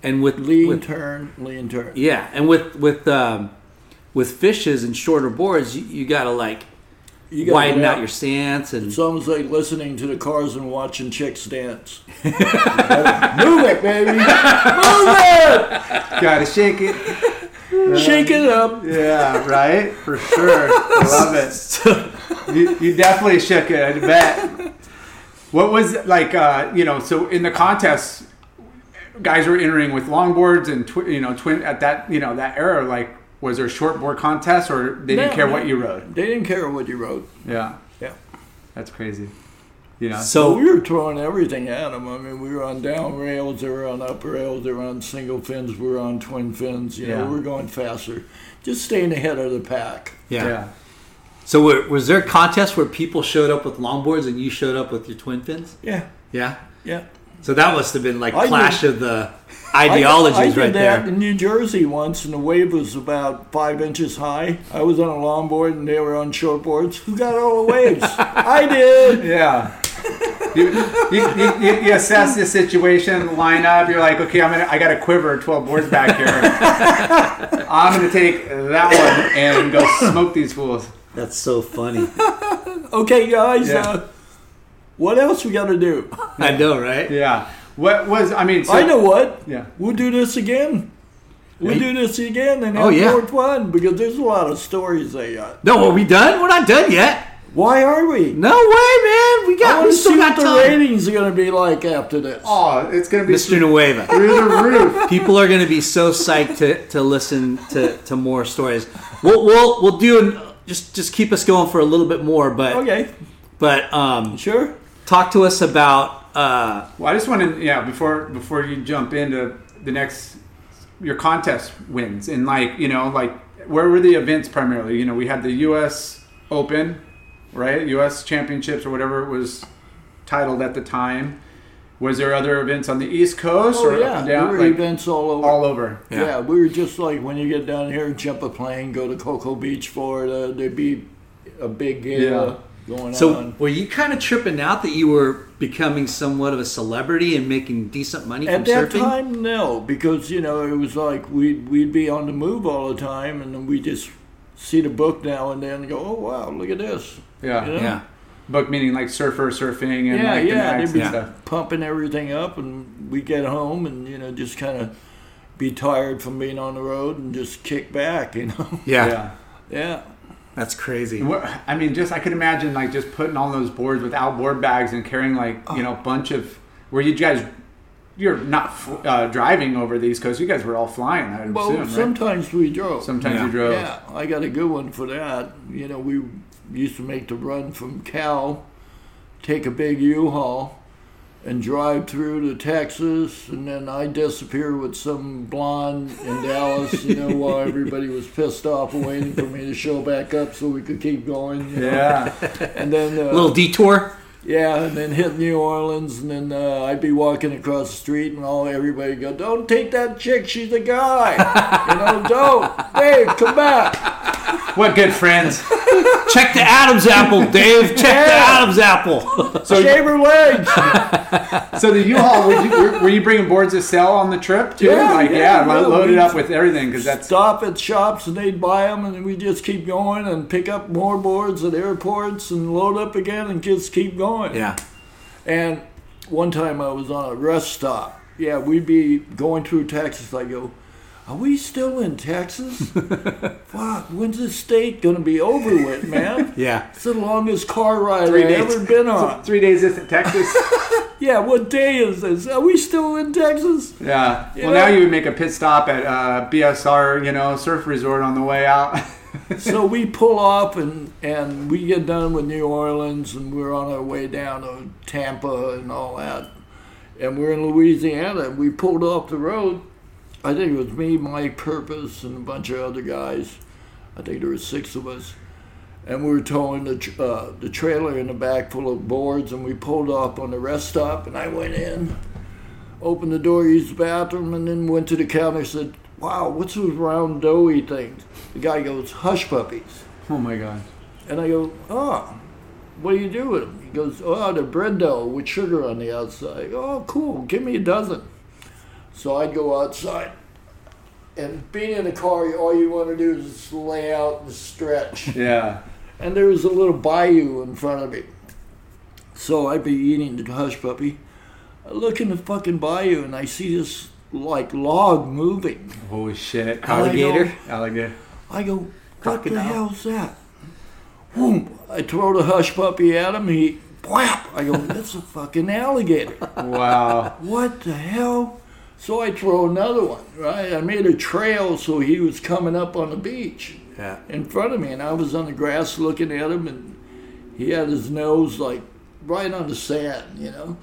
Speaker 3: and with
Speaker 9: lean
Speaker 3: with,
Speaker 9: turn, lean turn.
Speaker 3: yeah, and with with um, with fishes and shorter boards, you, you gotta like
Speaker 9: You gotta
Speaker 3: widen
Speaker 9: get
Speaker 3: out your stance and
Speaker 9: It's almost like listening to the cars and watching chicks dance. Move it, baby. Move it.
Speaker 8: Gotta shake it.
Speaker 9: Shake it up.
Speaker 8: Yeah, right? For sure. I love it. You, you definitely shook it, I bet. What was like, uh, you know, so in the contest, guys were entering with longboards and, tw- you know, twin at that, you know, that era, like, was there short board contests or they didn't
Speaker 9: No,
Speaker 8: care
Speaker 9: no.
Speaker 8: what you rode?
Speaker 9: They didn't care what you wrote.
Speaker 8: Yeah.
Speaker 9: Yeah.
Speaker 8: That's crazy. You know,
Speaker 9: So
Speaker 3: so
Speaker 9: we were throwing everything at them. I mean, we were on down rails, they were on up rails, they were on single fins, we were on twin fins. You know,
Speaker 8: Yeah.
Speaker 9: we were going faster, just staying ahead of the pack.
Speaker 3: yeah.
Speaker 8: yeah.
Speaker 3: So were, was there a contest where people showed up with longboards and you showed up with your twin fins?
Speaker 9: Yeah,
Speaker 3: Yeah.
Speaker 9: yeah.
Speaker 3: So that must have been like
Speaker 9: I
Speaker 3: clash of the
Speaker 9: I did-
Speaker 3: ideologies
Speaker 9: I did
Speaker 3: right
Speaker 9: that
Speaker 3: there.
Speaker 9: in New Jersey once, and the wave was about five inches high. I was on a longboard, and they were on shortboards. Who got all the waves? I did.
Speaker 8: Yeah. You, you, you, you, you assess the situation, line up. You're like, okay, I'm gonna, I got a quiver, of twelve boards back here. I'm gonna take that one and go smoke these fools.
Speaker 3: That's so funny.
Speaker 9: Okay, guys.
Speaker 8: Yeah.
Speaker 9: Uh, what else we got to do?
Speaker 3: I know, right?
Speaker 8: Yeah. What was? I mean, so,
Speaker 9: I know what.
Speaker 8: Yeah.
Speaker 9: We'll do this again. We'll do this again and have
Speaker 3: Oh, yeah.
Speaker 9: more fun because there's a lot of stories they got.
Speaker 3: No, are we done? We're not done yet.
Speaker 9: Why are we?
Speaker 3: No way, man. We
Speaker 9: I
Speaker 3: got.
Speaker 9: want
Speaker 3: We
Speaker 9: to
Speaker 3: still
Speaker 9: see what
Speaker 3: got
Speaker 9: the
Speaker 3: time.
Speaker 9: ratings are going to be like after this.
Speaker 8: Oh, it's gonna be
Speaker 3: Mr. Nueva.
Speaker 8: through the roof.
Speaker 3: People are going to be so psyched to, to listen to, to more stories. We'll we'll we'll do an, just just keep us going for a little bit more, but
Speaker 9: Okay,
Speaker 3: but um,
Speaker 9: sure.
Speaker 3: talk to us about uh,
Speaker 8: Well, I just want to, yeah, before before you jump into the next your contest wins and like you know like where were the events primarily? You know, we had the U.S. Open, right? U.S. Championships or whatever it was titled at the time. Was there other events on the East Coast
Speaker 9: Oh
Speaker 8: or up
Speaker 9: yeah,
Speaker 8: and
Speaker 9: there
Speaker 8: down?
Speaker 9: were
Speaker 8: Like,
Speaker 9: events all over.
Speaker 8: all over.
Speaker 9: Yeah. we were just like when you get down here, jump a plane, go to Cocoa Beach, Florida. There'd be a big gala going
Speaker 3: So
Speaker 9: on.
Speaker 3: were you kind of tripping out that you were becoming somewhat of a celebrity and making decent money
Speaker 9: At
Speaker 3: from
Speaker 9: that
Speaker 3: surfing?
Speaker 9: time, no, because you know it was like we'd we'd be on the move all the time, and then we just see the book now and then and go, oh wow, look at this.
Speaker 8: Yeah.
Speaker 9: You know?
Speaker 3: yeah.
Speaker 8: Book meaning like surfer surfing and
Speaker 9: Yeah,
Speaker 8: like the
Speaker 9: yeah,
Speaker 8: mags
Speaker 9: they'd be
Speaker 8: and stuff.
Speaker 9: pumping everything up, and we get home and you know just kind of be tired from being on the road and just kick back, you know.
Speaker 3: yeah,
Speaker 8: Yeah.
Speaker 9: yeah.
Speaker 3: that's crazy.
Speaker 8: What, I mean, just I could imagine like just putting on those boards without board bags and carrying like you
Speaker 9: Oh.
Speaker 8: know bunch of where you guys you're not fl- uh, driving over the East Coast. You guys were all flying. I would
Speaker 9: Well,
Speaker 8: assume, right?
Speaker 9: sometimes we drove.
Speaker 8: Sometimes you drove.
Speaker 9: Yeah, I got a good one for that. You know, we used to make the run from Cal, take a big U-Haul, and drive through to Texas, and then I disappear with some blonde in Dallas. You know, while everybody was pissed off and waiting for me to show back up so we could keep going. You know?
Speaker 8: Yeah.
Speaker 9: and then uh,
Speaker 3: little detour.
Speaker 9: yeah, and then hit New Orleans, and then uh, I'd be walking across the street, and all everybody go, "Don't take that chick; she's a guy." you know, don't, Dave, come back.
Speaker 8: what good friends.
Speaker 3: Check the Adam's apple, Dave. Check the Adam's apple.
Speaker 8: So
Speaker 9: Shave her legs.
Speaker 8: so the U-Haul were you, were, were you bringing boards to sell on the trip too?
Speaker 9: Yeah,
Speaker 8: like
Speaker 9: yeah,
Speaker 8: yeah,
Speaker 9: yeah,
Speaker 8: loaded
Speaker 9: we-
Speaker 8: up with everything because that's
Speaker 9: Stop at shops, and they'd buy them, and we just keep going and pick up more boards at airports, and load up again, and just keep going.
Speaker 3: yeah.
Speaker 9: And one time I was on a rest stop. Yeah, we'd be going through Texas. I go, Are we still in Texas? Fuck, when's this state going to be over with, man?
Speaker 3: Yeah.
Speaker 9: It's the longest car ride
Speaker 8: Three
Speaker 9: I've
Speaker 8: days.
Speaker 9: ever been on.
Speaker 8: three days in Texas.
Speaker 9: Yeah, what day is this? Are we still in Texas?
Speaker 8: yeah.
Speaker 9: You
Speaker 8: well,
Speaker 9: know-
Speaker 8: now you would make a pit stop at uh, BSR, you know, surf resort on the way out.
Speaker 9: so we pull up and, and we get done with New Orleans and we're on our way down to Tampa and all that. And we're in Louisiana and we pulled off the road. I think it was me, Mike Purpose, and a bunch of other guys. I think there were six of us. And we were towing the, tr- uh, the trailer in the back full of boards and we pulled off on the rest stop and I went in opened the door, used the bathroom, and then went to the counter and said, Wow, what's those round doughy things? The guy goes, Hush puppies.
Speaker 8: oh my god.
Speaker 9: And I go, Oh, what do you do with them? He goes, Oh, they're bread dough with sugar on the outside. Oh, cool, give me a dozen. So I'd go outside. And being in a car, all you want to do is just lay out and stretch
Speaker 8: Yeah.
Speaker 9: and there was a little bayou in front of me. So I'd be eating the hush puppy. I look in the fucking bayou and I see this like log moving.
Speaker 8: Holy shit.
Speaker 3: Alligator.
Speaker 8: Alligator.
Speaker 9: I go, what the hell's that? Whoom! I throw the hush puppy at him. He, whap! I go, that's a fucking alligator.
Speaker 8: Wow.
Speaker 9: what the hell? So I throw another one, right? I made a trail so he was coming up on the beach
Speaker 3: Yeah.
Speaker 9: in front of me, and I was on the grass looking at him, and he had his nose like right on the sand, you know.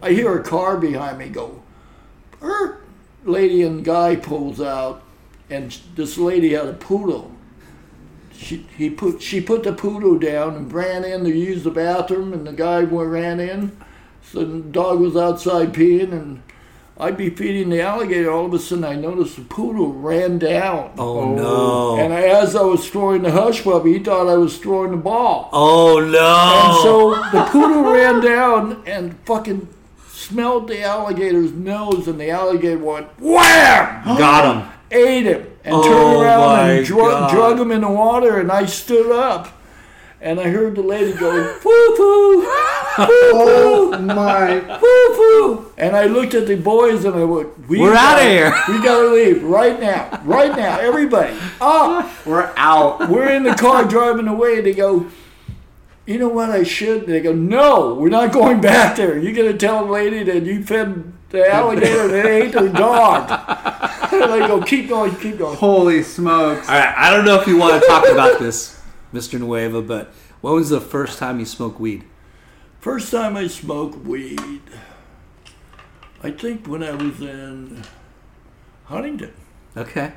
Speaker 9: I hear a car behind me go, er, lady and guy pulls out, and this lady had a poodle. She, he put, she put the poodle down and ran in to use the bathroom, and the guy wa- ran in. So the dog was outside peeing, and I'd be feeding the alligator. All of a sudden, I noticed the poodle ran down.
Speaker 3: Oh, no.
Speaker 9: And as I was throwing the hush puppy, he thought I was throwing the ball.
Speaker 3: Oh
Speaker 9: And
Speaker 3: no.
Speaker 9: so the poodle ran down and fucking smelled the alligator's nose, and the alligator went wham,
Speaker 3: Got him.
Speaker 9: ate him, and
Speaker 3: Oh,
Speaker 9: turned around
Speaker 3: my
Speaker 9: and drug,
Speaker 3: God.
Speaker 9: drug him in the water. And I stood up, and I heard the lady go poo poo, poo poo,
Speaker 8: my.
Speaker 9: poo poo, and I looked at the boys and I went, we
Speaker 3: We're outta
Speaker 9: gotta-
Speaker 3: here."
Speaker 9: We gotta leave right now, right now, everybody up."
Speaker 8: We're out.
Speaker 9: we're in the car driving away. They go, you know what? I should. They go, no, we're not going back there. You're gonna tell the lady that you fed the alligator and they ate their dog. and they go, keep going, keep going.
Speaker 8: Holy smokes.
Speaker 3: All right. I don't know if you want to talk about this, Mr. Nueva, but when was the first time you smoked weed?
Speaker 9: First time I smoked weed, I think when I was in Huntington.
Speaker 3: Okay.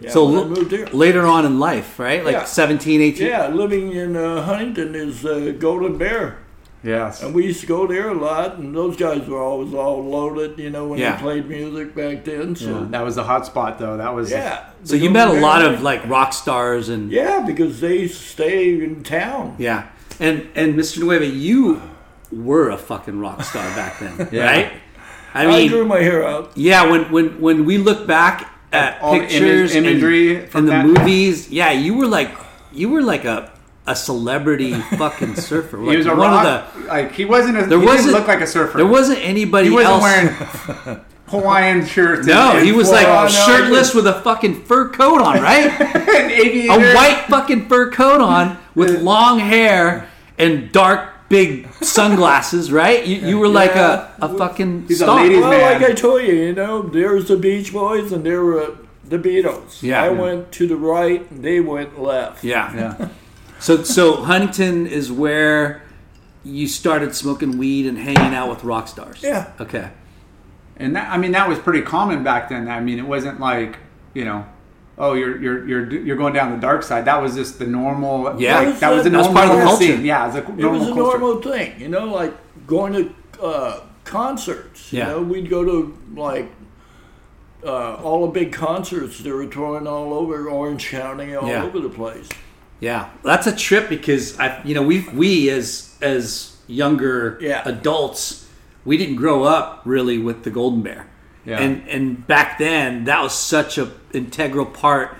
Speaker 9: Yeah,
Speaker 3: so
Speaker 9: when I
Speaker 3: l-
Speaker 9: moved there.
Speaker 3: later on in life, right? Like
Speaker 9: Yeah.
Speaker 3: seventeen, eighteen. 17, 18.
Speaker 9: Yeah, living in uh, Huntington is uh, Golden Bear.
Speaker 8: Yes.
Speaker 9: And we used to go there a lot, and those guys were always all loaded, you know, when
Speaker 3: Yeah.
Speaker 9: they played music back then.
Speaker 8: Yeah,
Speaker 9: So
Speaker 8: that was the hot spot, though. That was
Speaker 9: yeah.
Speaker 3: So you met a lot of like rock stars and
Speaker 9: yeah because they stayed in town.
Speaker 3: yeah. And and Mr. Nueva, you were a fucking rock star back then, right? I
Speaker 9: I
Speaker 3: mean,
Speaker 9: grew my hair out.
Speaker 3: yeah. When when when we look back at
Speaker 8: All the image-
Speaker 3: pictures, and-
Speaker 8: imagery
Speaker 3: and,
Speaker 8: from
Speaker 3: the
Speaker 8: that-
Speaker 3: movies, yeah, you were like you were like a a celebrity fucking surfer. Like
Speaker 8: He was a
Speaker 3: one
Speaker 8: rock.
Speaker 3: of the.
Speaker 8: like he wasn't. A,
Speaker 3: There
Speaker 8: he
Speaker 3: wasn't
Speaker 8: didn't look like a surfer.
Speaker 3: There wasn't anybody
Speaker 8: He wasn't
Speaker 3: else.
Speaker 8: wearing Hawaiian shirts.
Speaker 3: no,
Speaker 8: and-
Speaker 3: he was like
Speaker 8: Well, no, he
Speaker 3: shirtless with a fucking fur coat on, right?
Speaker 8: was an aviator.
Speaker 3: a white fucking fur coat on with long hair and dark big sunglasses, right? You, you were like a, a fucking
Speaker 8: He's a
Speaker 3: star.
Speaker 8: ladies'
Speaker 9: Well,
Speaker 8: man.
Speaker 9: like I told you, you know, there's the Beach Boys and there were the Beatles.
Speaker 3: Yeah.
Speaker 9: I went to the right, and they went left.
Speaker 3: yeah. So so Huntington is where you started smoking weed and hanging out with rock stars.
Speaker 9: Yeah.
Speaker 3: Okay.
Speaker 8: and that, I mean, that was pretty common back then. I mean, it wasn't like you know, oh, you're you're you're you're going down the dark side. That was just the normal.
Speaker 3: Yeah.
Speaker 8: like, that was the
Speaker 9: That's
Speaker 8: normal
Speaker 3: part of the
Speaker 8: scene.
Speaker 3: culture.
Speaker 8: Yeah, it was a
Speaker 9: It was
Speaker 8: normal
Speaker 9: a
Speaker 8: culture.
Speaker 9: normal thing, you know, like going to uh, concerts.
Speaker 3: Yeah.
Speaker 9: You know, we'd go to like uh, all the big concerts they were throwing all over Orange County, all
Speaker 3: Yeah.
Speaker 9: over the place.
Speaker 3: Yeah, that's a trip because I, you know, we we as as younger
Speaker 9: Yeah.
Speaker 3: adults, we didn't grow up really with the Golden Bear,
Speaker 8: Yeah.
Speaker 3: and and back then that was such a integral part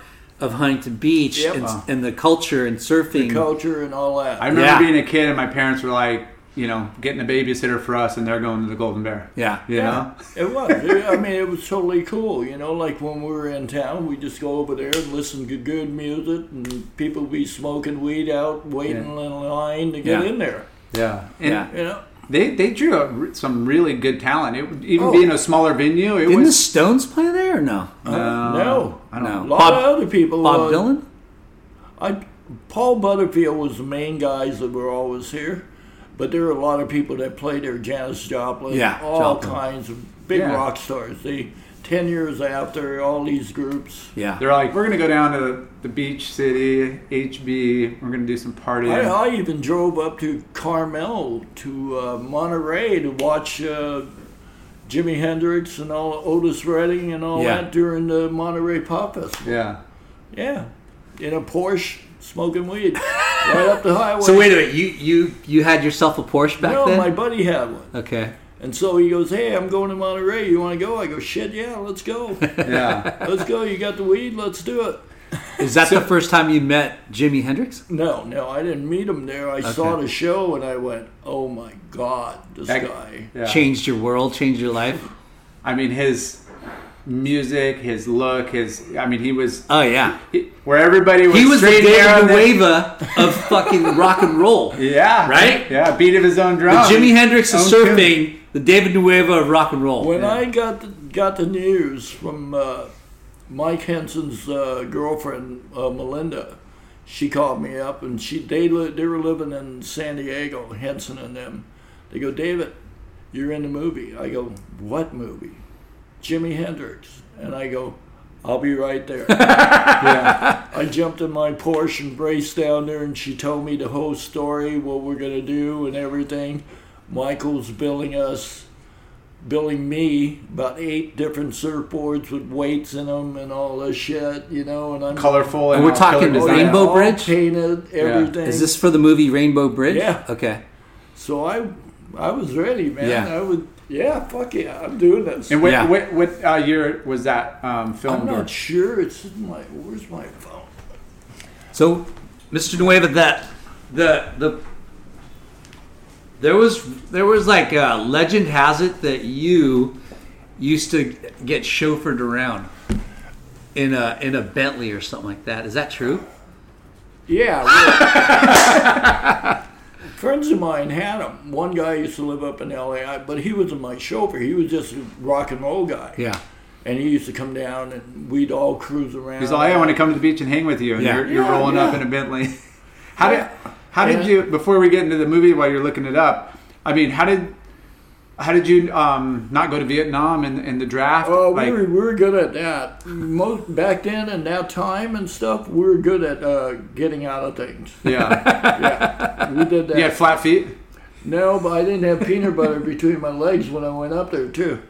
Speaker 3: of Huntington Beach
Speaker 9: Yep.
Speaker 3: and, and the culture and surfing.
Speaker 9: Culture and all that.
Speaker 8: I remember
Speaker 3: Yeah.
Speaker 8: being a kid and my parents were like, you know, getting a babysitter for us, and they're going to the Golden Bear.
Speaker 3: yeah,
Speaker 8: You know,
Speaker 9: It was. It- I mean, it was totally cool. You know, like when we were in town, we just go over there and listen to good music, and people be smoking weed out, waiting in line to get
Speaker 3: Yeah.
Speaker 9: in there.
Speaker 8: yeah, and
Speaker 3: yeah.
Speaker 9: You know,
Speaker 8: They they drew up re- some really good talent. It even
Speaker 9: Oh.
Speaker 8: being a smaller venue, it
Speaker 3: Didn't the
Speaker 8: was
Speaker 3: Stones play there or no?
Speaker 9: no,
Speaker 8: I don't
Speaker 3: No.
Speaker 9: a
Speaker 8: know.
Speaker 9: lot
Speaker 3: Bob-
Speaker 9: of other people.
Speaker 3: Bob
Speaker 9: uh,
Speaker 3: Dylan.
Speaker 9: I, Paul Butterfield was the main guys that were always here, but there were a lot of people that played there. Janis Joplin,
Speaker 3: Yeah,
Speaker 9: all
Speaker 3: Joplin.
Speaker 9: kinds of big
Speaker 8: Yeah.
Speaker 9: rock stars. They ten years after all these groups.
Speaker 3: Yeah,
Speaker 8: They're like, we're gonna go down to the beach city, HB. We're gonna do some partying.
Speaker 9: I, I even drove up to Carmel to uh, Monterey to watch uh, Jimi Hendrix and all Otis Redding and all
Speaker 3: Yeah.
Speaker 9: that during the Monterey Pop Festival.
Speaker 8: yeah,
Speaker 9: Yeah, in a Porsche, smoking weed right up the highway.
Speaker 3: So wait a minute, you you you had yourself a Porsche back
Speaker 9: no,
Speaker 3: then?
Speaker 9: my buddy had one,
Speaker 3: okay.
Speaker 9: and so he goes, "Hey, I'm going to Monterey. You want to go?" I go, "Shit, yeah, let's go,
Speaker 8: yeah.
Speaker 9: let's go. You got the weed? Let's do it."
Speaker 3: Is that the first time you met Jimi Hendrix?
Speaker 9: No, no, I didn't meet him there. I saw the show and I went, "Oh my God, this
Speaker 8: That-
Speaker 9: guy."
Speaker 8: yeah.
Speaker 3: Changed your world, changed your life.
Speaker 8: I mean, his music, his look, his. I mean, he was
Speaker 3: Oh yeah.
Speaker 8: he- where everybody was.
Speaker 3: He was the
Speaker 8: straight hair
Speaker 3: David
Speaker 8: and then-
Speaker 3: Nueva of fucking rock and roll.
Speaker 8: Yeah.
Speaker 3: Right?
Speaker 8: Yeah. Beat of his own drum.
Speaker 3: Jimi Hendrix is
Speaker 8: Own tune.
Speaker 3: surfing, the David Nueva of rock and roll.
Speaker 9: When I got the, got the news from uh, Mike Henson's uh, girlfriend uh, Melinda, she called me up and she they li- they were living in San Diego, Henson and them. They go, David, you're in the movie. I go, what movie? Jimi Hendrix. And I go, I'll be right there. I jumped in my Porsche and raced down there, and she told me the whole story, what we're gonna do, and everything. Michael's billing us billing me about eight different surfboards with weights in them and all this shit, you know. And I'm oh,
Speaker 8: Colorful. And
Speaker 3: And we're
Speaker 8: all
Speaker 3: talking
Speaker 8: killer design.
Speaker 3: Rainbow
Speaker 9: all
Speaker 3: Bridge?
Speaker 9: painted, everything.
Speaker 3: Is this for the movie Rainbow Bridge?
Speaker 9: Yeah.
Speaker 3: Okay.
Speaker 9: So I, I was ready, man.
Speaker 3: Yeah.
Speaker 9: I would. Yeah, fuck yeah, I'm doing this.
Speaker 8: And what,
Speaker 3: Yeah.
Speaker 8: what, what uh, year was that um, film?
Speaker 9: I'm not sure. It's in my. Where's my phone?
Speaker 3: So, Mr. Nueva, that the the there was there was like uh, legend has it that you used to get chauffeured around in a in a Bentley or something like that. Is that true?
Speaker 9: Yeah. well, Friends of mine had them. One guy used to live up in L.A., but he wasn't my chauffeur. He was just a rock and roll guy.
Speaker 3: Yeah.
Speaker 9: And he used to come down, and we'd all cruise around.
Speaker 8: He's like, I want to come to the beach and hang with you, and
Speaker 3: Yeah.
Speaker 8: you're, you're
Speaker 9: Yeah,
Speaker 8: rolling up
Speaker 9: yeah.
Speaker 8: in a Bentley. how
Speaker 9: Yeah.
Speaker 8: did how did
Speaker 9: Yeah.
Speaker 8: you before we get into the movie while you're looking it up? I mean, how did how did you um, not go to Vietnam in, in the draft?
Speaker 9: Well,
Speaker 8: Like,
Speaker 9: Oh, we, were, we were good at that. Most back then and that time and stuff, we were good at uh, getting out of things.
Speaker 8: yeah,
Speaker 9: We did that.
Speaker 8: you had flat feet.
Speaker 9: No, but I didn't have peanut butter between my legs when I went up there too.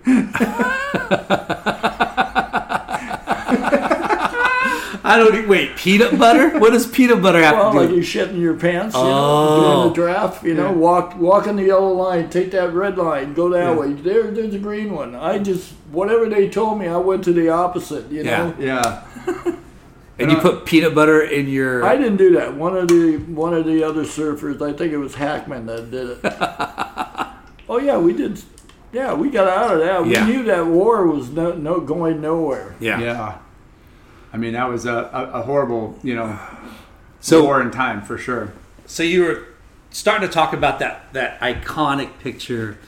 Speaker 3: I don't e, wait. Peanut butter? What does peanut butter have to
Speaker 9: Well,
Speaker 3: do? Oh,
Speaker 9: like
Speaker 3: with
Speaker 9: you shit in your pants, you know, during the draft, you know, walk walk in the yellow line, take that red line, go that way. There, there's a green one. I just whatever they told me, I went to the opposite. You
Speaker 3: Yeah.
Speaker 9: know,
Speaker 8: Yeah.
Speaker 3: and you put peanut butter in your.
Speaker 9: I didn't do that. One of the one of the other surfers, I think it was Hackman that did it. oh yeah, we did. Yeah, we got out of that.
Speaker 3: Yeah.
Speaker 9: We knew that war was no, no going nowhere.
Speaker 3: yeah.
Speaker 8: Yeah. I mean, that was a, a, a horrible, you know,
Speaker 3: So
Speaker 8: war in time for sure.
Speaker 3: So you were starting to talk about that that iconic picture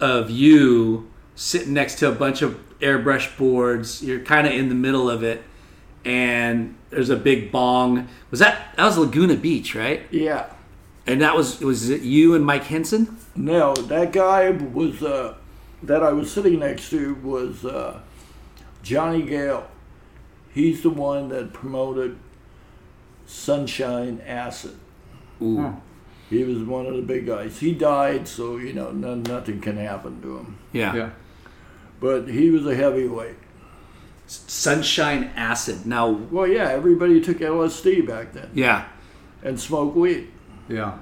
Speaker 3: of you sitting next to a bunch of airbrush boards. You're kind of in the middle of it, and there's a big bong. Was that that was Laguna Beach, right?
Speaker 9: Yeah.
Speaker 3: And that was was it you and Mike Henson?
Speaker 9: No, that guy was uh, that I was sitting next to was uh, Johnny Gale. He's the one that promoted Sunshine Acid.
Speaker 3: Ooh.
Speaker 9: He was one of the big guys. He died, so you know, no, nothing can happen to him.
Speaker 3: Yeah.
Speaker 8: Yeah.
Speaker 9: But he was a heavyweight.
Speaker 3: Sunshine Acid. Now,
Speaker 9: Well, yeah, everybody took LSD back then
Speaker 3: yeah,
Speaker 9: and smoked weed.
Speaker 8: Yeah.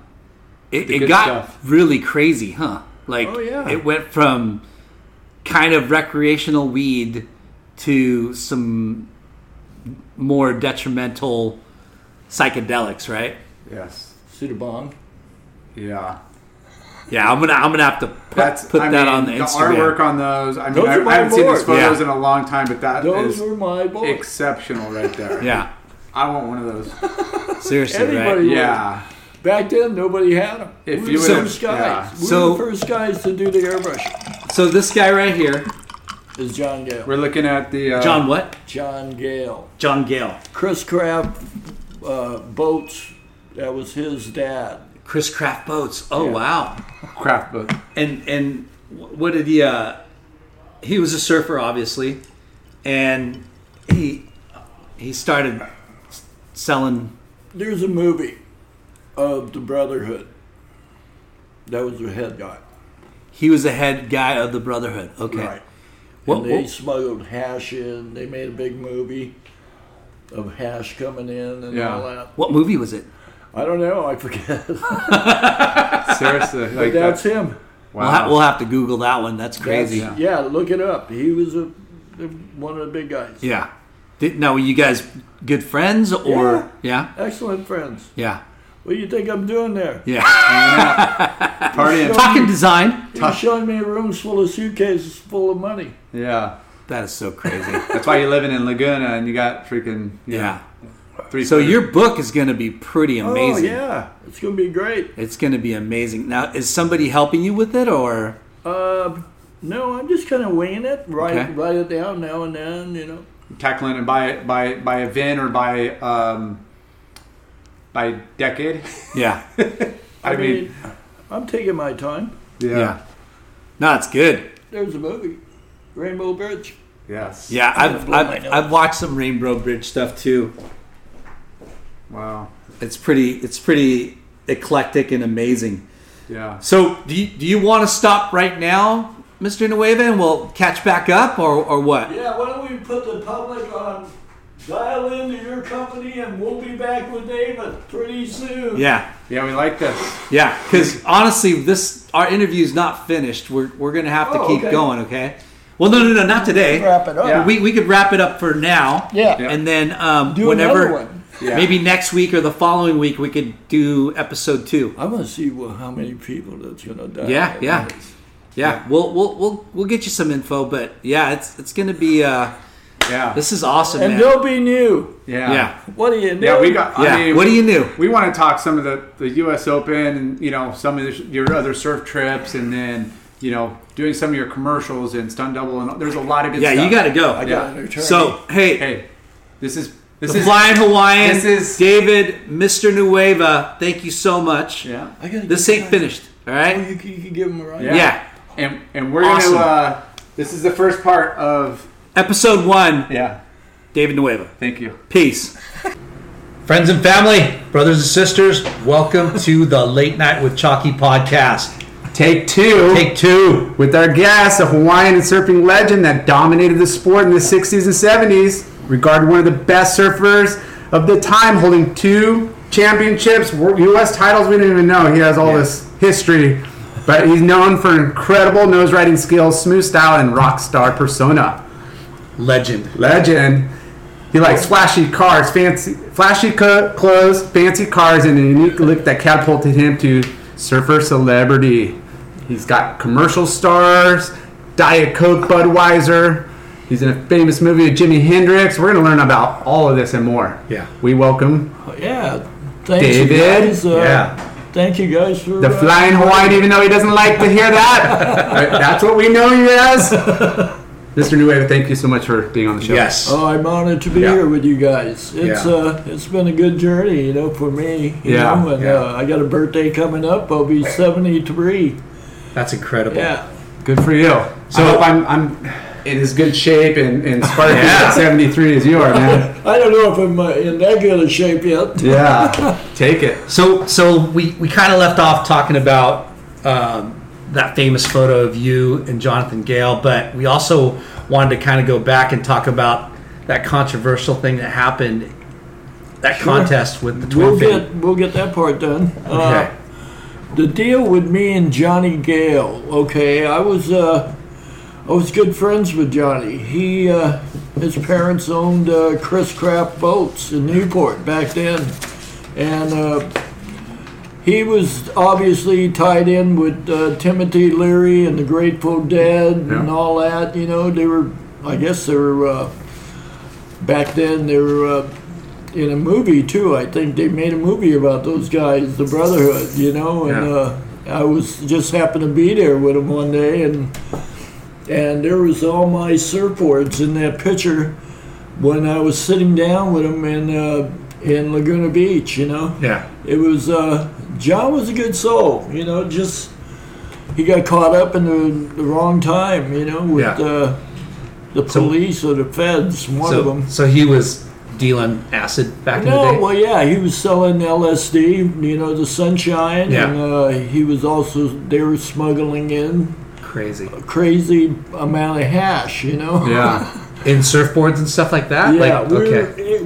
Speaker 3: it,
Speaker 8: The
Speaker 3: it
Speaker 8: good
Speaker 3: got
Speaker 8: stuff.
Speaker 3: really crazy, huh? Like
Speaker 9: Oh, yeah.
Speaker 3: it went from kind of recreational weed to some more detrimental psychedelics, right?
Speaker 8: Yes.
Speaker 9: Citabong.
Speaker 8: Yeah.
Speaker 3: Yeah, I'm gonna I'm gonna have to put,
Speaker 8: That's
Speaker 3: put
Speaker 8: I
Speaker 3: that
Speaker 8: mean,
Speaker 3: on the
Speaker 8: the,
Speaker 3: Instagram.
Speaker 8: artwork on those. I mean,
Speaker 9: Those
Speaker 8: I,
Speaker 9: are my
Speaker 8: I haven't seen
Speaker 9: boards.
Speaker 8: those photos
Speaker 3: Yeah.
Speaker 8: in a long time, but that
Speaker 9: Those
Speaker 8: is
Speaker 9: were my boys.
Speaker 8: exceptional right there.
Speaker 3: yeah,
Speaker 8: I want one of those.
Speaker 3: seriously,
Speaker 9: Everybody
Speaker 3: right?
Speaker 9: was.
Speaker 8: Yeah.
Speaker 9: Back then, nobody had them.
Speaker 8: If
Speaker 9: we were
Speaker 8: you
Speaker 9: the
Speaker 8: would've-
Speaker 9: first guys.
Speaker 8: yeah.
Speaker 9: We
Speaker 3: So-
Speaker 9: were the first guys to do the airbrush.
Speaker 3: So this guy right here,
Speaker 9: Is John Gale.
Speaker 8: We're looking at the uh,
Speaker 3: John what?
Speaker 9: John Gale.
Speaker 3: John Gale,
Speaker 9: Chris Kraft, uh, Boats, that was his dad.
Speaker 3: Chris Craft Boats. Oh wow,
Speaker 8: craft book.
Speaker 3: and and wh- what did he? uh He was a surfer, obviously, and he he started s- selling
Speaker 9: There's a movie of the Brotherhood. That was the head guy.
Speaker 3: He was the head guy of the Brotherhood. Okay.
Speaker 9: Right.
Speaker 3: What,
Speaker 9: and they
Speaker 3: what-
Speaker 9: smuggled hash in. They made a big movie of hash coming in and
Speaker 8: Yeah.
Speaker 9: all that.
Speaker 3: what movie was it?
Speaker 9: I don't know. I forget.
Speaker 8: Seriously, like
Speaker 9: That's
Speaker 8: that.
Speaker 9: him.
Speaker 3: We'll,
Speaker 8: Wow.
Speaker 3: ha- we'll have to Google that one. That's crazy.
Speaker 9: That's- yeah, look it up. He was a, one of the big guys.
Speaker 3: yeah. Did, now, were you guys good friends or? Yeah.
Speaker 9: Excellent friends.
Speaker 3: Yeah.
Speaker 9: What do you think I'm doing there?
Speaker 3: Yeah.
Speaker 8: Partying.
Speaker 3: Talking design.
Speaker 9: He's showing me rooms full of suitcases full of money.
Speaker 8: Yeah.
Speaker 3: That is so crazy.
Speaker 8: That's why you're living in Laguna and you got freaking you know,
Speaker 3: yeah.
Speaker 8: three.
Speaker 3: So your book is going to be pretty amazing.
Speaker 9: Oh yeah, it's gonna be great.
Speaker 3: It's going to be amazing. Now, is somebody helping you with it or?
Speaker 9: Uh, no, I'm just kind of weighing it. Write
Speaker 3: Okay.
Speaker 9: write it down now and then. You know.
Speaker 8: tackling it by by by a VIN or by um by decade.
Speaker 3: Yeah.
Speaker 8: I, mean,
Speaker 9: I'm taking my time.
Speaker 8: yeah.
Speaker 3: Yeah. No, it's good.
Speaker 9: There's a movie, Rainbow Bridge.
Speaker 8: Yes.
Speaker 3: Yeah, I've
Speaker 9: blow my
Speaker 3: I've,
Speaker 9: nose.
Speaker 3: I've watched some Rainbow Bridge stuff too.
Speaker 8: Wow.
Speaker 3: It's pretty it's pretty eclectic and amazing.
Speaker 8: Yeah.
Speaker 3: So, do you, do you want to stop right now, Mr. Nueva, and we'll catch back up, or, or what?
Speaker 9: Yeah, why don't we put the public on dial into your company and we'll be back with David pretty soon.
Speaker 3: Yeah,
Speaker 8: Yeah, we like this.
Speaker 3: yeah. Because honestly, this our interview is not finished. We're, we're gonna have to
Speaker 9: Oh,
Speaker 3: keep
Speaker 9: okay.
Speaker 3: going. Okay. Well, no, no, no, not today.
Speaker 9: Wrap it up.
Speaker 8: Yeah.
Speaker 3: We, we could wrap it up for now.
Speaker 9: Yeah. Yeah.
Speaker 3: And then um,
Speaker 9: Do
Speaker 3: whenever,
Speaker 9: another one.
Speaker 8: Yeah.
Speaker 3: maybe next week or the following week, we could do episode two.
Speaker 9: I want to see well, how many people that's gonna die.
Speaker 3: Yeah, yeah, yeah. We'll, we'll we'll we'll get you some info, but yeah, it's it's gonna be. Uh,
Speaker 8: Yeah.
Speaker 3: this is awesome,
Speaker 9: And
Speaker 3: man.
Speaker 9: they'll be new.
Speaker 8: yeah.
Speaker 3: yeah.
Speaker 9: What do you know?
Speaker 8: Yeah, we got.
Speaker 3: Yeah.
Speaker 8: I mean,
Speaker 3: what do you knew?
Speaker 8: We want to talk some of the, the U.S. Open and you know some of the, your other surf trips, and then you know doing some of your commercials and stunt double, and there's a lot of good.
Speaker 3: Yeah,
Speaker 8: stuff.
Speaker 3: you got to go.
Speaker 9: I got an attorney.
Speaker 3: So hey,
Speaker 8: Hey, this is this
Speaker 3: the
Speaker 8: is
Speaker 3: flying Hawaiian.
Speaker 8: this is-
Speaker 3: David, Mr. Nueva. Thank you so much.
Speaker 8: yeah,
Speaker 9: I gotta
Speaker 3: This
Speaker 9: get
Speaker 3: ain't
Speaker 9: my-
Speaker 3: finished. All
Speaker 9: Oh,
Speaker 3: right.
Speaker 9: you, can- you can give him a ride.
Speaker 8: Yeah.
Speaker 3: Yeah.
Speaker 8: and and we're
Speaker 3: Awesome.
Speaker 8: gonna. Uh, this is the first part of
Speaker 3: Episode one.
Speaker 8: yeah.
Speaker 3: David Nueva.
Speaker 8: Thank you.
Speaker 3: Peace.
Speaker 4: Friends and family, brothers and sisters, welcome to the Late Night with Chalky podcast.
Speaker 8: Take two.
Speaker 4: Take two.
Speaker 8: With our guest, a Hawaiian and surfing legend that dominated the sport in the 60s and 70s, regarded one of the best surfers of the time, holding two championships, wor- U.S. titles. We didn't even know he has all this history, but he's known for incredible nose riding skills, smooth style, and rock star persona.
Speaker 4: Legend.
Speaker 8: Legend. He likes flashy cars, fancy, flashy co- clothes, fancy cars, and a unique look that catapulted him to surfer celebrity. He's got commercial stars, Diet Coke, Budweiser. He's in a famous movie with Jimi Hendrix. We're going to learn about all of this and more.
Speaker 4: Yeah.
Speaker 8: We welcome
Speaker 9: Yeah. Thanks,
Speaker 8: David?
Speaker 9: You guys, uh,
Speaker 4: Yeah.
Speaker 9: Thank you guys for
Speaker 8: the
Speaker 9: uh,
Speaker 8: Flying Hawaiian, even though he doesn't like to hear that. That's what we know you as. Mr. Newave, thank you so much for being on the show.
Speaker 4: Yes.
Speaker 9: Oh, I'm honored to be
Speaker 8: Yeah.
Speaker 9: here with you guys. It's
Speaker 4: Yeah.
Speaker 9: uh, it's been a good journey, you know, for me. You
Speaker 8: Yeah,
Speaker 9: know, and Uh, I got a birthday coming up. I'll be 73.
Speaker 4: That's incredible.
Speaker 9: Yeah.
Speaker 8: Good for you. So I hope I'm, I'm in as good shape and, and sparky at 73 as you are, man.
Speaker 9: I don't know if I'm uh, in that good a shape yet.
Speaker 8: Yeah. Take it.
Speaker 4: So, so we, we kind of left off talking about um, that famous photo of you and Jonathan Gale, but we also wanted to kind of go back and talk about that controversial thing that happened, that contest with the
Speaker 9: We'll
Speaker 4: twin fin.
Speaker 9: get we'll get that part done.
Speaker 4: Okay.
Speaker 9: Uh, the deal with me and Johnny Gale. Okay, I was uh, I was good friends with Johnny. He uh, his parents owned uh, Chris Craft boats in Newport back then, and uh, he was obviously tied in with uh, Timothy Leary and the Grateful Dead and all that. You know, they were I guess they were uh, back then they were. Uh, in a movie too. I think they made a movie about those guys, the Brotherhood, you know. And uh, I was just happened to be there with them one day, and and there was all my surfboards in that picture when I was sitting down with them in uh, in Laguna Beach, you know
Speaker 4: Yeah.
Speaker 9: it was uh, John was a good soul, you know. Just he got caught up in the, the wrong time, you know, with
Speaker 4: Yeah.
Speaker 9: uh, the police or the feds, one of
Speaker 4: So,
Speaker 9: them.
Speaker 4: so he was dealing acid back in the
Speaker 9: No,
Speaker 4: day.
Speaker 9: well, yeah, he was selling LSD, you know, the sunshine,
Speaker 4: Yeah.
Speaker 9: and uh, he was also they were smuggling in
Speaker 4: Crazy.
Speaker 9: a crazy amount of hash, you know.
Speaker 8: Yeah.
Speaker 4: In surfboards and stuff Uh, like that?
Speaker 9: Yeah,
Speaker 4: like,
Speaker 9: we're-
Speaker 4: okay.
Speaker 9: it-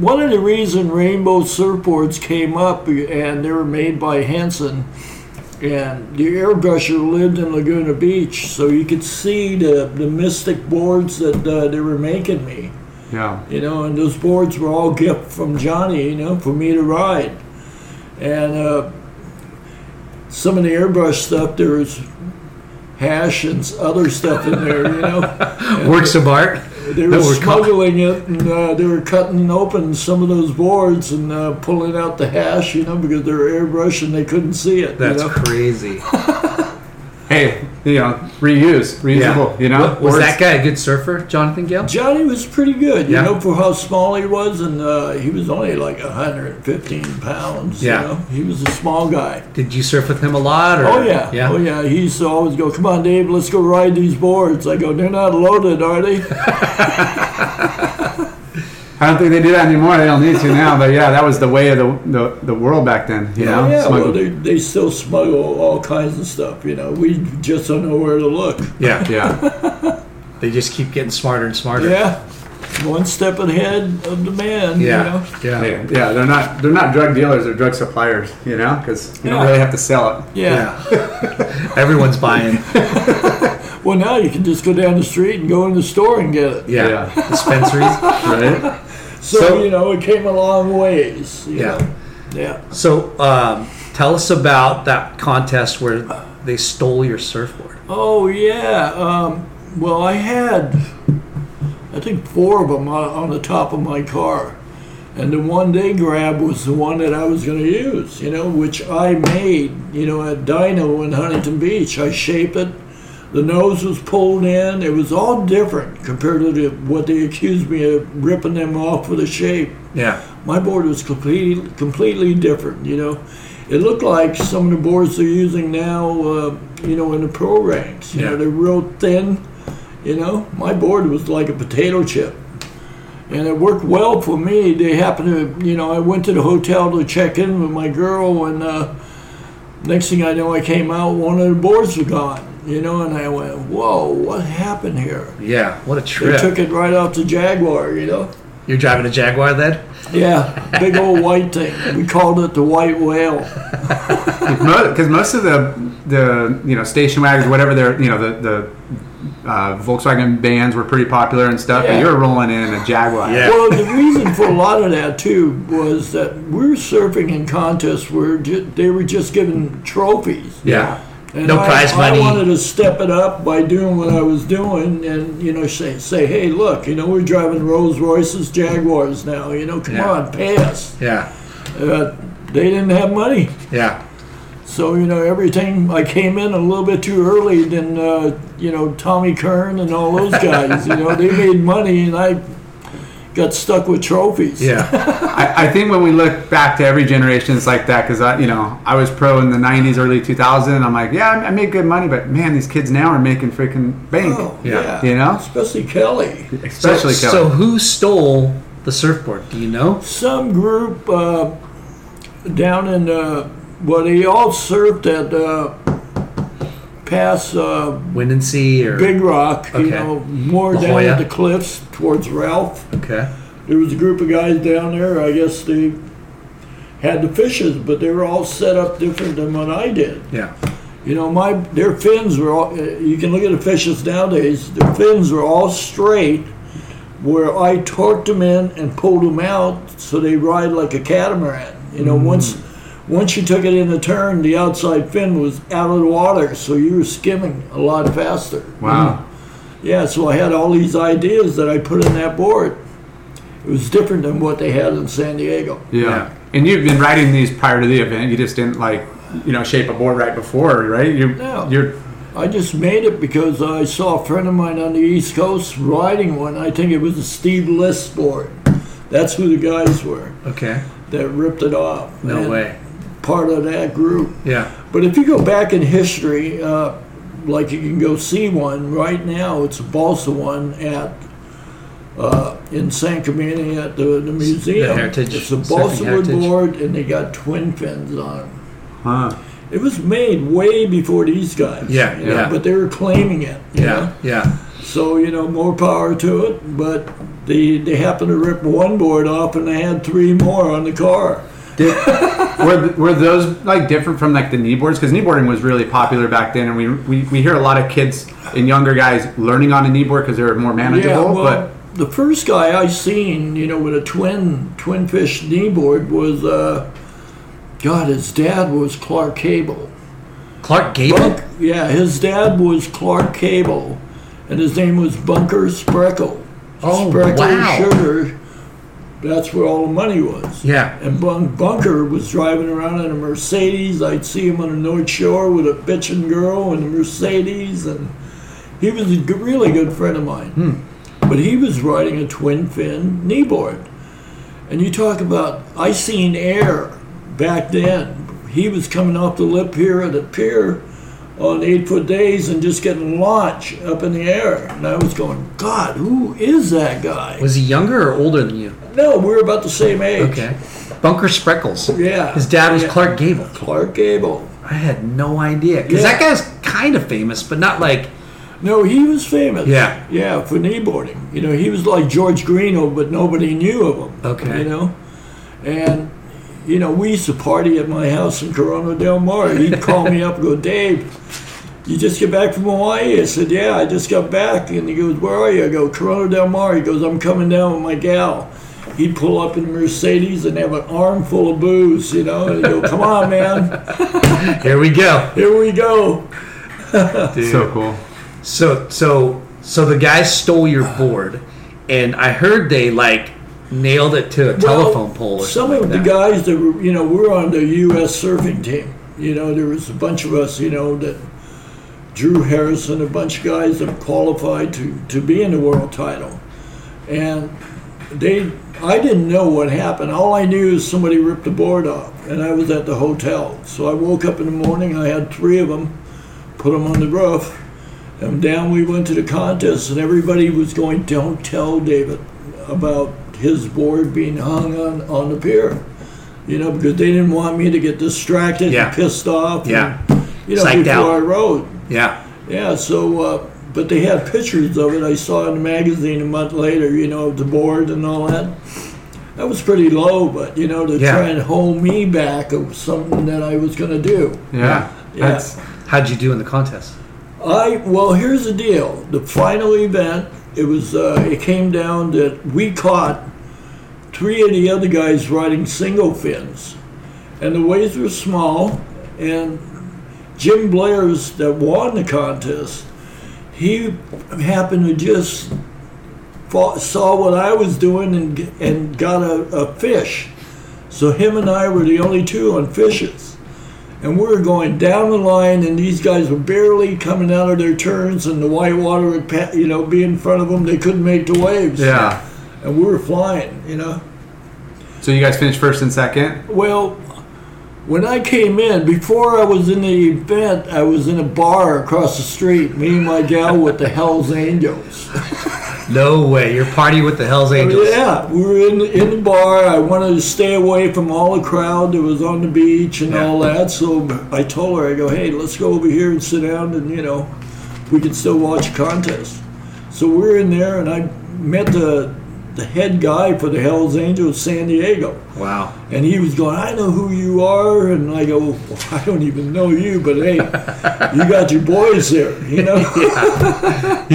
Speaker 9: one of the reason rainbow surfboards came up, and they were made by Hanson, and the airbrusher lived in Laguna Beach, so you could see the, the mystic boards that uh, they were making me,
Speaker 8: Yeah.
Speaker 9: you know, and those boards were all gift from Johnny, you know, for me to ride, and uh, some of the airbrush stuff there was hash and s- other stuff in there, you know.
Speaker 4: Works of art.
Speaker 9: They
Speaker 4: That
Speaker 9: were
Speaker 4: were cut-
Speaker 9: smuggling it, and uh, they were cutting open some of those boards and uh, pulling out the hash, you know, because they were airbrushed and they couldn't see it.
Speaker 4: That's
Speaker 9: you know?
Speaker 4: crazy.
Speaker 8: Hey, you know, reuse, reusable, you know?
Speaker 4: Was
Speaker 8: Or
Speaker 4: that guy a good surfer, Jonathan Gale?
Speaker 9: Johnny was pretty good, you
Speaker 4: Yeah.
Speaker 9: know, for how small he was, and uh, he was only like 115 pounds.
Speaker 4: Yeah.
Speaker 9: you know? he was a small guy.
Speaker 4: Did you surf with him a lot? Or?
Speaker 9: Oh yeah.
Speaker 4: yeah.
Speaker 9: oh yeah. He used to always go, "Come on, Dave, let's go ride these boards." I go, "They're not loaded, are they?"
Speaker 8: I don't think they do that anymore. They don't need to now. But yeah, that was the way of the the, the world back then. You know,
Speaker 9: Oh, yeah, well,
Speaker 8: Smuggled-
Speaker 9: they, they still smuggle all kinds of stuff, you know. We just don't know where to look.
Speaker 4: Yeah.
Speaker 8: yeah,
Speaker 4: They just keep getting smarter and smarter.
Speaker 9: Yeah, one step ahead of the man.
Speaker 4: Yeah.
Speaker 9: You know?
Speaker 4: Yeah.
Speaker 8: yeah, yeah. They're not they're not drug dealers. They're drug suppliers. You know, because you don't
Speaker 9: Yeah.
Speaker 8: really have to sell it.
Speaker 9: yeah.
Speaker 4: Everyone's buying.
Speaker 9: Well, now you can just go down the street and go in the store and get it.
Speaker 4: Yeah.
Speaker 8: Yeah.
Speaker 4: Dispensaries.
Speaker 8: Right?
Speaker 9: So,
Speaker 4: So-
Speaker 9: you know, it came a long ways. you
Speaker 4: Yeah.
Speaker 9: know. Yeah.
Speaker 4: So um, tell us about that contest where they stole your surfboard.
Speaker 9: Oh yeah. Um, well, I had, I think four of them on, on the top of my car, and the one day grab was the one that I was going to use. You know, which I made. You know, at Dino in Huntington Beach, I shaped it. The nose was pulled in. It was all different compared to the, what they accused me of ripping them off with a shape.
Speaker 4: Yeah.
Speaker 9: My board was completely completely different. You know, it looked like some of the boards they're using now. Uh, you know, in the pro ranks. You
Speaker 4: Yeah.
Speaker 9: know, they're real thin. You know, my board was like a potato chip, and it worked well for me. They happened to, you know, I went to the hotel to check in with my girl, and uh, next thing I know, I came out, one of the boards was gone, you know, and I went, whoa, what happened here?
Speaker 4: Yeah, what a
Speaker 9: They
Speaker 4: trip.
Speaker 9: took it right off the Jaguar, you know.
Speaker 4: You're driving a Jaguar then?
Speaker 9: Yeah, big old white thing. We called it the white whale.
Speaker 8: because most of the the you know station wagons, whatever they're you know the the uh, Volkswagen vans were pretty popular and stuff.
Speaker 9: Yeah.
Speaker 8: But you're rolling in a Jaguar.
Speaker 4: Yeah.
Speaker 9: Well, the reason for a lot of that too was that we were surfing in contests where ju- they were just giving trophies.
Speaker 4: Yeah.
Speaker 9: And
Speaker 4: No
Speaker 9: I,
Speaker 4: prize money.
Speaker 9: I wanted to step it up by doing what I was doing, and you know, say, say, hey, look, you know, we're driving Rolls Royces, Jaguars now. You know, come
Speaker 4: Yeah.
Speaker 9: on, pay us.
Speaker 4: Yeah.
Speaker 9: Uh, they didn't have money,
Speaker 4: Yeah.
Speaker 9: so you know, everything. I came in a little bit too early than uh, you know Tommy Kern and all those guys. you know, they made money, and I got stuck with trophies.
Speaker 4: Yeah.
Speaker 8: I, I think when we look back to every generation, it's like that because I, you know, I was pro in the '90s, early 2000s. And I'm like, yeah, I I made good money, but man, these kids now are making freaking bank.
Speaker 9: Oh,
Speaker 4: Yeah.
Speaker 9: yeah.
Speaker 8: You know,
Speaker 9: Especially Kelly.
Speaker 8: especially
Speaker 4: so, so
Speaker 8: Kelly.
Speaker 4: who stole the surfboard? Do you know?
Speaker 9: Some group uh, down in, uh, well, they all surfed at uh, past uh,
Speaker 4: Wind and Sea or
Speaker 9: Big Rock,
Speaker 4: Okay.
Speaker 9: you know, more
Speaker 4: La
Speaker 9: down
Speaker 4: Jolla?
Speaker 9: at the cliffs towards Ralph.
Speaker 4: Okay.
Speaker 9: There was a group of guys down there. I guess they had the fishes, but they were all set up different than what I did.
Speaker 4: Yeah.
Speaker 9: You know, my their fins were all. uh, You can look at the fishes nowadays. Their fins were all straight, where I torqued them in and pulled them out, so they ride like a catamaran. You know, once once you took it in a turn, the outside fin was out of the water, so you were skimming a lot faster.
Speaker 8: wow.
Speaker 9: Yeah, so I had all these ideas that I put in that board. It was different than what they had in San Diego.
Speaker 4: Mm-hmm.
Speaker 8: Yeah. And you've been writing these prior to the event. You just didn't like, you know, shape a board right before, right? You,
Speaker 9: No.
Speaker 8: You're.
Speaker 9: I just made it because I saw a friend of mine on the East Coast riding one. I think it was a Steve List board. That's who the guys were
Speaker 4: Okay.
Speaker 9: that ripped it off.
Speaker 4: No
Speaker 9: and
Speaker 4: way.
Speaker 9: Part of that group.
Speaker 4: Yeah.
Speaker 9: But if you go back in history, uh, like you can go see one right now. It's a balsa one at uh, in San Clemente at the, the museum.
Speaker 4: Heritage-
Speaker 9: It's a
Speaker 4: Surfing
Speaker 9: balsa wood
Speaker 4: Heritage.
Speaker 9: board, and they got twin fins on them.
Speaker 8: Huh.
Speaker 9: It was made way before these guys.
Speaker 4: Yeah,
Speaker 9: you know,
Speaker 4: yeah.
Speaker 9: But they were claiming it. you know?
Speaker 4: Yeah. Yeah.
Speaker 9: So you know, more power to it. But they they happened to rip one board off, and they had three more on the car.
Speaker 8: Did, were, th- were those like different from like the kneeboards? Because kneeboarding was really popular back then, and we, we, we hear a lot of kids and younger guys learning on a kneeboard because they're more manageable.
Speaker 9: Yeah, well, the first guy I seen, you know, with a twin twin fish knee board was, uh, God, his dad was Clark Cable.
Speaker 4: Clark Gable.
Speaker 9: Bunk, yeah, his dad was Clark Cable, and his name was Bunker Spreckle.
Speaker 4: Oh,
Speaker 9: Spreckle
Speaker 4: wow.
Speaker 9: Sugar. That's where all the money was.
Speaker 4: Yeah.
Speaker 9: And Bunk Bunker was driving around in a Mercedes. I'd see him on the North Shore with a bitchin' girl in a Mercedes, and he was a g- really good friend of mine.
Speaker 4: Hmm.
Speaker 9: But he was riding a twin fin kneeboard. And you talk about, I seen air back then. He was coming off the lip here at the pier on eight foot days and just getting launched up in the air. And I was going, God, who is that guy?
Speaker 4: Was he younger or older than you?
Speaker 9: No, we were about the same age.
Speaker 4: Okay. Bunker Spreckles.
Speaker 9: Yeah.
Speaker 4: His dad was
Speaker 9: Yeah.
Speaker 4: Clark Gable.
Speaker 9: Clark Gable.
Speaker 4: I had no idea because
Speaker 9: Yeah.
Speaker 4: that guy's kind of famous, but not like
Speaker 9: No, he was famous.
Speaker 4: Yeah.
Speaker 9: Yeah, for kneeboarding. You know, he was like George Greeno, but nobody knew of him.
Speaker 4: Okay.
Speaker 9: You know? And, you know, we used to party at my house in Corona Del Mar. He'd call me up and go, Dave, you just get back from Hawaii? I said, Yeah, I just got back. And he goes, Where are you? I go, Corona Del Mar. He goes, I'm coming down with my gal. He'd pull up in a Mercedes and have an armful of booze, you know, and he'd go, Come on, man,
Speaker 4: here we go.
Speaker 9: here we go.
Speaker 8: but so cool.
Speaker 4: So so so the guy stole your board, and I heard they like nailed it to a telephone pole or
Speaker 9: some
Speaker 4: something.
Speaker 9: of
Speaker 4: like
Speaker 9: the
Speaker 4: that.
Speaker 9: guys that were you know we were on the U.S. surfing team. You know there was a bunch of us. You know that Drew Harrison, a bunch of guys that qualified to to be in the world title, and they I didn't know what happened. All I knew is somebody ripped the board off, and I was at the hotel. So I woke up in the morning. I had three of them, put them on the roof. And down we went to the contest, and everybody was going, "Don't tell David." about his board being hung on, on the pier. You know, because they didn't want me to get distracted
Speaker 3: Yeah.
Speaker 9: and pissed off.
Speaker 3: Yeah.
Speaker 9: And, you know,
Speaker 3: Psyched out.
Speaker 9: before I rode.
Speaker 3: Yeah.
Speaker 9: Yeah, so, uh, but they had pictures of it. I saw in the magazine a month later, you know, of the board and all that. That was pretty low, but, you know, to
Speaker 3: Yeah.
Speaker 9: try and hold me back of something that I was going to do.
Speaker 8: Yeah.
Speaker 9: That's-
Speaker 3: How'd you do in the contest?
Speaker 9: I well, here's the deal. The final event, it was uh, it came down that we caught three of the other guys riding single fins, and the waves were small. And Jim Blair's that won the contest, he happened to just fo- saw what I was doing and g- and got a, a fish. So him and I were the only two on fishes and we were going down the line, and these guys were barely coming out of their turns, and the white water would, pa- you know, be in front of them. They couldn't make the waves.
Speaker 8: Yeah.
Speaker 9: And we were flying, you know.
Speaker 8: So you guys finished first and second.
Speaker 9: Well, when I came in, before I was in the event, I was in a bar across the street, me and my gal with the Hells Angels.
Speaker 3: No way. You're partying with the Hells Angels.
Speaker 9: Oh, Yeah, we were in the, in the bar. I wanted to stay away from all the crowd that was on the beach and all that. So I told her, I go, hey, let's go over here and sit down, and you know, we can still watch the contest. So we're in there, and I met the the head guy for the Hell's Angels San Diego.
Speaker 3: Wow.
Speaker 9: And he was going, I know who you are. And I go, well, I don't even know you, but hey, you got your boys here, you know?
Speaker 3: You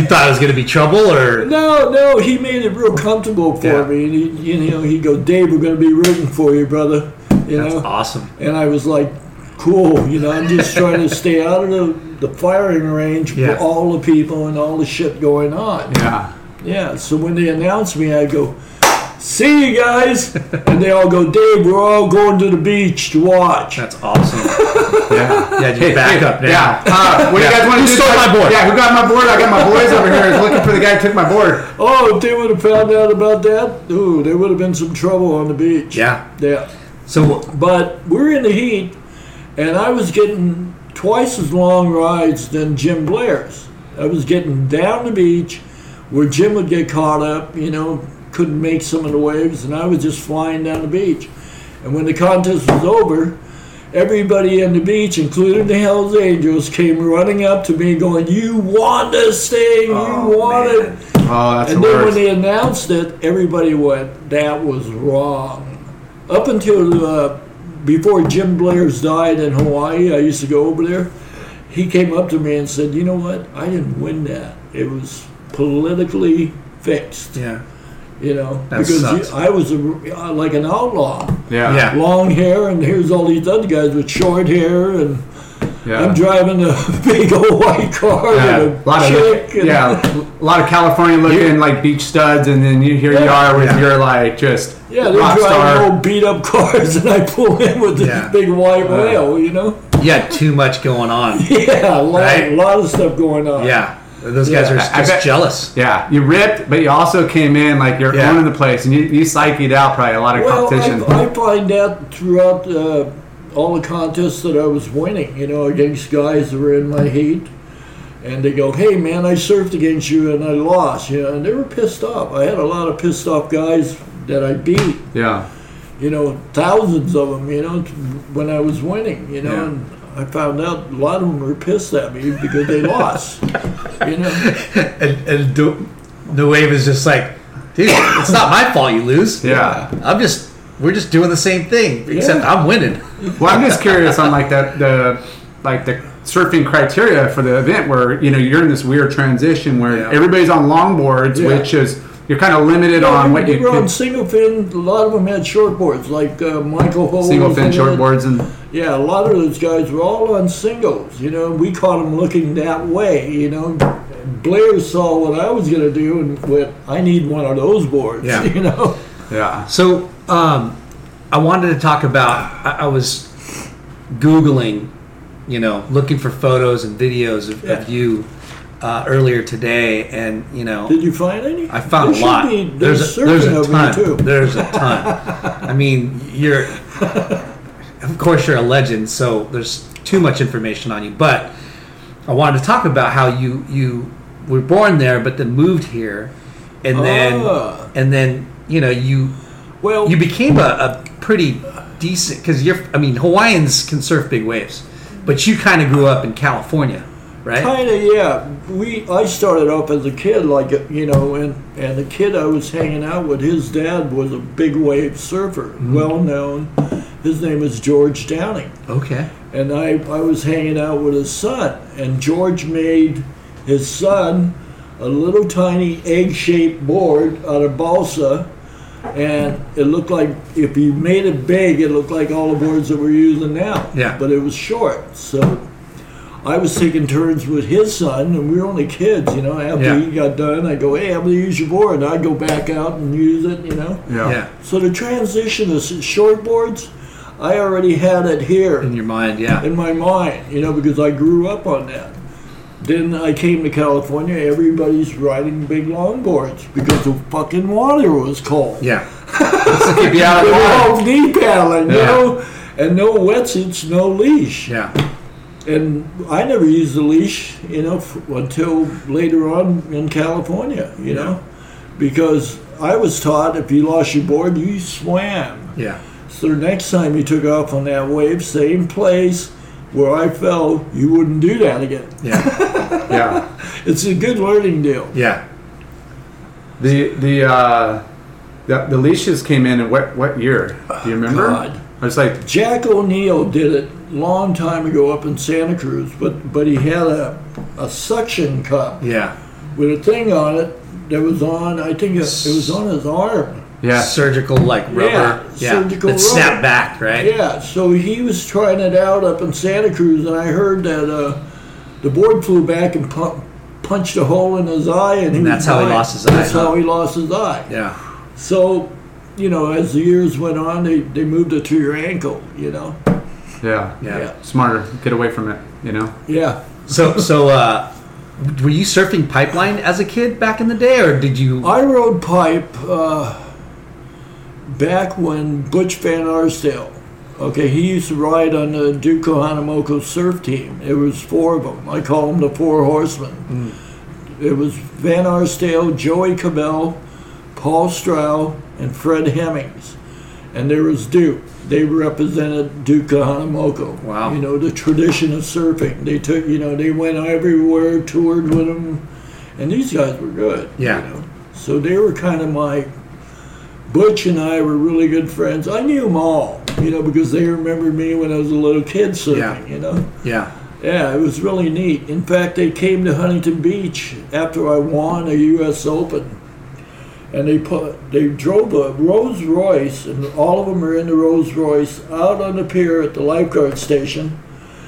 Speaker 3: thought it was going to be trouble or.
Speaker 9: No, no, he made it real comfortable for
Speaker 3: Yeah.
Speaker 9: me. And he, you know, he go, Dave, we're going to be rooting for you, brother. You
Speaker 3: That's
Speaker 9: know,
Speaker 3: awesome.
Speaker 9: and I was like, cool. You know, I'm just trying to stay out of the, the firing range
Speaker 3: Yeah.
Speaker 9: for all the people and all the shit going on.
Speaker 8: Yeah.
Speaker 9: Yeah, so when they announced me, I go, see you guys, and they all go, Dave, we're all going to the beach to watch.
Speaker 3: That's awesome.
Speaker 8: Yeah.
Speaker 3: Yeah, just back up now.
Speaker 8: Yeah. Uh, what do you guys want to do?
Speaker 3: Who stole my board?
Speaker 8: Yeah, who got my board? I got my boys over here looking for the guy who took my board.
Speaker 9: Oh, if they would have found out about that, ooh, there would have been some trouble on the beach.
Speaker 3: Yeah.
Speaker 9: Yeah.
Speaker 3: So,
Speaker 9: But we're in the heat, and I was getting twice as long rides than Jim Blair's. I was getting down the beach where Jim would get caught up, you know, couldn't make some of the waves, and I was just flying down the beach. And when the contest was over, everybody on the beach, including the Hells Angels, came running up to me going, You won this thing! You won it!
Speaker 8: Oh, that's
Speaker 9: And
Speaker 8: the
Speaker 9: then when
Speaker 8: worst.
Speaker 9: they announced it, everybody went, "That was wrong." Up until uh, before Jim Blair's died in Hawaii, I used to go over there. He came up to me and said, "You know what? I didn't win that. It was politically fixed.
Speaker 3: yeah.
Speaker 9: You know,
Speaker 3: That
Speaker 9: because
Speaker 3: sucks.
Speaker 9: I was a, uh, like an outlaw,
Speaker 8: yeah.
Speaker 3: Yeah.
Speaker 9: long hair, and here's all these other guys with short hair, and
Speaker 8: Yeah.
Speaker 9: I'm driving a big old white car
Speaker 8: Yeah,
Speaker 9: and
Speaker 8: a lot
Speaker 9: a
Speaker 8: of
Speaker 9: chick. and-
Speaker 8: yeah, a lot of California looking like beach studs, and then you here you
Speaker 9: Yeah.
Speaker 8: are with your like just
Speaker 9: Yeah, they're
Speaker 8: rock
Speaker 9: driving
Speaker 8: star.
Speaker 9: old beat up cars, and I pull in with this
Speaker 3: Yeah. Uh.
Speaker 9: big white whale, you know?
Speaker 3: You had too much going on.
Speaker 9: Yeah, a lot,
Speaker 3: Right.
Speaker 9: a lot of stuff going on.
Speaker 3: Yeah. Those guys are
Speaker 8: Yeah. I
Speaker 3: just
Speaker 8: bet-
Speaker 3: jealous.
Speaker 8: Yeah, you ripped, but you also came in like you're
Speaker 3: Yeah.
Speaker 8: owning the place, and you, you psyched out probably a lot of
Speaker 9: Well,
Speaker 8: competition.
Speaker 9: I, I find out throughout uh, all the contests that I was winning, you know, against guys that were in my heat. And they go, hey man, I surfed against you and I lost, you know, and they were pissed off. I had a lot of pissed off guys that I beat.
Speaker 8: yeah,
Speaker 9: you know, thousands of them, you know, t- when I was winning, you know,
Speaker 8: Yeah.
Speaker 9: and I found out a lot of them were pissed at me because they lost, you know.
Speaker 3: And, and Du- Nueva is just like, dude, it's not my fault you lose.
Speaker 8: yeah.
Speaker 3: I'm just, we're just doing the same thing, except
Speaker 9: Yeah.
Speaker 3: I'm winning.
Speaker 8: Well, I'm just curious on like that the like the surfing criteria for the event where you know you're in this weird transition where
Speaker 3: Yeah.
Speaker 8: everybody's on longboards,
Speaker 9: Yeah.
Speaker 8: which is you're kind of limited
Speaker 9: They
Speaker 8: on
Speaker 9: were-
Speaker 8: what
Speaker 9: they
Speaker 8: you
Speaker 9: were on
Speaker 8: could
Speaker 9: single fin. A lot of them had short boards, like uh, Michael Hole.
Speaker 8: single
Speaker 9: was
Speaker 8: fin
Speaker 9: in
Speaker 8: short
Speaker 9: it.
Speaker 8: boards and
Speaker 9: Yeah, a lot of those guys were all on singles. You know, we caught them looking that way. You know, Blair saw what I was going to do and went, "I need one of those boards."
Speaker 3: Yeah.
Speaker 9: You know.
Speaker 8: yeah,
Speaker 3: So um, I wanted to talk about. I, I was googling, you know, looking for photos and videos of, of
Speaker 9: Yeah.
Speaker 3: you uh, earlier today, and you know,
Speaker 9: Did you find any?
Speaker 3: I found
Speaker 9: There
Speaker 3: a lot.
Speaker 9: should Be,
Speaker 3: there's a, there's
Speaker 9: certain
Speaker 3: a
Speaker 9: of
Speaker 3: ton.
Speaker 9: them, too.
Speaker 3: There's a ton. I mean, you're of course you're a legend, so there's too much information on you. But I wanted to talk about how you you were born there, but then moved here,
Speaker 4: and then
Speaker 9: Ah.
Speaker 4: and then you know you
Speaker 9: Well,
Speaker 4: you became a, a pretty decent because you're. I mean, Hawaiians can surf big waves, but you kind of grew up in California, right?
Speaker 9: Kind of, yeah. We I started off as a kid, like you know, and and the kid I was hanging out with, his dad was a big wave surfer, well known. His name is George Downing,
Speaker 4: Okay.
Speaker 9: and I I was hanging out with his son, and George made his son a little tiny egg-shaped board out of balsa. And it looked like if you made it big, it looked like all the boards that we're using now.
Speaker 4: Yeah.
Speaker 9: But it was short, so I was taking turns with his son, and we were only kids, you know. After
Speaker 4: Yeah.
Speaker 9: he got done, I go, "Hey, I'm gonna use your board." And I'd go back out and use it, you know.
Speaker 4: Yeah.
Speaker 9: So the transition to s- short boards, I already had it here
Speaker 4: In your mind, yeah.
Speaker 9: in my mind, you know, because I grew up on that. Then I came to California. Everybody's riding big longboards because the fucking water was cold.
Speaker 4: Yeah.
Speaker 8: Keep you out of
Speaker 9: We
Speaker 8: the
Speaker 9: were
Speaker 8: water.
Speaker 9: all knee paddling, you
Speaker 4: Yeah.
Speaker 9: know, and no wetsuits, no leash.
Speaker 4: Yeah.
Speaker 9: And I never used the leash, you know, f- until later on in California, you know, because I was taught if you lost your board, you swam.
Speaker 4: Yeah.
Speaker 9: So the next time you took off on that wave, same place where I fell, you wouldn't do that again.
Speaker 4: Yeah.
Speaker 8: Yeah.
Speaker 9: It's a good learning deal.
Speaker 4: Yeah.
Speaker 8: The the uh, the, the leashes came in in what what year?
Speaker 4: Oh,
Speaker 8: Do you remember?
Speaker 9: God.
Speaker 8: I was like,
Speaker 9: Jack O'Neill did it long time ago up in Santa Cruz, but but he had a, a suction cup
Speaker 4: Yeah.
Speaker 9: with a thing on it that was on, I think it, it was on his arm.
Speaker 8: yeah,
Speaker 4: Surgical like rubber. Yeah.
Speaker 9: surgical
Speaker 4: that
Speaker 9: rubber.
Speaker 4: snap back, right?
Speaker 9: Yeah, so he was trying it out up in Santa Cruz, and I heard that uh, the board flew back and pu- punched a hole in his eye, and, he
Speaker 4: And
Speaker 9: was
Speaker 4: that's how he
Speaker 9: blind.
Speaker 4: lost his eye,
Speaker 9: That's
Speaker 4: huh?
Speaker 9: how he lost his eye.
Speaker 4: Yeah.
Speaker 9: So, you know, as the years went on, they, they moved it to your ankle. You know.
Speaker 8: yeah,
Speaker 4: Yeah.
Speaker 9: Yeah.
Speaker 8: Smarter, get away from it. You know.
Speaker 9: Yeah.
Speaker 4: So so uh were you surfing pipeline as a kid back in the day or did you
Speaker 9: I rode pipe uh, back when Butch Van Arsdale. Okay, he used to ride on the Duke Kahanamoku surf team. It was four of them. I call them the Four Horsemen.
Speaker 4: Hmm.
Speaker 9: It was Van Arsdale, Joey Cabell, Paul Strau, and Fred Hemmings. And there was Duke. They represented Duke Kahanamoku.
Speaker 4: Wow.
Speaker 9: You know, the tradition of surfing. They took, you know, they went everywhere, toured with them. And these guys were good. you
Speaker 4: Yeah.
Speaker 9: know. So they were kind of my. Butch and I were really good friends. I knew them all, you know, because they remembered me when I was a little kid surfing,
Speaker 4: Yeah.
Speaker 9: you know.
Speaker 4: Yeah.
Speaker 9: Yeah, it was really neat. In fact, they came to Huntington Beach after I won a U.S. Open, and they put they drove a Rolls Royce, and all of them are in the Rolls Royce out on the pier at the lifeguard station,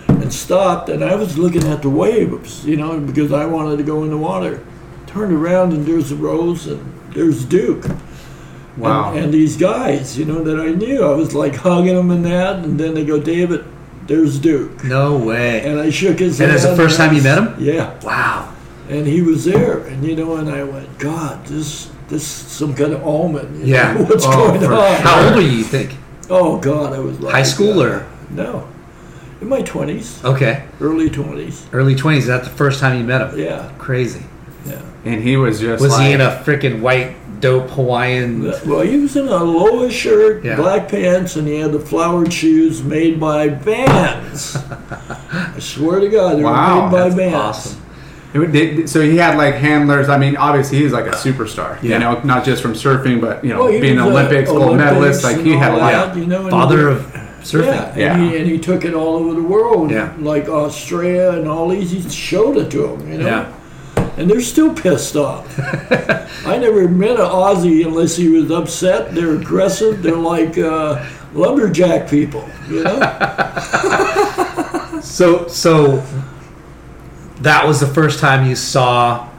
Speaker 9: and stopped. And I was looking at the waves, you know, because I wanted to go in the water. Turned around and there's the Rose and there's Duke.
Speaker 8: Wow.
Speaker 9: And, and these guys, you know, that I knew, I was like hugging them and that, and then they go, David, there's Duke.
Speaker 4: No way.
Speaker 9: And I shook his
Speaker 4: And
Speaker 9: hand.
Speaker 4: that's the first time you met him?
Speaker 9: Yeah.
Speaker 4: Wow.
Speaker 9: And he was there. And, you know, and I went, God, this this is some kind of omen. you
Speaker 4: Yeah.
Speaker 9: know, what's
Speaker 8: Oh,
Speaker 9: going
Speaker 8: for
Speaker 9: on?
Speaker 4: How old were you, you think?
Speaker 9: Oh, God, I was like.
Speaker 4: High school
Speaker 9: uh,
Speaker 4: or
Speaker 9: No. In my 20s,
Speaker 4: okay.
Speaker 9: early 20s.
Speaker 4: Early twenties, is that the first time you met him?
Speaker 9: Yeah.
Speaker 4: Crazy.
Speaker 8: And he was just
Speaker 4: Was
Speaker 8: like,
Speaker 4: he in a freaking white dope Hawaiian
Speaker 9: Well, he was in a lower shirt,
Speaker 4: Yeah.
Speaker 9: black pants, and he had the flowered shoes made by Vans. I swear to God, they
Speaker 8: Wow,
Speaker 9: were made by
Speaker 8: that's
Speaker 9: Vans.
Speaker 4: awesome.
Speaker 8: It would- they- so he had like handlers. I mean, obviously he's like a superstar. You
Speaker 4: Yeah.
Speaker 8: know, not just from surfing, but you know,
Speaker 9: Well, he
Speaker 8: being an
Speaker 9: was a
Speaker 8: Olympics gold
Speaker 9: Olympics
Speaker 8: medalist. Like
Speaker 9: and
Speaker 8: he had a
Speaker 9: all
Speaker 8: lot.
Speaker 9: that, you know, and
Speaker 4: father
Speaker 9: he-
Speaker 4: of surfing?
Speaker 9: Yeah, and, He, and he took it all over the world,
Speaker 4: Yeah.
Speaker 9: like Australia and all these. He showed it to them, you know.
Speaker 4: Yeah.
Speaker 9: And they're still pissed off. I never met an Aussie unless he was upset. They're aggressive. They're like uh, lumberjack people, you know.
Speaker 4: So so that was the first time you saw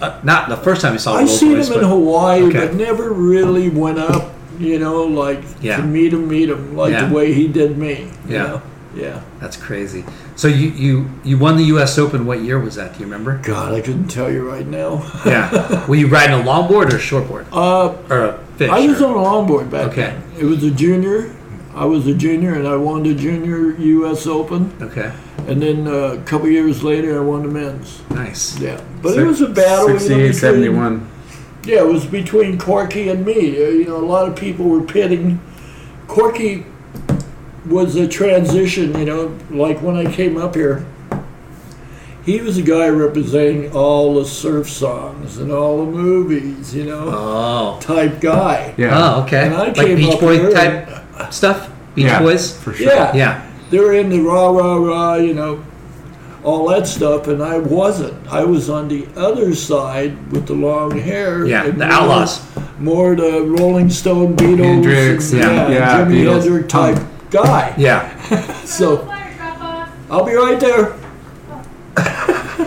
Speaker 4: uh, not the first time you saw
Speaker 9: I
Speaker 4: Rolls
Speaker 9: seen
Speaker 4: Royce,
Speaker 9: him in
Speaker 4: but-
Speaker 9: Hawaii,
Speaker 4: okay.
Speaker 9: but never really went up, you know, like
Speaker 4: Yeah.
Speaker 9: to meet him, meet him, like
Speaker 4: Yeah.
Speaker 9: the way he did me. you
Speaker 4: Yeah.
Speaker 9: know? yeah.
Speaker 4: That's crazy. So you you you won the U.S. Open. What year was that? Do you remember?
Speaker 9: God, I couldn't tell you right now.
Speaker 4: Yeah. Were you riding a longboard or a shortboard? Uh, or a fish?
Speaker 9: I was
Speaker 4: or-
Speaker 9: on a longboard back
Speaker 4: Okay.
Speaker 9: then. It was a junior. I was a junior, and I won the junior U.S. Open,
Speaker 4: okay.
Speaker 9: and then uh, a couple years later, I won the men's.
Speaker 4: Nice.
Speaker 9: Yeah, but it was a battle. you know,
Speaker 8: 68,
Speaker 9: between-
Speaker 8: 71.
Speaker 9: Yeah, it was between Corky and me. Uh, You know, a lot of people were pitting. Corky was a transition, you know, like when I came up here, he was a guy representing all the surf songs and all the movies, you know,
Speaker 4: Oh.
Speaker 9: type guy.
Speaker 8: Yeah.
Speaker 4: Oh, okay.
Speaker 9: And I
Speaker 4: Like
Speaker 9: came
Speaker 4: Beach
Speaker 9: up
Speaker 4: Boy
Speaker 9: here
Speaker 4: type stuff? Beach
Speaker 8: Yeah,
Speaker 4: Boys?
Speaker 8: for sure.
Speaker 9: Yeah.
Speaker 4: Yeah.
Speaker 9: They were into rah, rah, rah, you know, all that stuff, and I wasn't. I was on the other side with the long hair.
Speaker 4: Yeah,
Speaker 9: and
Speaker 4: the
Speaker 9: more-
Speaker 4: Outlaws.
Speaker 9: More the Rolling Stone Beatles.
Speaker 8: Hendrix,
Speaker 9: and,
Speaker 8: yeah,
Speaker 9: yeah,
Speaker 8: yeah,
Speaker 9: Jimi
Speaker 8: Beatles.
Speaker 9: Hendrix type guy.
Speaker 4: Yeah.
Speaker 9: So
Speaker 11: Flyer drop off.
Speaker 9: I'll be right there.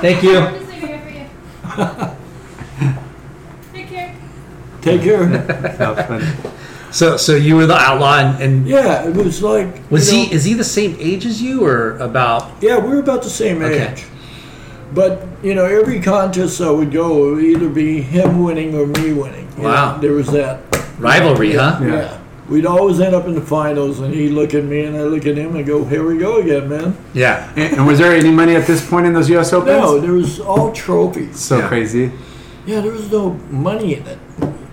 Speaker 4: Thank you.
Speaker 11: Just leaving it for you. Take care.
Speaker 9: Take care.
Speaker 4: So so you were the outlaw and, and
Speaker 9: yeah, it was like.
Speaker 4: was
Speaker 9: you
Speaker 4: he is he the same age as you or about
Speaker 9: know, Yeah, we were about the same
Speaker 4: Okay.
Speaker 9: age. But you know, every contest I would go, it would either be him winning or me winning. you know,
Speaker 4: Wow.
Speaker 9: there was that.
Speaker 4: rivalry, huh?
Speaker 9: Yeah. We'd always end up in the finals, and he'd look at me, and I look at him, and go, "Here we go again, man."
Speaker 4: Yeah.
Speaker 8: And, and was there any money at this point in those U.S. Opens?
Speaker 9: No, there was all trophies.
Speaker 8: So crazy.
Speaker 9: Yeah, there was no money in it.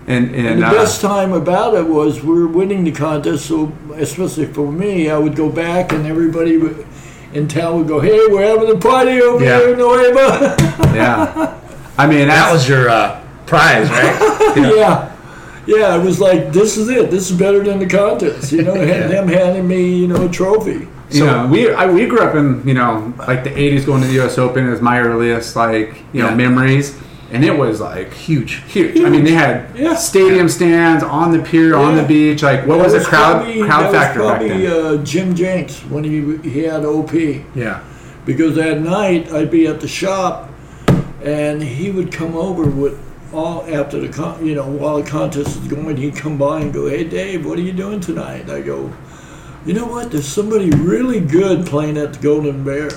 Speaker 8: And and,
Speaker 9: And the
Speaker 8: uh,
Speaker 9: best time about it was we were winning the contest, so especially for me, I would go back, and everybody would- in town would go, "Hey, we're having a party over
Speaker 4: Yeah.
Speaker 9: here in Nueva."
Speaker 8: yeah. I mean,
Speaker 4: That
Speaker 8: that's-
Speaker 4: was your uh, prize, right?
Speaker 9: yeah. Yeah, it was like this is it. This is better than the contest, you know. And Them handing me, you know, a trophy.
Speaker 8: you know, we I, we grew up in you know like the '80s, going to the U.S. Open is my earliest like you know memories, and it was like
Speaker 4: Huge.
Speaker 8: huge. I mean, they had
Speaker 9: Yeah.
Speaker 8: stadium stands on the pier, on the
Speaker 9: Yeah.
Speaker 8: beach. Like, what was
Speaker 9: That
Speaker 8: the crowd
Speaker 9: probably-
Speaker 8: crowd
Speaker 9: that was
Speaker 8: factor back
Speaker 9: probably,
Speaker 8: then?
Speaker 9: uh, Jim Jenks when he he had OP
Speaker 4: Yeah.
Speaker 9: because that night I'd be at the shop and he would come over with all after the con- you know while the contest is going he'd come by and go hey Dave what are you doing tonight I go you know what there's somebody really good playing at the Golden Bear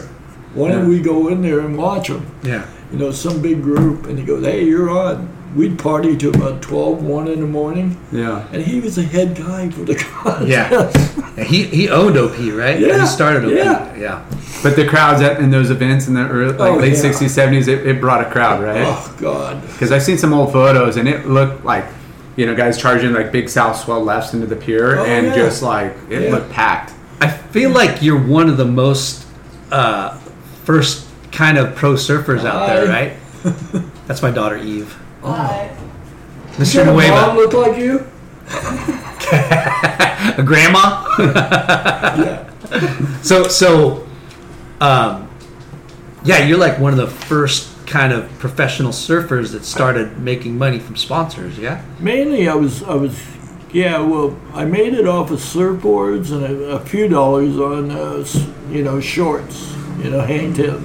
Speaker 9: why don't we go in there and watch them
Speaker 4: Yeah.
Speaker 9: you know, some big group, and he goes, "Hey, you're on." We'd party to about 12, 1 in the morning,
Speaker 8: yeah,
Speaker 9: and he was the head guy for the contest.
Speaker 4: Yeah. And he he owned OP, right?
Speaker 9: Yeah.
Speaker 4: He started OP.
Speaker 9: Yeah.
Speaker 4: yeah.
Speaker 8: but the crowds at, in those events in the early, like
Speaker 9: Oh,
Speaker 8: late
Speaker 9: yeah.
Speaker 8: '60s, '70s, it, it brought a crowd, right?
Speaker 9: Oh God.
Speaker 8: Because I've seen some old photos, and it looked like you know guys charging like big south swell lefts into the pier,
Speaker 9: Oh,
Speaker 8: and
Speaker 9: yeah.
Speaker 8: just like it
Speaker 9: Yeah.
Speaker 8: looked packed.
Speaker 4: I feel like you're one of the most uh, first kind of pro surfers out there,
Speaker 9: Hi.
Speaker 4: right? That's my daughter Eve.
Speaker 11: Bye.
Speaker 4: Mr.
Speaker 9: Did your
Speaker 4: Nueva.
Speaker 9: mom look like you?
Speaker 4: A grandma?
Speaker 9: Uh,
Speaker 4: So so um, yeah, you're like one of the first kind of professional surfers that started making money from sponsors, yeah?
Speaker 9: Mainly, I was, I was, yeah. Well, I made it off of surfboards and a, a few dollars on, uh, s- you know, shorts, you know, hang tip.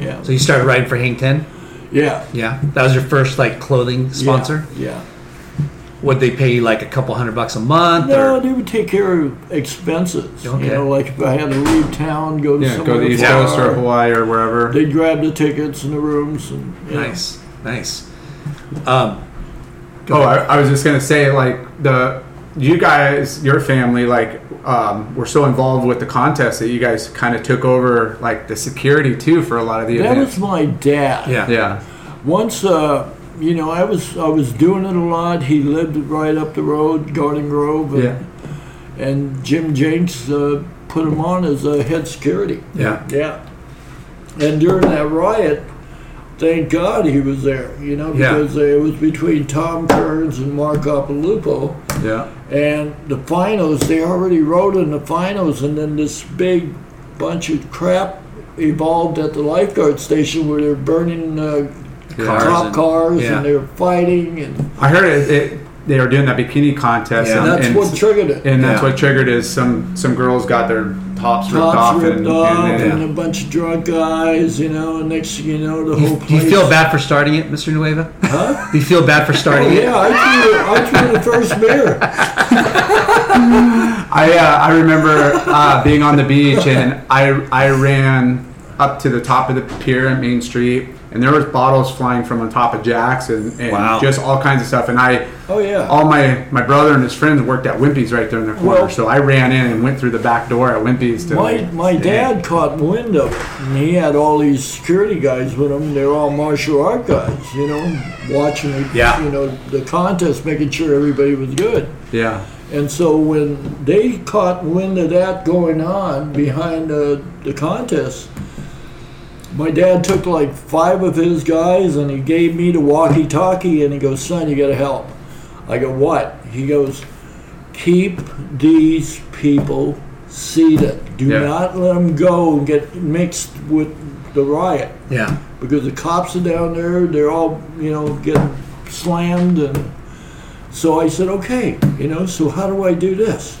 Speaker 9: Yeah.
Speaker 4: So you started riding for Hang Ten?
Speaker 9: Yeah.
Speaker 4: Yeah. That was your first like clothing sponsor?
Speaker 9: Yeah.
Speaker 4: Would they pay you like a couple hundred bucks a month?
Speaker 9: No,
Speaker 4: or?
Speaker 9: they would take care of expenses.
Speaker 4: Okay.
Speaker 9: You know, like if I had to leave town, go to
Speaker 8: Yeah,
Speaker 9: somewhere
Speaker 8: go to the East
Speaker 9: far,
Speaker 8: Coast or Hawaii or wherever.
Speaker 9: They'd grab the tickets and the rooms and you know.
Speaker 4: Nice, nice.
Speaker 8: Oh, I, I was just gonna say, like the you guys, your family, like um, were so involved with the contest that you guys kind of took over like the security too for a lot of the
Speaker 9: That
Speaker 8: events.
Speaker 9: was my dad.
Speaker 4: Yeah.
Speaker 8: yeah,
Speaker 9: Once, uh, you know, I was I was doing it a lot. He lived right up the road, Garden Grove, and,
Speaker 8: yeah,
Speaker 9: and Jim Jenks uh, put him on as uh, head security.
Speaker 8: yeah,
Speaker 9: Yeah. And during that riot, thank God he was there. You know,
Speaker 4: Yeah.
Speaker 9: because it was between Tom Kearns and Mark Appalupo.
Speaker 8: yeah.
Speaker 9: And the finals, they already rode in the finals, and then this big bunch of crap evolved at the lifeguard station where they're burning uh,
Speaker 4: Cars
Speaker 9: cop
Speaker 4: and-
Speaker 9: cars
Speaker 4: yeah.
Speaker 9: and they're fighting, and
Speaker 8: I heard it. it they were doing that bikini contest,
Speaker 4: Yeah.
Speaker 8: and
Speaker 9: that's
Speaker 8: and,
Speaker 9: what triggered it.
Speaker 8: and that's
Speaker 4: Yeah.
Speaker 8: what triggered is some some girls got their tops ripped off,
Speaker 9: Cops ripped
Speaker 8: and,
Speaker 9: off,
Speaker 8: and
Speaker 9: and,
Speaker 8: then-
Speaker 9: a bunch of drunk guys, you know. And next thing you know, the whole
Speaker 4: You,
Speaker 9: place.
Speaker 4: do you feel bad for starting it, Mr. Nueva?
Speaker 9: Huh?
Speaker 4: Do you feel bad for starting it?
Speaker 9: Yeah, I threw, I threw the first beer.
Speaker 8: I uh, I remember uh, being on the beach and I I ran up to the top of the pier at Main Street, and there was bottles flying from on top of Jack's and, and
Speaker 3: Wow.
Speaker 8: just all kinds of stuff. And I,
Speaker 9: Oh, yeah.
Speaker 8: all my my brother and his friends worked at Wimpy's right there in the corner,
Speaker 9: Well-
Speaker 8: so I ran in and went through the back door at Wimpy's to.
Speaker 9: My,
Speaker 8: like,
Speaker 9: my
Speaker 8: stay.
Speaker 9: dad caught wind of it, and he had all these security guys with him. They're all martial art guys, you know, watching the,
Speaker 3: Yeah.
Speaker 9: you know the contest, making sure everybody was good.
Speaker 8: Yeah.
Speaker 9: And so when they caught wind of that going on behind the, the contest, my dad took like five of his guys and he gave me the walkie talkie and he goes, Son, you got to help. I go, What? He goes, Keep these people seated. Do
Speaker 8: Yeah.
Speaker 9: not let them go and get mixed with the riot
Speaker 4: Yeah.
Speaker 9: because the cops are down there. They're all, you know, getting slammed. And so I said, okay, you know, so how do I do this?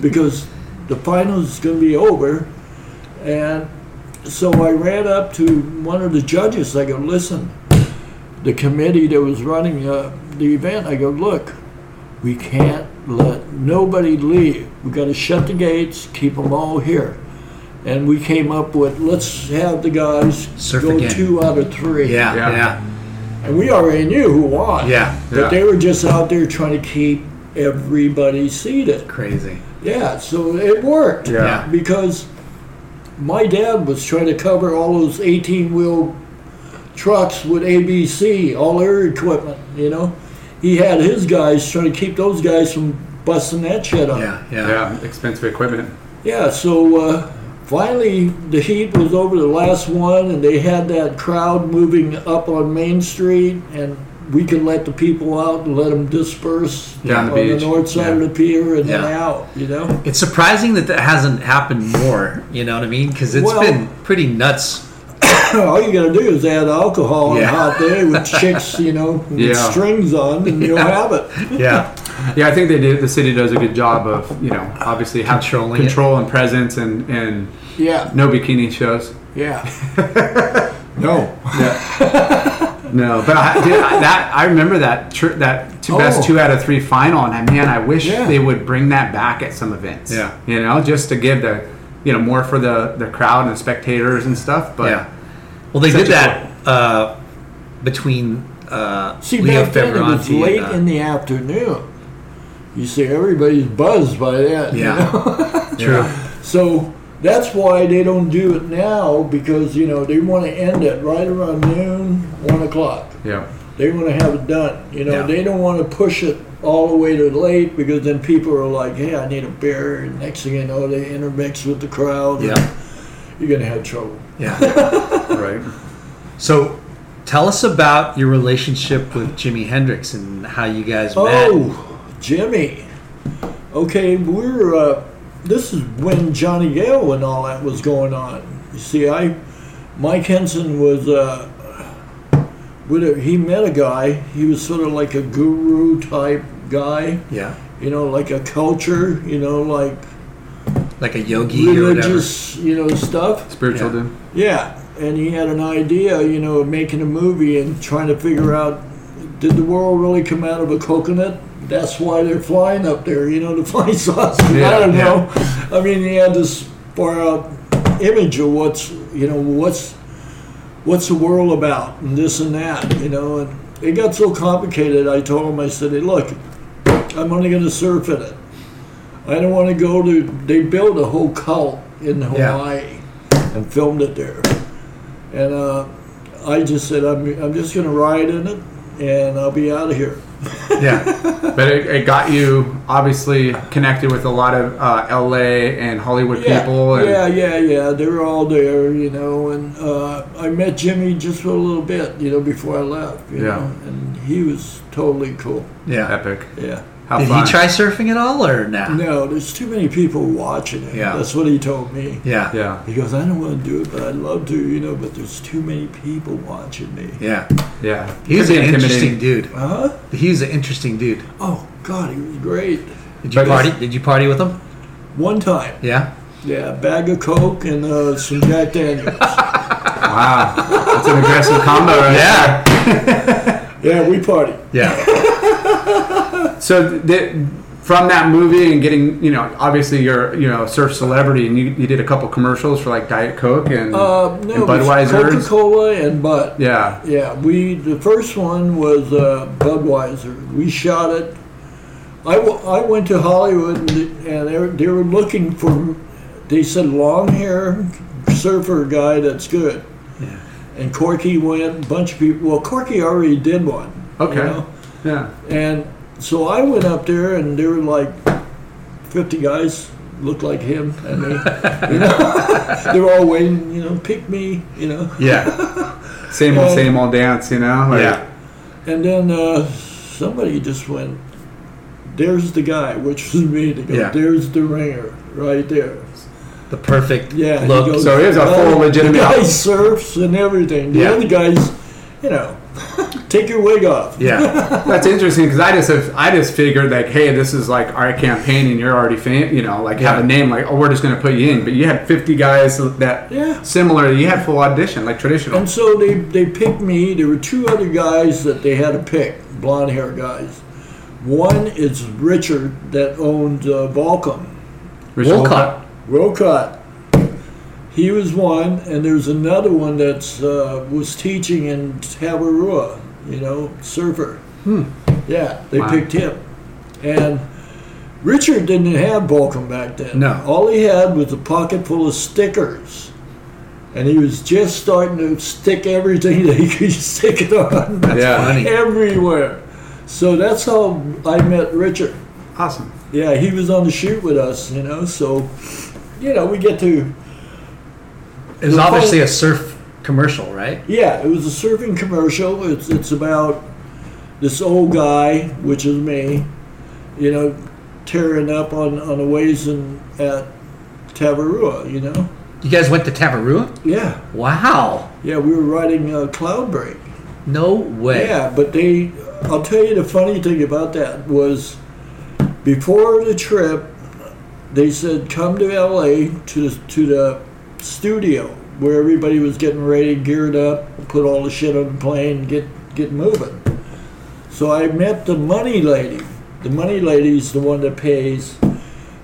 Speaker 9: because the finals is going to be over. And so I ran up to one of the judges. I go, listen, the committee that was running uh, the event, I go, look, we can't let nobody leave. we got to shut the gates, keep them all here. And we came up with let's have the guys
Speaker 4: Surf
Speaker 9: go
Speaker 4: again.
Speaker 9: two out of three.
Speaker 4: Yeah.
Speaker 8: Yeah.
Speaker 4: Yeah.
Speaker 9: And we already knew who won.
Speaker 4: Yeah.
Speaker 9: But
Speaker 8: Yeah.
Speaker 9: they were just out there trying to keep everybody seated.
Speaker 4: Crazy.
Speaker 9: Yeah, so it worked.
Speaker 4: Yeah.
Speaker 9: Because my dad was trying to cover all those 18 wheel trucks with ABC, all their equipment, you know. He had his guys trying to keep those guys from busting that shit up.
Speaker 4: Yeah. Yeah.
Speaker 8: Yeah, expensive equipment.
Speaker 9: Yeah, so uh, finally the heat was over the last one, and they had that crowd moving up on Main Street, and we could let the people out and let them disperse
Speaker 8: Down the
Speaker 9: on
Speaker 8: beach,
Speaker 9: the north side of the pier and then
Speaker 4: Yeah.
Speaker 9: out, you know?
Speaker 4: It's surprising that that hasn't happened more. You know what I mean? Because it's
Speaker 9: Well-
Speaker 4: been pretty nuts.
Speaker 9: All you gotta do is add alcohol on
Speaker 4: Yeah.
Speaker 9: a hot day with chicks, you know, with
Speaker 8: Yeah.
Speaker 9: strings on, and you'll have it.
Speaker 4: Yeah.
Speaker 8: Yeah, I think they did. The city does a good job of you know obviously have
Speaker 4: Controlling it.
Speaker 8: control and presence and and
Speaker 9: Yeah,
Speaker 8: no bikini shows.
Speaker 9: yeah. no.
Speaker 8: No, but I did I, that. I remember that tr- that two, best
Speaker 9: Oh.
Speaker 8: two out of three final, and I, man, I wish
Speaker 9: Yeah.
Speaker 8: they would bring that back at some events.
Speaker 4: Yeah.
Speaker 8: you know, just to give the you know more for the the crowd and the spectators and stuff. But
Speaker 4: Yeah. Well, they
Speaker 8: Such
Speaker 4: did
Speaker 8: a
Speaker 4: that uh, between uh,
Speaker 9: See,
Speaker 4: Leo
Speaker 9: back then it was
Speaker 4: Fioravanti
Speaker 9: late
Speaker 4: and, uh,
Speaker 9: in the afternoon. You see, everybody's buzzed by that. you know?
Speaker 4: yeah. True.
Speaker 9: So that's why they don't do it now because you know they want to end it right around noon, one o'clock.
Speaker 8: yeah,
Speaker 9: They want to have it done. You know
Speaker 4: Yeah.
Speaker 9: they don't want to push it all the way to late because then people are like, "Hey, I need a beer," and next thing you know, they intermix with the crowd. and
Speaker 4: Yeah.
Speaker 9: you're gonna have trouble.
Speaker 4: Yeah.
Speaker 8: right.
Speaker 4: so, tell us about your relationship with Jimi Hendrix and how you guys met.
Speaker 9: Oh, Jimmy. Okay, we're. Uh, this is when Johnny Gale and all that was going on. You see, I, Mike Henson was. Uh, with a, he met a guy. He was sort of like a guru type guy.
Speaker 4: Yeah.
Speaker 9: You know, like a culture. You know, like
Speaker 4: Like a yogi
Speaker 9: religious. You know, stuff.
Speaker 8: Spiritual
Speaker 4: Yeah.
Speaker 8: dude.
Speaker 9: Yeah, and he had an idea, you know, of making a movie and trying to figure out did the world really come out of a coconut? That's why they're flying up there, you know, to fly sausage. I don't know. I mean, he had this far out image of what's, you know, what's what's the world about and this and that, you know. And it got so complicated. I told him, I said, hey, look, I'm only going to surf in it. I don't want to go to. They built a whole cult in Hawaii and filmed it there. And uh, I just said, I'm, I'm just going to ride in it and I'll be out of here.
Speaker 4: Ever. Yeah.
Speaker 8: But it, it got you obviously connected with a lot of uh, L.A. and Hollywood
Speaker 9: Yeah,
Speaker 8: people. And,
Speaker 9: yeah, yeah, yeah. They were all there, you know. And uh, I met Jimmy just for a little bit, you know, before I left. You
Speaker 8: Yeah.
Speaker 9: Know, and he was totally cool.
Speaker 4: Yeah.
Speaker 8: Epic.
Speaker 9: Yeah.
Speaker 8: How
Speaker 4: Did
Speaker 8: fun.
Speaker 4: he try surfing at all or nah?
Speaker 9: No, there's too many people watching it.
Speaker 4: Yeah.
Speaker 9: That's what he told me.
Speaker 4: Yeah.
Speaker 8: Yeah,
Speaker 9: He goes, I don't want to do it, but I'd love to, you know, but there's too many people watching me.
Speaker 4: Yeah.
Speaker 8: yeah.
Speaker 4: He was
Speaker 8: Could
Speaker 4: an
Speaker 8: be
Speaker 4: interesting
Speaker 8: intimidating.
Speaker 4: dude.
Speaker 9: Huh?
Speaker 4: He was an interesting dude.
Speaker 9: Oh, God, he was great.
Speaker 4: Did you
Speaker 8: But
Speaker 4: party?
Speaker 8: it's-
Speaker 4: Did you party with him?
Speaker 9: One time,
Speaker 4: Yeah.
Speaker 9: yeah, a bag of Coke and uh, some Jack Daniels.
Speaker 8: Wow, that's an aggressive combo, right?
Speaker 4: Yeah.
Speaker 9: yeah, we partied.
Speaker 4: Yeah.
Speaker 8: So th- from that movie and getting you know obviously you're you know surf celebrity and you, you did a couple commercials for like Diet Coke and,
Speaker 9: Uh, no,
Speaker 8: and
Speaker 9: Coca
Speaker 8: Budweiser's.
Speaker 9: Cola and Bud.
Speaker 8: Yeah,
Speaker 9: Yeah, we the first one was uh, Budweiser. We shot it. I, w- I went to Hollywood and, and they, were, they were looking for. They said long hair surfer guy that's good. And Corky went. A bunch of people. Well, Corky already did one. you
Speaker 8: Okay.
Speaker 9: know?
Speaker 8: yeah.
Speaker 9: And so I went up there, and there were like 50 guys looked like him, and they, you know, they were all waiting, you know, pick me, you know.
Speaker 8: Yeah. Same old,
Speaker 9: Yeah.
Speaker 8: same old dance, you know? Like,
Speaker 3: Yeah.
Speaker 9: And then uh, somebody just went, "There's the guy," which was me. To go,
Speaker 3: Yeah.
Speaker 9: "There's the ringer, right there."
Speaker 4: The perfect
Speaker 9: Yeah. he
Speaker 4: look.
Speaker 9: goes,
Speaker 8: So it was a full
Speaker 9: "Oh,
Speaker 8: legitimate-
Speaker 9: The guy surfs and everything. The
Speaker 8: Yeah.
Speaker 9: other guys, you know, take your wig off.
Speaker 3: Yeah.
Speaker 8: That's interesting because I just I just figured like, hey, this is like our campaign, and you're already fam- you know like have a name like, oh, we're just gonna put you in. But you had 50 guys that
Speaker 9: Yeah.
Speaker 8: similar. You had full audition like traditional.
Speaker 9: And so they, they picked me. There were two other guys that they had to pick, blonde hair guys. One is Richard that owned uh, Volcom,
Speaker 8: Original-
Speaker 4: Wolcott.
Speaker 9: Rocott. He was one, and there's another one that's uh, was teaching in Tabarua, you know, surfer. Yeah, they
Speaker 8: Hmm. Wow.
Speaker 9: picked him. And Richard didn't have Volcom back then.
Speaker 4: No.
Speaker 9: All he had was a pocket full of stickers. And he was just starting to stick everything that he could stick it on.
Speaker 8: Yeah.
Speaker 4: funny.
Speaker 9: Everywhere. So that's how I met Richard.
Speaker 8: Awesome.
Speaker 9: Yeah, he was on the shoot with us, you know, so, you know, we get to,
Speaker 4: It was obviously a surf commercial, right?
Speaker 9: yeah, it was a surfing commercial. It's, it's about this old guy, which is me, you know, tearing up on, on the waves in, at Tavarua, you know?
Speaker 4: You guys went to Tavarua?
Speaker 9: Yeah,
Speaker 4: Wow.
Speaker 9: yeah, we were riding uh, Cloud Break.
Speaker 4: No way.
Speaker 9: Yeah, but they, I'll tell you the funny thing about that was before the trip, they said, come to LA to the, to the studio where everybody was getting ready, geared up, put all the shit on the plane, get, get moving. So I met the money lady. The money lady's the one that pays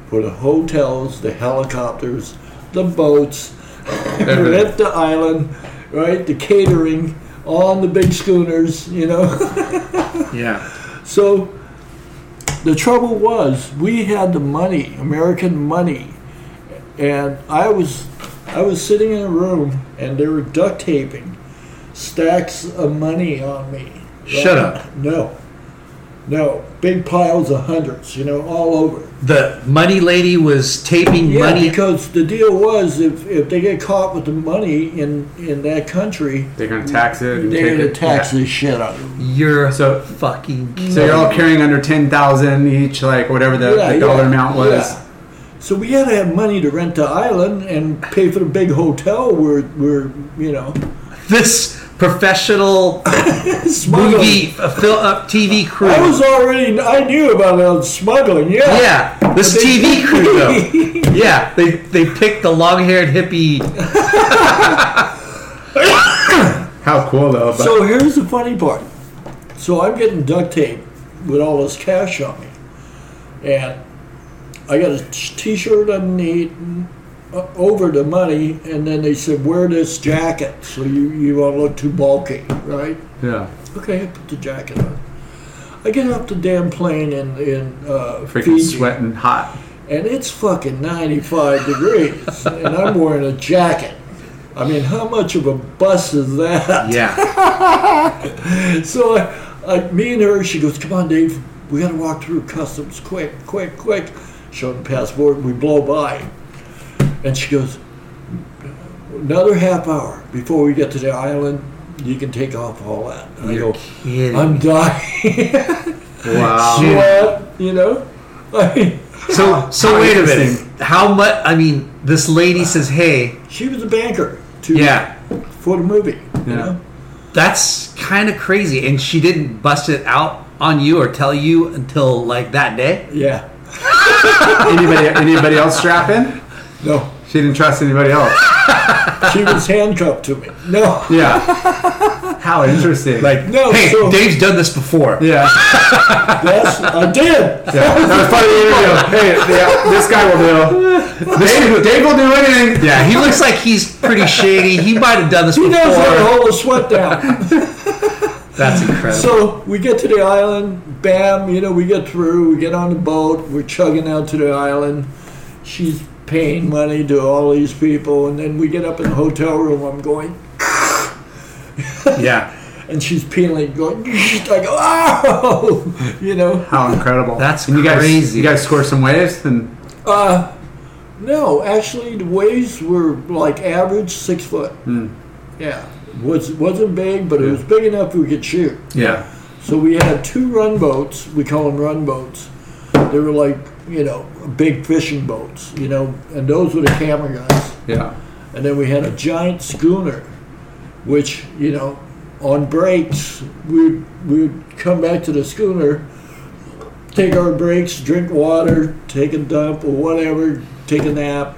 Speaker 9: for the hotels, the helicopters, the boats,
Speaker 8: Everything.
Speaker 9: left the island, right? The catering on the big schooners, you know.
Speaker 4: Yeah.
Speaker 9: so the trouble was we had the money, American money, and I was I was sitting in a room and they were duct taping stacks of money on me.
Speaker 4: Shut up.
Speaker 9: No. No, big piles of hundreds, you know, all over.
Speaker 4: The money lady was taping
Speaker 9: Yeah,
Speaker 4: money.
Speaker 9: because the deal was if, if they get caught with the money in, in that country,
Speaker 8: They're gonna tax it. and
Speaker 9: they're
Speaker 8: take
Speaker 9: gonna
Speaker 8: it.
Speaker 9: tax
Speaker 8: Yeah.
Speaker 9: the shit out of them.
Speaker 4: You're
Speaker 8: So-
Speaker 4: fucking kidding.
Speaker 8: So you're all carrying under ten thousand each, like whatever the,
Speaker 9: Yeah,
Speaker 8: the dollar
Speaker 9: yeah,
Speaker 8: amount was.
Speaker 9: yeah. So we had to have money to rent the island and pay for the big hotel where where you know
Speaker 4: this professional
Speaker 9: smuggling.
Speaker 4: movie uh, fil- uh, TV crew.
Speaker 9: I was already I knew about uh, smuggling. Yeah.
Speaker 4: yeah, this
Speaker 9: But they-
Speaker 4: TV crew though. Yeah, they they picked the long-haired hippie.
Speaker 8: How cool though! But
Speaker 9: So here's the funny part. So I'm getting duct tape with all this cash on me, and I got a t-shirt underneath uh, over the money, and then they said wear this jacket so you you won't look too bulky, right?
Speaker 8: yeah,
Speaker 9: Okay, I put the jacket on. I get off the damn plane in in uh,
Speaker 8: freaking
Speaker 9: Fiji,
Speaker 8: sweating hot.
Speaker 9: and it's fucking 95 degrees, and I'm wearing a jacket. I mean, how much of a bust is that?
Speaker 4: Yeah,
Speaker 9: So, I, I, me and her, she goes, "Come on, Dave, we got to walk through customs, quick, quick, quick." Show the passport, and we blow by, and she goes, "Another half hour before we get to the island, you can take off all that." And I go,
Speaker 4: kidding.
Speaker 9: "I'm dying."
Speaker 8: Wow.
Speaker 9: Sweat, you know. I mean,
Speaker 4: so so wait a minute. How much? I mean, this lady says, "Hey,
Speaker 9: she was a banker to
Speaker 4: yeah,
Speaker 9: for the movie. You know?
Speaker 4: that's kind of crazy," and she didn't bust it out on you or tell you until like that day.
Speaker 9: Yeah.
Speaker 8: Anybody anybody else strap in?
Speaker 9: No.
Speaker 8: She didn't trust anybody else.
Speaker 9: She was handcuffed to me. No,
Speaker 8: Yeah. How interesting.
Speaker 4: Like,
Speaker 9: No,
Speaker 4: hey,
Speaker 9: Oh, so-
Speaker 4: Dave's done this before.
Speaker 8: yeah.
Speaker 9: that's I did.
Speaker 8: Yeah. That was part of the interview. Hey, yeah, this guy will do. Dave, Dave will do anything.
Speaker 4: Yeah, he looks like he's pretty shady. He might have done this
Speaker 9: He
Speaker 4: before.
Speaker 9: knows how to hold a sweat down.
Speaker 4: That's incredible.
Speaker 9: So we get to the island, bam, you know, we get through, we get on the boat, we're chugging out to the island. She's paying money to all these people, and then we get up in the hotel room, I'm going,
Speaker 4: yeah,
Speaker 9: and she's peeling, going, I go, oh, you know.
Speaker 8: How incredible.
Speaker 4: That's
Speaker 8: and you guys,
Speaker 4: crazy.
Speaker 8: You guys score some waves and
Speaker 9: Uh, no, actually, the waves were like average six foot. Yeah, was wasn't big, but it was big enough we could shoot.
Speaker 8: yeah.
Speaker 9: So we had two run boats. We call them run boats. They were like you know big fishing boats, you know, and those were the camera guys.
Speaker 8: Yeah.
Speaker 9: And then we had a giant schooner, which you know, on breaks we we'd come back to the schooner, take our breaks, drink water, take a dump or whatever, take a nap,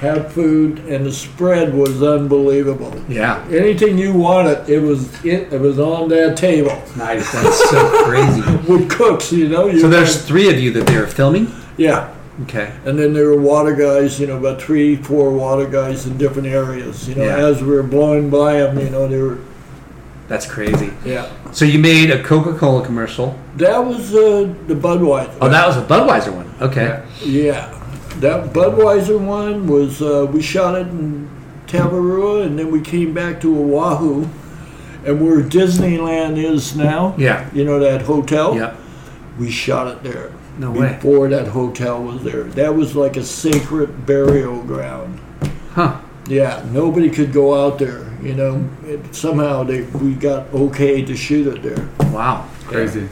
Speaker 9: have food, and the spread was unbelievable.
Speaker 4: yeah.
Speaker 9: Anything you wanted, it was it, it was on that table
Speaker 8: Nice.
Speaker 4: That's so crazy.
Speaker 9: with cooks, you know. You
Speaker 4: So there's three of you that they were filming.
Speaker 9: yeah,
Speaker 4: Okay.
Speaker 9: and then there were water guys, you know, about three, four water guys in different areas. You know,
Speaker 4: Yeah.
Speaker 9: as we were blowing by them, you know, they were
Speaker 4: That's crazy.
Speaker 9: yeah.
Speaker 4: So you made a Coca-Cola commercial.
Speaker 9: That was uh, the Budweiser.
Speaker 4: Oh, that was a Budweiser one. Okay.
Speaker 9: Yeah, that Budweiser one was uh, we shot it in Tabarua, and then we came back to Oahu, and where Disneyland is now.
Speaker 4: Yeah.
Speaker 9: you know that hotel.
Speaker 4: Yep.
Speaker 9: we shot it there.
Speaker 4: No way.
Speaker 9: before that hotel was there. That was like a sacred burial ground.
Speaker 4: Huh.
Speaker 9: Yeah, nobody could go out there. You know, it, somehow they we got okay to shoot it there.
Speaker 4: Wow.
Speaker 8: Crazy.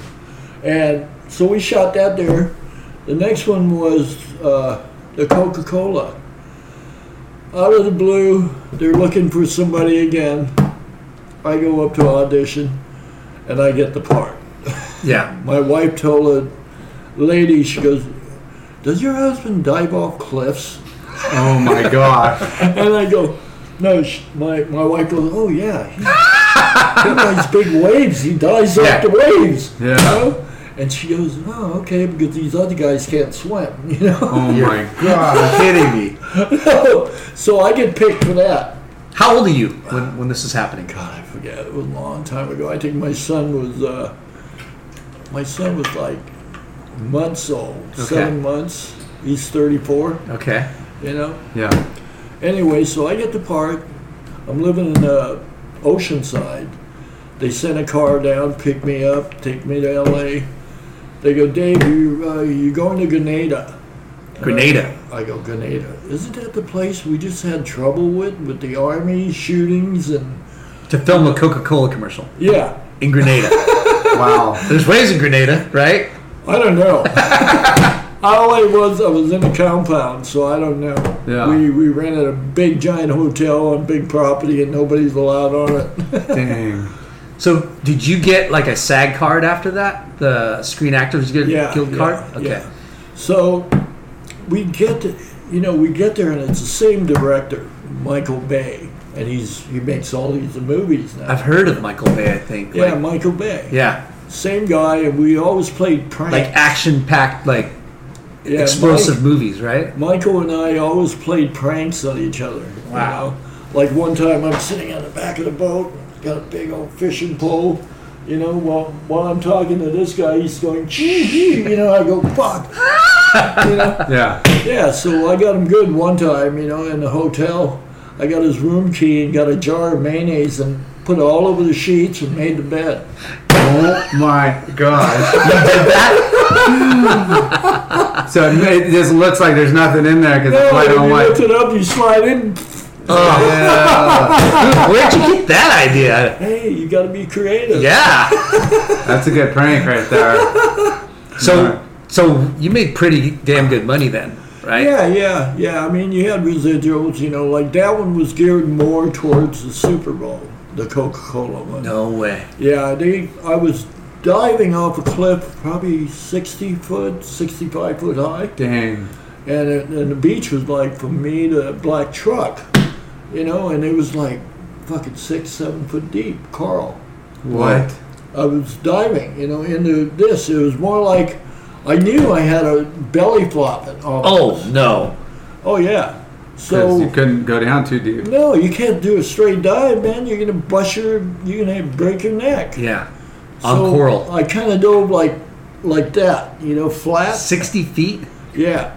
Speaker 9: And so we shot that there. The next one was uh, the Coca Cola. Out of the blue, they're looking for somebody again. I go up to audition and I get the part.
Speaker 4: Yeah.
Speaker 9: My wife told a lady, she goes, Does your husband dive off cliffs?
Speaker 8: Oh my gosh.
Speaker 9: And I go, No, sh my, my wife goes, Oh, yeah. He, he rides big waves. He dives off the waves.
Speaker 8: Yeah.
Speaker 9: know? And she goes, oh, okay, because these other guys can't swim, you know.
Speaker 8: Oh my gosh.
Speaker 4: Kidding me.
Speaker 8: Oh.
Speaker 9: so I get picked for that.
Speaker 4: How old are you when, when this is happening?
Speaker 9: God, I forget. It was a long time ago. I think my son was, uh, my son was like months old, seven months. He's 34,
Speaker 4: Okay.
Speaker 9: you know.
Speaker 8: Yeah.
Speaker 9: Anyway, so I get the part. I'm living in uh, Oceanside. They sent a car down, pick me up, take me to L.A. They go, Dave, you uh, you going to Grenada?
Speaker 4: Grenada.
Speaker 9: I go, Grenada. Isn't that the place we just had trouble with, with the army shootings and
Speaker 4: To film a Coca-Cola commercial
Speaker 9: yeah?
Speaker 4: in Grenada.
Speaker 8: Wow.
Speaker 4: there's waves in Grenada, right?
Speaker 9: I don't know. All I was, I was in a compound, so I don't know.
Speaker 8: Yeah.
Speaker 9: We we rented a big giant hotel on big property, and nobody's allowed on it.
Speaker 8: Dang.
Speaker 4: So did you get like a SAG card after that? The Screen Actors Guild,
Speaker 9: Yeah,
Speaker 4: Guild
Speaker 9: yeah,
Speaker 4: card? Okay.
Speaker 9: yeah. So we get, to, you know, we get there, and it's the same director, Michael Bay, and he's he makes all these movies now.
Speaker 4: I've heard of Michael Bay, I think.
Speaker 9: yeah,
Speaker 4: Like,
Speaker 9: Michael Bay.
Speaker 4: yeah.
Speaker 9: Same guy, and we always played pranks.
Speaker 4: Like action packed, like
Speaker 9: yeah,
Speaker 4: explosive
Speaker 9: Mike-
Speaker 4: movies, right?
Speaker 9: Michael and I always played pranks on each other. Wow. Like one time, I'm sitting on the back of the boat, got a big old fishing pole. You know, while, while I'm talking to this guy, he's going, gee, gee," you know, I go, fuck. you know,
Speaker 8: Yeah.
Speaker 9: Yeah, so I got him good one time, you know, in the hotel. I got his room key and got a jar of mayonnaise and put it all over the sheets and made the bed.
Speaker 8: Oh my gosh. You did that? so it it just looks like there's nothing in there because it's
Speaker 9: Yeah,
Speaker 8: white
Speaker 9: if you
Speaker 8: on
Speaker 9: lift
Speaker 8: white.
Speaker 9: it up, you slide in.
Speaker 4: Oh. Where'd you get that idea?
Speaker 9: Hey, you got to be creative.
Speaker 4: Yeah.
Speaker 8: That's a good prank right there.
Speaker 4: So so you made pretty damn good money then, right?
Speaker 9: Yeah, yeah, yeah. I mean, you had residuals, you know, like that one was geared more towards the Super Bowl, the Coca Cola one.
Speaker 4: No way.
Speaker 9: Yeah, they. I was diving off a cliff, probably 60 foot, 65 foot high.
Speaker 8: Dang.
Speaker 9: and, it, and the beach was like from me to black truck, you know, and it was like fucking six, seven foot deep, Carl.
Speaker 8: What?
Speaker 9: I was diving, you know, into this. It was more like I knew I had a belly flopping.
Speaker 4: Oh no!
Speaker 9: oh yeah.
Speaker 8: Because you
Speaker 9: So
Speaker 8: couldn't go down too deep.
Speaker 9: no, you can't do a straight dive, man. You're gonna bust your, you're gonna break your neck.
Speaker 4: Yeah, on coral,
Speaker 9: I kind of dove like, like that, you know, flat.
Speaker 4: sixty feet.
Speaker 9: Yeah.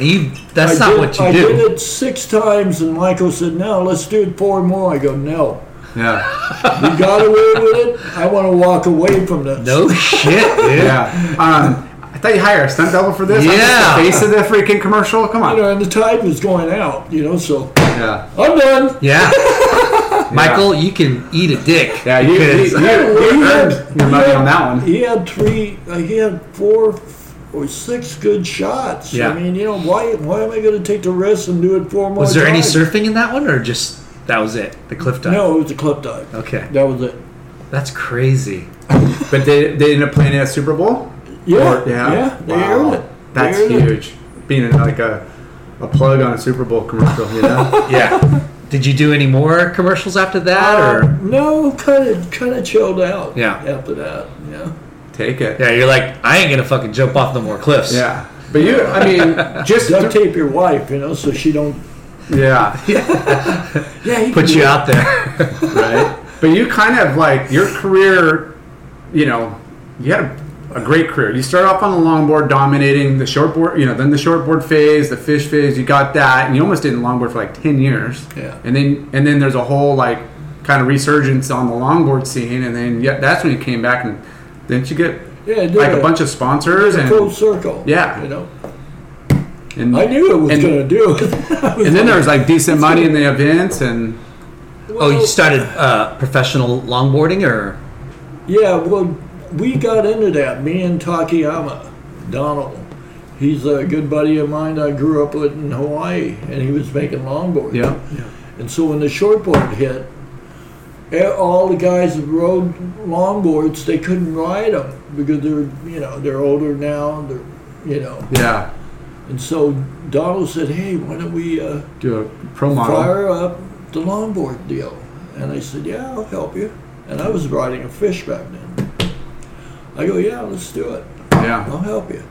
Speaker 4: And you that's
Speaker 9: I
Speaker 4: not
Speaker 9: did,
Speaker 4: what you
Speaker 9: I
Speaker 4: do.
Speaker 9: did it six times, and Michael said, "No, let's do it four more." I go, "No,
Speaker 8: Yeah.
Speaker 9: you got away with it. I want to walk away from this."
Speaker 4: No shit, dude.
Speaker 8: Yeah. Um, I thought you hired a stunt double for this. I'm just
Speaker 4: Yeah.
Speaker 8: the face of the freaking commercial. Come
Speaker 9: You
Speaker 8: on.
Speaker 9: know, and the tide was going out. You know, so
Speaker 8: Yeah.
Speaker 9: I'm done.
Speaker 4: Yeah. Michael, you can eat a dick.
Speaker 9: Oh,
Speaker 8: Yeah. You, you,
Speaker 4: because-
Speaker 8: you, you earned your money on that one.
Speaker 9: He had three. Uh, he had four or six good shots.
Speaker 4: Yeah.
Speaker 9: I mean, you know, why? Why am I going to take the risk and do it four more?
Speaker 4: was there any
Speaker 9: times?
Speaker 4: surfing in that one, or just that was it? The cliff dive.
Speaker 9: No, it was a clip dive.
Speaker 4: Okay,
Speaker 9: That was it.
Speaker 4: that's crazy.
Speaker 8: But they they ended up playing at Super Bowl.
Speaker 9: Yeah,
Speaker 8: Or- yeah.
Speaker 9: yeah, they earned it. They
Speaker 8: That's
Speaker 9: earned it.
Speaker 8: huge. Being like a a plug on a Super Bowl commercial, you know?
Speaker 4: Yeah. Did you do any more commercials after that,
Speaker 9: Um,
Speaker 4: or?
Speaker 9: No, kind of, kind of chilled out.
Speaker 4: Yeah.
Speaker 9: After that, yeah.
Speaker 8: Take it.
Speaker 4: Yeah, you're like, I ain't gonna fucking jump off no more cliffs.
Speaker 8: Yeah. But you, I mean, just
Speaker 9: Duct tape your wife, you know, so she don't.
Speaker 8: yeah,
Speaker 9: Yeah, he
Speaker 4: Put you out there.
Speaker 8: right. But you kind of like your career, you know, you had a, a great career. You start off on the longboard, dominating the shortboard, you know, then the shortboard phase, the fish phase. You got that, and you almost did longboard for like ten years.
Speaker 9: Yeah.
Speaker 8: And then and then there's a whole like kind of resurgence on the longboard scene, and then yeah, that's when you came back and didn't you get
Speaker 9: Yeah, I did
Speaker 8: like a
Speaker 9: it.
Speaker 8: bunch of sponsors and
Speaker 9: full circle.
Speaker 8: Yeah.
Speaker 9: You know,
Speaker 8: and,
Speaker 9: I knew it was
Speaker 8: And-
Speaker 9: gonna do it. I was
Speaker 8: and then there was
Speaker 9: like,
Speaker 8: like decent money in the events and.
Speaker 4: oh, you started uh, professional longboarding, or?
Speaker 9: yeah, well, we got into that. Me and Takayama, Donald. He's a good buddy of mine. I grew up with in Hawaii, and he was making longboard.
Speaker 8: Yeah.
Speaker 9: And so when the shortboard hit, eh, all the guys that rode longboards, they couldn't ride them because they're you know they're older now. They're you know,
Speaker 8: Yeah.
Speaker 9: and so Donald said, "Hey, why don't we?" Uh,
Speaker 8: Do a pro model.
Speaker 9: fire up the longboard deal. And I said, yeah, I'll help you. And I was riding a fish back then. I go, yeah, let's do it.
Speaker 8: Yeah.
Speaker 9: I'll help you.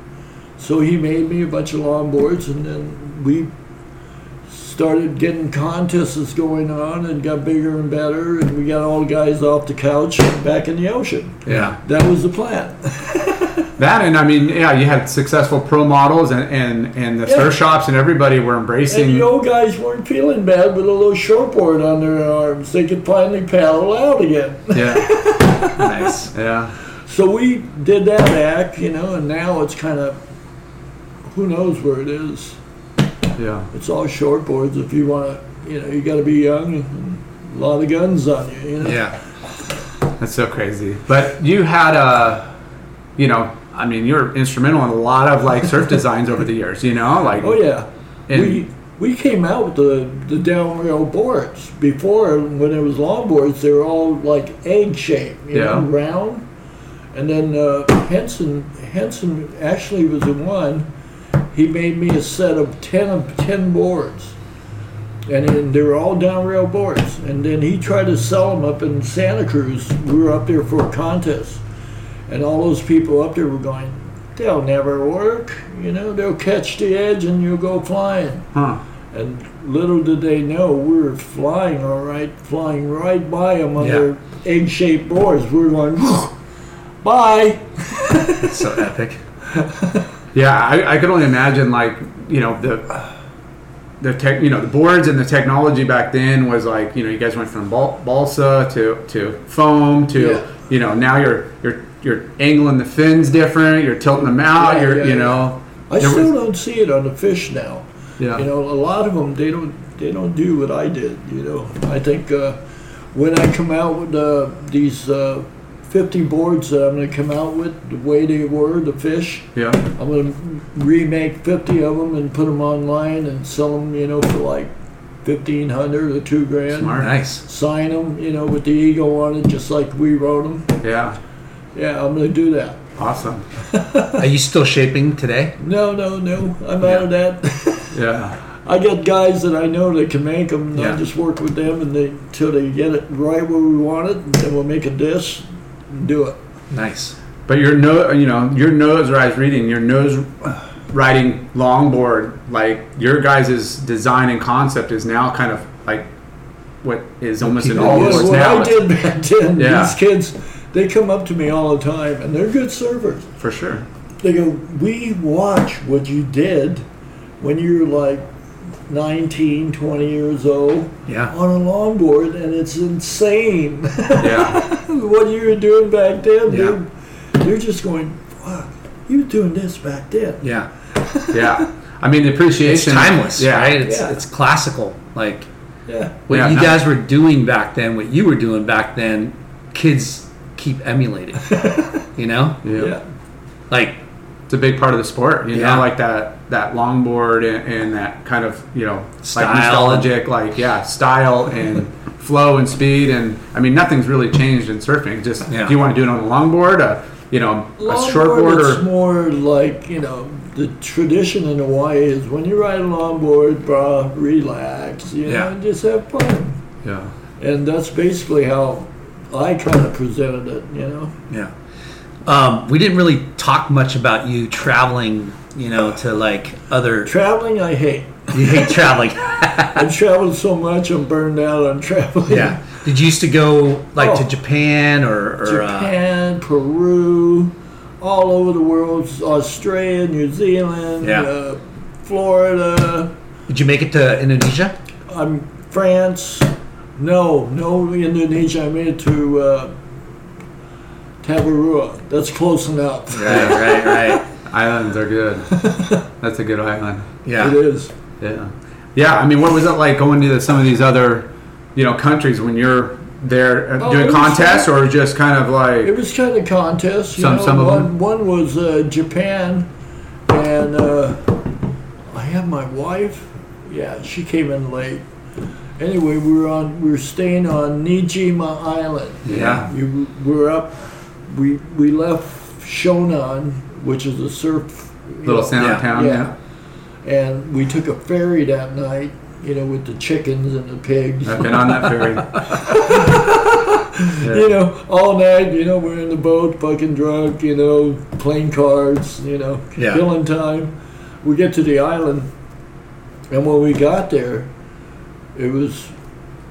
Speaker 9: So he made me a bunch of longboards, and then we started getting contests going on and got bigger and better, and we got all the guys off the couch and back in the ocean.
Speaker 8: Yeah.
Speaker 9: That was the plan.
Speaker 8: That and I mean, yeah, you had successful pro models and and, and the surf shops and everybody were
Speaker 9: And
Speaker 8: embracing.
Speaker 9: the old guys weren't feeling bad with a little shortboard on their arms. They could finally paddle out again.
Speaker 8: Yeah.
Speaker 4: Nice.
Speaker 8: Yeah.
Speaker 9: So we did that act, you know, and now it's kind of who knows where it is.
Speaker 8: Yeah.
Speaker 9: It's all shortboards. If you want to, you know, you got to be young. And a lot of guns on you, you know.
Speaker 4: Yeah.
Speaker 8: That's so crazy. But you had a, you know, I mean, you were instrumental in a lot of like surf designs over the years. You know, like
Speaker 9: Oh yeah.
Speaker 8: And-
Speaker 9: we we came out with the the downrail boards before when it was longboards. They were all like egg shaped, you know,
Speaker 8: Yeah.
Speaker 9: round. And then uh, Henson Henson actually was the one. He made me a set of ten of ten boards. And then they were all downrail boards. And then he tried to sell them up in Santa Cruz. We were up there for a contest. And all those people up there were going, they'll never work. You know, they'll catch the edge and you'll go flying.
Speaker 8: Huh.
Speaker 9: And little did they know, we were flying all right, flying right by them on
Speaker 4: Yeah.
Speaker 9: their egg shaped boards. We were going, bye.
Speaker 4: That's so epic.
Speaker 8: Yeah, I, I could only imagine like you know the the tech you know the boards and the technology back then was like you know you guys went from bal- balsa to to foam to
Speaker 9: Yeah.
Speaker 8: you know now you're you're you're angling the fins different you're tilting them out
Speaker 9: Yeah,
Speaker 8: you're
Speaker 9: yeah,
Speaker 8: you
Speaker 9: yeah.
Speaker 8: know
Speaker 9: I
Speaker 8: There
Speaker 9: still
Speaker 8: was-
Speaker 9: don't see it on the fish now.
Speaker 8: Yeah.
Speaker 9: You know, a lot of them they don't they don't do what I did. You know, I think uh, when I come out with uh, these uh, 50 boards that I'm going to come out with, the way they were, the fish,
Speaker 8: yeah
Speaker 9: I'm going to remake 50 of them and put them online and sell them. You know, for like 1500 or two grand.
Speaker 8: Smart.
Speaker 4: Nice.
Speaker 9: Sign them, you know, with the ego on it, just like we wrote them.
Speaker 8: yeah
Speaker 9: Yeah, I'm going to do that.
Speaker 8: Awesome.
Speaker 4: Are you still shaping today?
Speaker 9: No, no, no. I'm out of that.
Speaker 8: Yeah.
Speaker 9: I got guys that I know that can make them. And
Speaker 8: Yeah.
Speaker 9: I just work with them, and they till they get it right where we want it, and then we'll make a disc and do it.
Speaker 4: Nice.
Speaker 8: But your no, you know, your nose rise reading, your nose riding longboard, like your guys' design and concept is now kind of like what is almost in all
Speaker 9: Yeah,
Speaker 8: boards
Speaker 9: what
Speaker 8: now
Speaker 9: I did back then,
Speaker 8: Yeah.
Speaker 9: these kids, they come up to me all the time, and they're good servers.
Speaker 8: for sure.
Speaker 9: They go, "We watch what you did when you were like 19, 20 years old
Speaker 4: Yeah.
Speaker 9: on a longboard, and it's insane
Speaker 8: Yeah,
Speaker 9: what you were doing back then."
Speaker 4: Yeah.
Speaker 9: dude. They're just going, "Fuck, you were doing this back then."
Speaker 4: Yeah.
Speaker 8: yeah. I mean, the
Speaker 4: It's
Speaker 8: appreciation.
Speaker 4: timeless,
Speaker 8: Yeah,
Speaker 4: right? It's
Speaker 9: Yeah.
Speaker 4: it's classical. Like
Speaker 9: Yeah.
Speaker 4: what
Speaker 8: Yeah,
Speaker 4: you
Speaker 8: no.
Speaker 4: guys were doing back then, what you were doing back then, kids keep emulating. you know?
Speaker 8: yeah.
Speaker 9: Yeah.
Speaker 4: Like
Speaker 8: It's a big part of the sport, you
Speaker 4: Yeah.
Speaker 8: know, like that that longboard and, and that kind of you know
Speaker 4: Style.
Speaker 8: like nostalgic, like yeah, style and flow and speed, and I mean nothing's really changed in surfing. Just
Speaker 4: Yeah.
Speaker 8: if you want to do it on a longboard, a you know a shortboard,
Speaker 9: Longboard,
Speaker 8: or
Speaker 9: It's more like you know the tradition in Hawaii is when you ride a longboard, bro, relax, you
Speaker 4: Yeah.
Speaker 9: know, and just have fun.
Speaker 8: yeah,
Speaker 9: And that's basically how I kind of presented it, you know.
Speaker 4: Yeah. Um, we didn't really talk much about you traveling, you know, to like other
Speaker 9: Traveling, I hate.
Speaker 4: you hate traveling.
Speaker 9: I've traveled so much, I'm burned out on traveling.
Speaker 4: yeah. Did you used to go like to
Speaker 9: Oh.
Speaker 4: Japan or, or Uh,
Speaker 9: Japan, Peru, all over the world, Australia, New Zealand,
Speaker 4: Yeah.
Speaker 9: uh, Florida,
Speaker 4: did you make it to Indonesia?
Speaker 9: I'm France. No, no, Indonesia. I made it to uh, Tabarua. That's close enough.
Speaker 4: Right, right, right.
Speaker 8: islands are good. That's a good island.
Speaker 4: Yeah.
Speaker 9: It is.
Speaker 8: Yeah, yeah. I mean, what was it like going to some of these other you know countries when you're there uh
Speaker 9: Oh, it
Speaker 8: doing
Speaker 9: was
Speaker 8: contests, or just kind of
Speaker 9: It
Speaker 8: like
Speaker 9: was kind of contest. You
Speaker 8: Some-
Speaker 9: know,
Speaker 8: some of
Speaker 9: one,
Speaker 8: them?
Speaker 9: One was uh, Japan, and uh, I had my wife. Yeah, she came in late. Anyway, we were on. We were staying on Nijima Island.
Speaker 4: Yeah.
Speaker 9: You were up. We we left Shonan, which is a surf you
Speaker 8: little
Speaker 9: know,
Speaker 8: sound
Speaker 4: Yeah,
Speaker 8: town?
Speaker 9: yeah. And we took a ferry that night, you know, with the chickens and the pigs.
Speaker 8: I've been on that ferry.
Speaker 9: You know, all night, you know, we're in the boat, fucking drunk, you know, playing cards, you know,
Speaker 4: Yeah.
Speaker 9: killing time. We get to the island, and when we got there, it was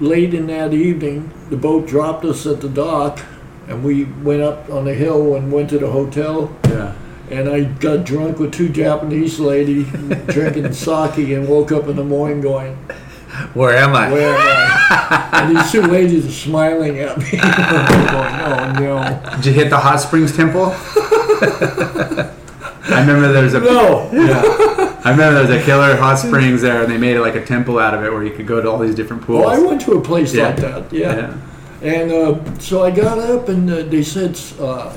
Speaker 9: late in that evening. The boat dropped us at the dock, and we went up on the hill and went to the hotel.
Speaker 8: Yeah.
Speaker 9: and I got drunk with two Japanese lady drinking sake and woke up in the morning going,
Speaker 4: Where am I?
Speaker 9: Where am I? And these two ladies are smiling at me. I'm going, Oh
Speaker 8: Did you hit the hot springs temple? I remember there's a
Speaker 9: no. No.
Speaker 8: I remember there's a killer hot springs there, and they made it like a temple out of it, where you could go to all these different pools.
Speaker 9: Well, I went to a place
Speaker 8: Yeah.
Speaker 9: like that, yeah.
Speaker 8: yeah.
Speaker 9: And uh, so I got up and uh, they said uh,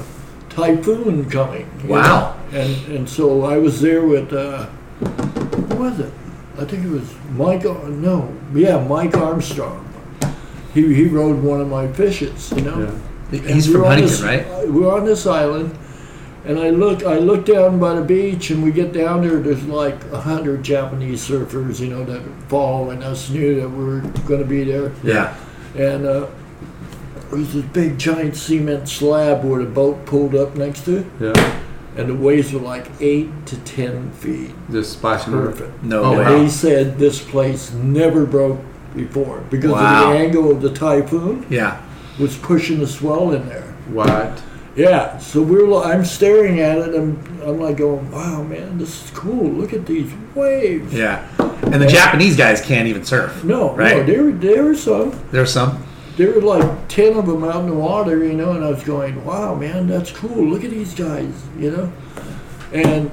Speaker 9: typhoon coming. you
Speaker 4: Wow.
Speaker 9: know. And and so I was there with uh, who was it? I think it was Mike. Ar- No, yeah, Mike Armstrong. He he rode one of my fishes, you know.
Speaker 8: Yeah.
Speaker 4: He's
Speaker 9: And we
Speaker 4: from
Speaker 9: were on
Speaker 4: Huntington,
Speaker 9: this-
Speaker 4: right?
Speaker 9: uh, We were on this island, and I look, I look down by the beach, and we get down there. There's like a hundred Japanese surfers, you know, that following us knew that we were going to be there,
Speaker 4: Yeah.
Speaker 9: and uh, there was this big giant cement slab where the boat pulled up next to,
Speaker 8: Yeah.
Speaker 9: and the waves were like eight to ten feet.
Speaker 8: Just splashing over.
Speaker 9: Perfect.
Speaker 4: No
Speaker 8: Oh,
Speaker 4: way.
Speaker 8: wow.
Speaker 9: They said this place never broke before because
Speaker 4: Wow.
Speaker 9: of the angle of the typhoon
Speaker 4: Yeah.
Speaker 9: was pushing the swell in there.
Speaker 8: What?
Speaker 9: Yeah, so we're. lo- I'm staring at it. I'm. I'm like going, wow, man, this is cool. Look at these waves.
Speaker 4: Yeah. And the Japanese guys can't even surf.
Speaker 9: No, no,
Speaker 4: Right.
Speaker 9: there were there were some.
Speaker 4: There's some.
Speaker 9: There were like ten of them out in the water, you know. And I was going, wow, man, that's cool. Look at these guys, you know. And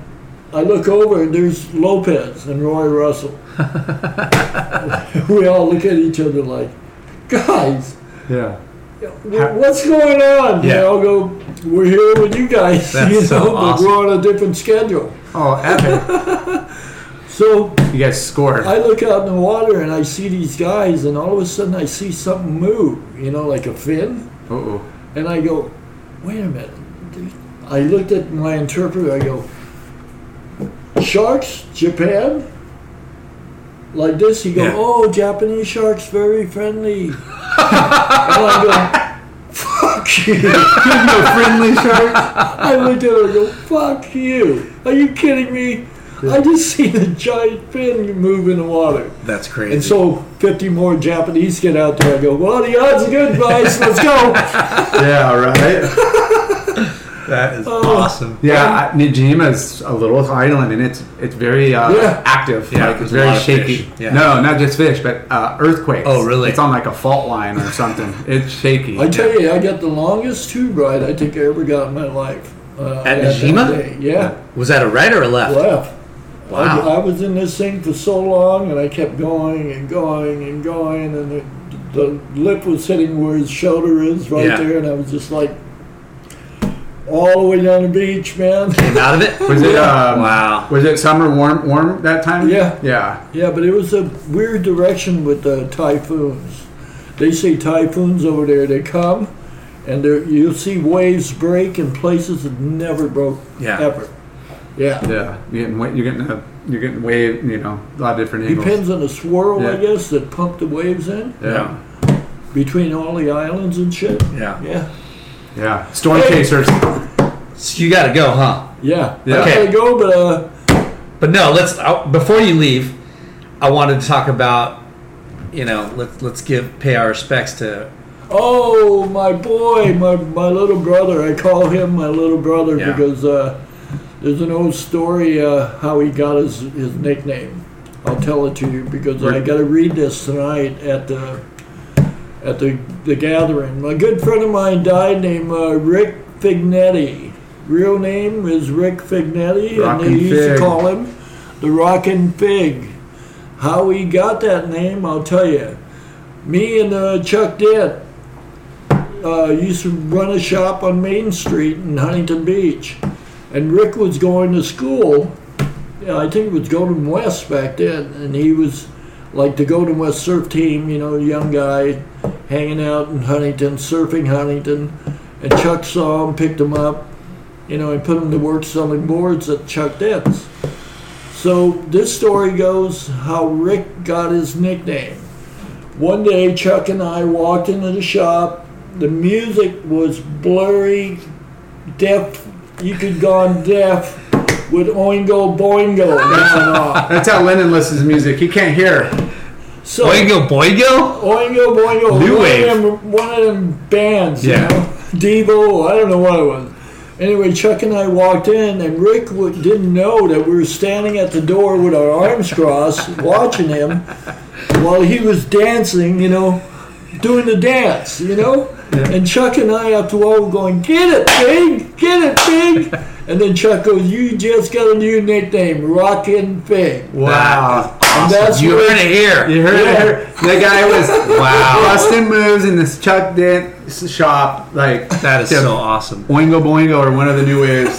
Speaker 9: I look over, and there's Lopez and Roy Russell. we all look at each other like, guys,
Speaker 8: Yeah.
Speaker 9: Wha- What's going
Speaker 4: Yeah.
Speaker 9: on? They all go, we're here with you guys,
Speaker 4: That's
Speaker 9: you know,
Speaker 4: so
Speaker 9: but
Speaker 4: awesome.
Speaker 9: we're on a different schedule.
Speaker 8: Oh, epic!
Speaker 9: So
Speaker 8: you guys scored.
Speaker 9: I look out in the water and I see these guys, and all of a sudden I see something move, you know, like a fin,
Speaker 8: Oh,
Speaker 9: and I go, wait a minute. I looked at my interpreter. I go, sharks, Japan, like this. He go,
Speaker 12: Yeah.
Speaker 9: oh, Japanese sharks, very friendly. and I go, fuck you. Give a friendly shark. I looked at her. I go, fuck you. Are you kidding me? I just seen a giant fin move in the water.
Speaker 12: That's crazy.
Speaker 9: And so 50 more Japanese get out there and go, well, the odds are good, guys. Let's go.
Speaker 8: Yeah, right.
Speaker 4: That is
Speaker 9: Oh,
Speaker 4: awesome.
Speaker 8: Yeah, I- Nijima's a little island, and it's it's very uh,
Speaker 9: Yeah.
Speaker 8: active.
Speaker 4: Yeah,
Speaker 8: like it's
Speaker 4: there's a
Speaker 8: very
Speaker 4: lot of
Speaker 8: shaky.
Speaker 4: fish. Yeah.
Speaker 8: No, not just fish, but uh, earthquakes.
Speaker 4: Oh, really?
Speaker 8: It's on like a fault line or something. it's shaky.
Speaker 9: I tell you, I got the longest tube ride I think I ever got in my life. Uh,
Speaker 4: At
Speaker 9: that
Speaker 4: Najima?
Speaker 9: day. Yeah,
Speaker 4: Was that a right or a left?
Speaker 9: left. I,
Speaker 4: Wow.
Speaker 9: I was in this thing for so long, and I kept going and going and going, and the, the lip was hitting where his shoulder is right
Speaker 4: Yeah.
Speaker 9: there, and I was just like, all the way down the beach, man.
Speaker 4: Came out of it?
Speaker 8: Was it um,
Speaker 4: Wow.
Speaker 8: Was it summer warm warm that time?
Speaker 9: Yeah.
Speaker 8: Yeah.
Speaker 9: Yeah, but it was a weird direction with the typhoons. They say typhoons over there. They come, and they're, you'll see waves break in places that never broke
Speaker 4: Yeah.
Speaker 9: ever. Yeah.
Speaker 8: Yeah. You're getting wa- you're getting a you're getting wave. You know, a lot of different angles.
Speaker 9: Depends on the swirl, I
Speaker 8: Yeah.
Speaker 9: guess, that pumped the waves in
Speaker 8: Yeah.
Speaker 9: between all the islands and shit.
Speaker 4: Yeah.
Speaker 9: Yeah.
Speaker 8: Yeah. Storm
Speaker 9: Hey.
Speaker 8: chasers.
Speaker 4: So you got to go, huh?
Speaker 9: Yeah.
Speaker 8: Yeah.
Speaker 9: I
Speaker 4: Okay.
Speaker 9: gotta go, but uh,
Speaker 4: But no, let's I, before you leave, I wanted to talk about you know, let's let's give pay our respects to
Speaker 9: oh my boy, my my little brother. I call him my little brother
Speaker 4: Yeah.
Speaker 9: because uh, there's an old story uh, how he got his his nickname. I'll tell it to you because I got to read this tonight at the at the the gathering. A good friend of mine died named uh, Rick Fignetti. Real name is Rick Fignetti,
Speaker 8: Rockin'
Speaker 9: and they used
Speaker 8: Fig.
Speaker 9: to call him the Rockin' Fig. How he got that name, I'll tell you. Me and uh, Chuck did. Uh, used to run a shop on Main Street in Huntington Beach, and Rick was going to school. Yeah, I think it was Golden West back then, and he was like the Golden West surf team, you know, young guy hanging out in Huntington, surfing Huntington. And Chuck saw him, picked him up, you know, and put him to work selling boards at Chuck Dent's. So this story goes how Rick got his nickname. One day, Chuck and I walked into the shop. The music was blurry, deaf. You could gone deaf with Oingo Boingo going on.
Speaker 8: That's how Lennon listens to music. He can't hear.
Speaker 9: So,
Speaker 4: Boingo Boingo?
Speaker 9: Oingo Boingo.
Speaker 4: New
Speaker 9: one
Speaker 4: wave.
Speaker 9: Of them, one of them bands,
Speaker 4: Yeah.
Speaker 9: you know? Devo, I don't know what it was. Anyway, Chuck and I walked in, and Rick w- didn't know that we were standing at the door with our arms crossed, watching him while he was dancing, you know, doing the dance, you know? And Chuck and I, after a while, were going, Get it, Fig! Get it, Fig! And then Chuck goes, You just got a new nickname, Rockin' Fig.
Speaker 8: Wow.
Speaker 9: And that's
Speaker 4: You
Speaker 9: where-
Speaker 4: heard it here.
Speaker 8: You heard
Speaker 9: Yeah.
Speaker 8: it. That guy was wow busting moves in this Chuck Dent shop, like
Speaker 4: That is
Speaker 8: Yeah.
Speaker 4: so awesome.
Speaker 8: Oingo Boingo or one of the new waves.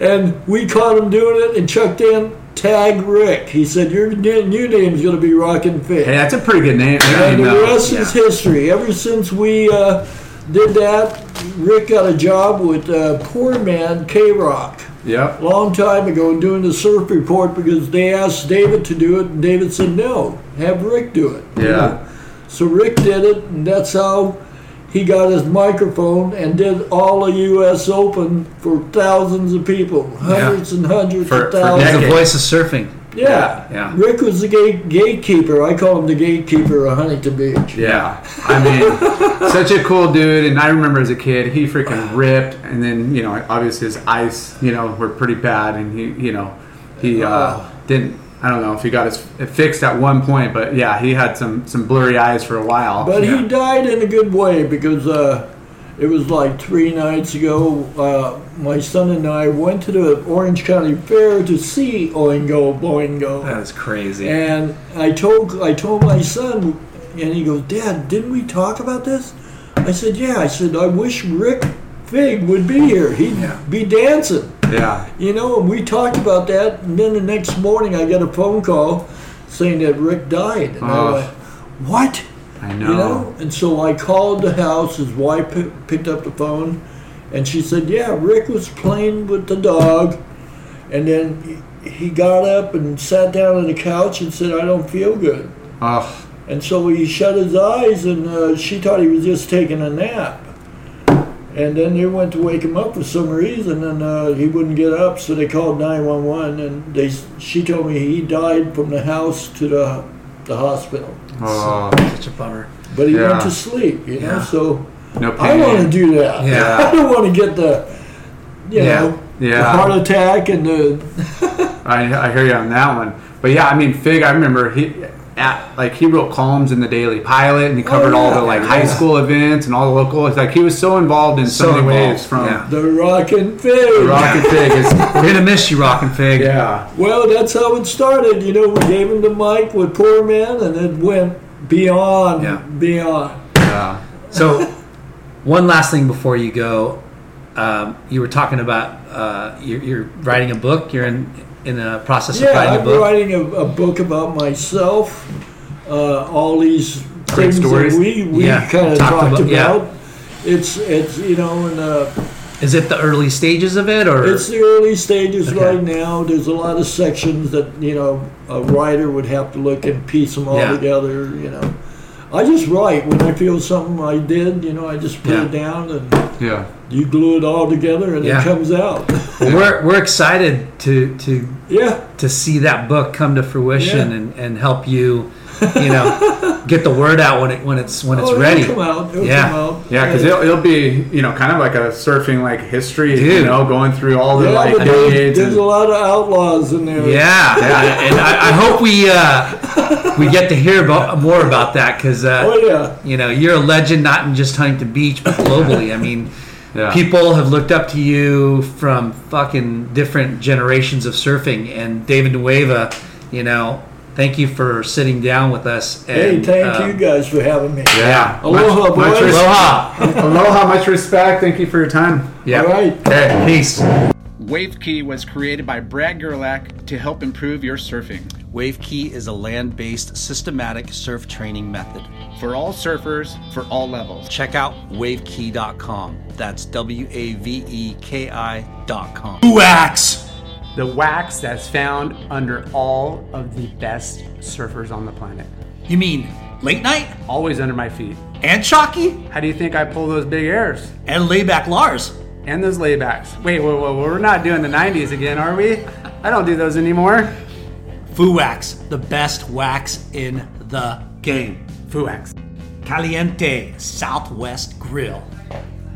Speaker 9: And we caught him doing it and chucked in tag Rick. He said, Your n- new name's going to be Rockin' Fit.
Speaker 8: Hey, that's a pretty good name.
Speaker 9: and
Speaker 8: name,
Speaker 9: the
Speaker 8: though.
Speaker 9: rest is history. Ever since we uh, did that, Rick got a job with uh, Poor Man K Rock
Speaker 8: Yep.
Speaker 9: long time ago doing the surf report because they asked David to do it and David said, No, have Rick do it.
Speaker 8: Yeah.
Speaker 9: So Rick did it, and that's how he got his microphone and did all the U.S. Open for thousands of people, hundreds and hundreds
Speaker 8: For- for
Speaker 9: of thousands.
Speaker 4: He's the
Speaker 8: decades.
Speaker 4: voice of surfing.
Speaker 9: yeah.
Speaker 4: Yeah.
Speaker 9: Rick was the gate, gatekeeper. I call him the gatekeeper of Huntington Beach.
Speaker 8: Yeah. I mean, such a cool dude. And I remember as a kid, he freaking ripped. And then, you know, obviously his eyes, you know, were pretty bad. And he, you know, he uh, didn't, I don't know if he got his, it fixed at one point, but yeah, he had some, some blurry eyes for a while.
Speaker 9: But
Speaker 8: yeah.
Speaker 9: he died in a good way because uh, it was like three nights ago. Uh, my son and I went to the Orange County Fair to see Oingo Boingo.
Speaker 4: That is crazy.
Speaker 9: And I told I told my son, and he goes, "Dad, didn't we talk about this?" I said, "Yeah." I said, "I wish Rick Fig would be here. He'd be dancing."
Speaker 8: yeah.
Speaker 9: You know, and we talked about that. And then the next morning, I got a phone call saying that Rick died, and I
Speaker 8: Ugh.
Speaker 9: went, "What?"
Speaker 8: I
Speaker 9: You know, and so I called the house. His wife p- picked up the phone, And she said, Yeah, Rick was playing with the dog. And then he- he got up and sat down on the couch and said, I don't feel good.
Speaker 8: Ugh.
Speaker 9: And so he shut his eyes, and uh, she thought he was just taking a nap. And then they went to wake him up for some reason, and uh, he wouldn't get up, so they called 911. And they, she told me he died from the house to the, the hospital.
Speaker 8: Oh.
Speaker 4: Such a bummer.
Speaker 9: But he
Speaker 8: Yeah.
Speaker 9: went to sleep, you know.
Speaker 4: Yeah.
Speaker 9: So
Speaker 8: No
Speaker 9: I
Speaker 8: pain.
Speaker 9: want to do that.
Speaker 8: Yeah.
Speaker 9: I don't want to get the, you
Speaker 8: Yeah.
Speaker 9: know, the
Speaker 8: Yeah.
Speaker 9: heart attack and the
Speaker 8: I, I hear you on that one. But yeah, I mean, Fig, I remember he at like he wrote columns in the Daily Pilot, and he covered all the like high school events and all the local. It's like he was so involved in so,
Speaker 13: So
Speaker 8: many
Speaker 13: involved,
Speaker 8: ways from
Speaker 13: yeah.
Speaker 9: the rockin' thing.
Speaker 8: the Rocket Fig. Is,
Speaker 13: Hit a miss, you rockin' fig.
Speaker 8: yeah,
Speaker 9: Well, that's how it started. You know, we gave him the mic with Poor Man, and it went beyond,
Speaker 13: Yeah.
Speaker 9: beyond.
Speaker 8: yeah.
Speaker 4: So, one last thing before you go, um, you were talking about uh, you're, you're writing a book. You're in in the process of
Speaker 9: Yeah,
Speaker 4: writing a
Speaker 9: I'm
Speaker 4: book.
Speaker 9: writing a, a book about myself. Uh, all these
Speaker 8: Great
Speaker 9: things
Speaker 8: stories.
Speaker 9: that we we
Speaker 4: Yeah,
Speaker 9: kind of
Speaker 4: talked
Speaker 9: talked
Speaker 4: about- yeah.
Speaker 9: about. It's it's you know, and uh,
Speaker 4: Is it the early stages of it, or
Speaker 9: It's the early stages
Speaker 4: Okay.
Speaker 9: right now. There's a lot of sections that you know a writer would have to look and piece them all
Speaker 4: Yeah.
Speaker 9: together. You know, I just write when I feel something I did. You know, I just put
Speaker 4: Yeah.
Speaker 9: it down and
Speaker 8: yeah.
Speaker 9: you glue it all together and
Speaker 4: Yeah.
Speaker 9: it comes out.
Speaker 4: Well, we're we're excited to to
Speaker 9: yeah,
Speaker 4: to see that book come to fruition
Speaker 9: Yeah.
Speaker 4: and, and help you, you know, get the word out when it when it's when it's
Speaker 9: oh,
Speaker 4: ready.
Speaker 9: It'll come out. It'll
Speaker 4: Yeah.
Speaker 9: come out.
Speaker 8: Yeah, because
Speaker 9: And-
Speaker 8: it'll, it'll be you know kind of like a surfing like history, you
Speaker 4: Dude.
Speaker 8: know, going through all the
Speaker 9: yeah,
Speaker 8: like
Speaker 9: but there-
Speaker 8: decades.
Speaker 9: there's
Speaker 8: And,
Speaker 9: a lot of outlaws in there.
Speaker 4: Yeah, and I, I hope we uh, we get to hear about, more about that because uh,
Speaker 9: Oh yeah.
Speaker 4: you know you're a legend not in just Huntington Beach but globally. I mean,
Speaker 8: yeah.
Speaker 4: people have looked up to you from fucking different generations of surfing, and David Nueva, you know, thank you for sitting down with us. And,
Speaker 9: Hey, thank
Speaker 4: uh,
Speaker 9: you guys for having me.
Speaker 8: yeah.
Speaker 9: Aloha,
Speaker 8: much, much
Speaker 9: boys.
Speaker 8: res-
Speaker 4: Aloha.
Speaker 8: aloha, much respect. Thank you for your time.
Speaker 4: Yeah.
Speaker 9: All right.
Speaker 4: Okay, peace.
Speaker 14: WaveKey was created by Brad Gerlach to help improve your surfing.
Speaker 3: WaveKey is a land based systematic surf training method.
Speaker 14: For all surfers, for all levels.
Speaker 3: Check out wavekey.com. That's W A V E K I.com.
Speaker 13: Wax.
Speaker 8: The wax that's found under all of the best surfers on the planet,
Speaker 13: You mean late night
Speaker 8: always under my feet.
Speaker 13: and Chalky
Speaker 8: How do you think I pull those big airs
Speaker 13: and layback Lars?
Speaker 8: and those laybacks? Wait, whoa, whoa, whoa, we're not doing the 90s again, are we? I don't do those anymore.
Speaker 13: Foo Wax, the best wax in the game.
Speaker 8: Fuax.
Speaker 13: Caliente Southwest Grill.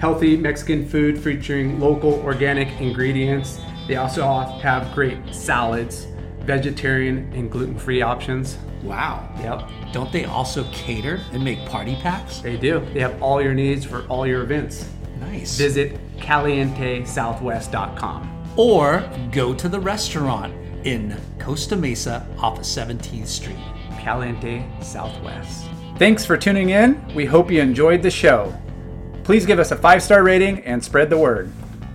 Speaker 8: Healthy Mexican food featuring local organic ingredients. They also have great salads, vegetarian and gluten free options.
Speaker 13: Wow.
Speaker 8: Yep,
Speaker 13: Don't they also cater and make party packs?
Speaker 8: they do. They have all your needs for all your events.
Speaker 13: Nice.
Speaker 8: Visit calientesouthwest.com.
Speaker 13: or go to the restaurant in Costa Mesa off of 17th Street.
Speaker 8: Caliente Southwest.
Speaker 14: Thanks for tuning in. We hope you enjoyed the show. Please give us a five star rating and spread the word.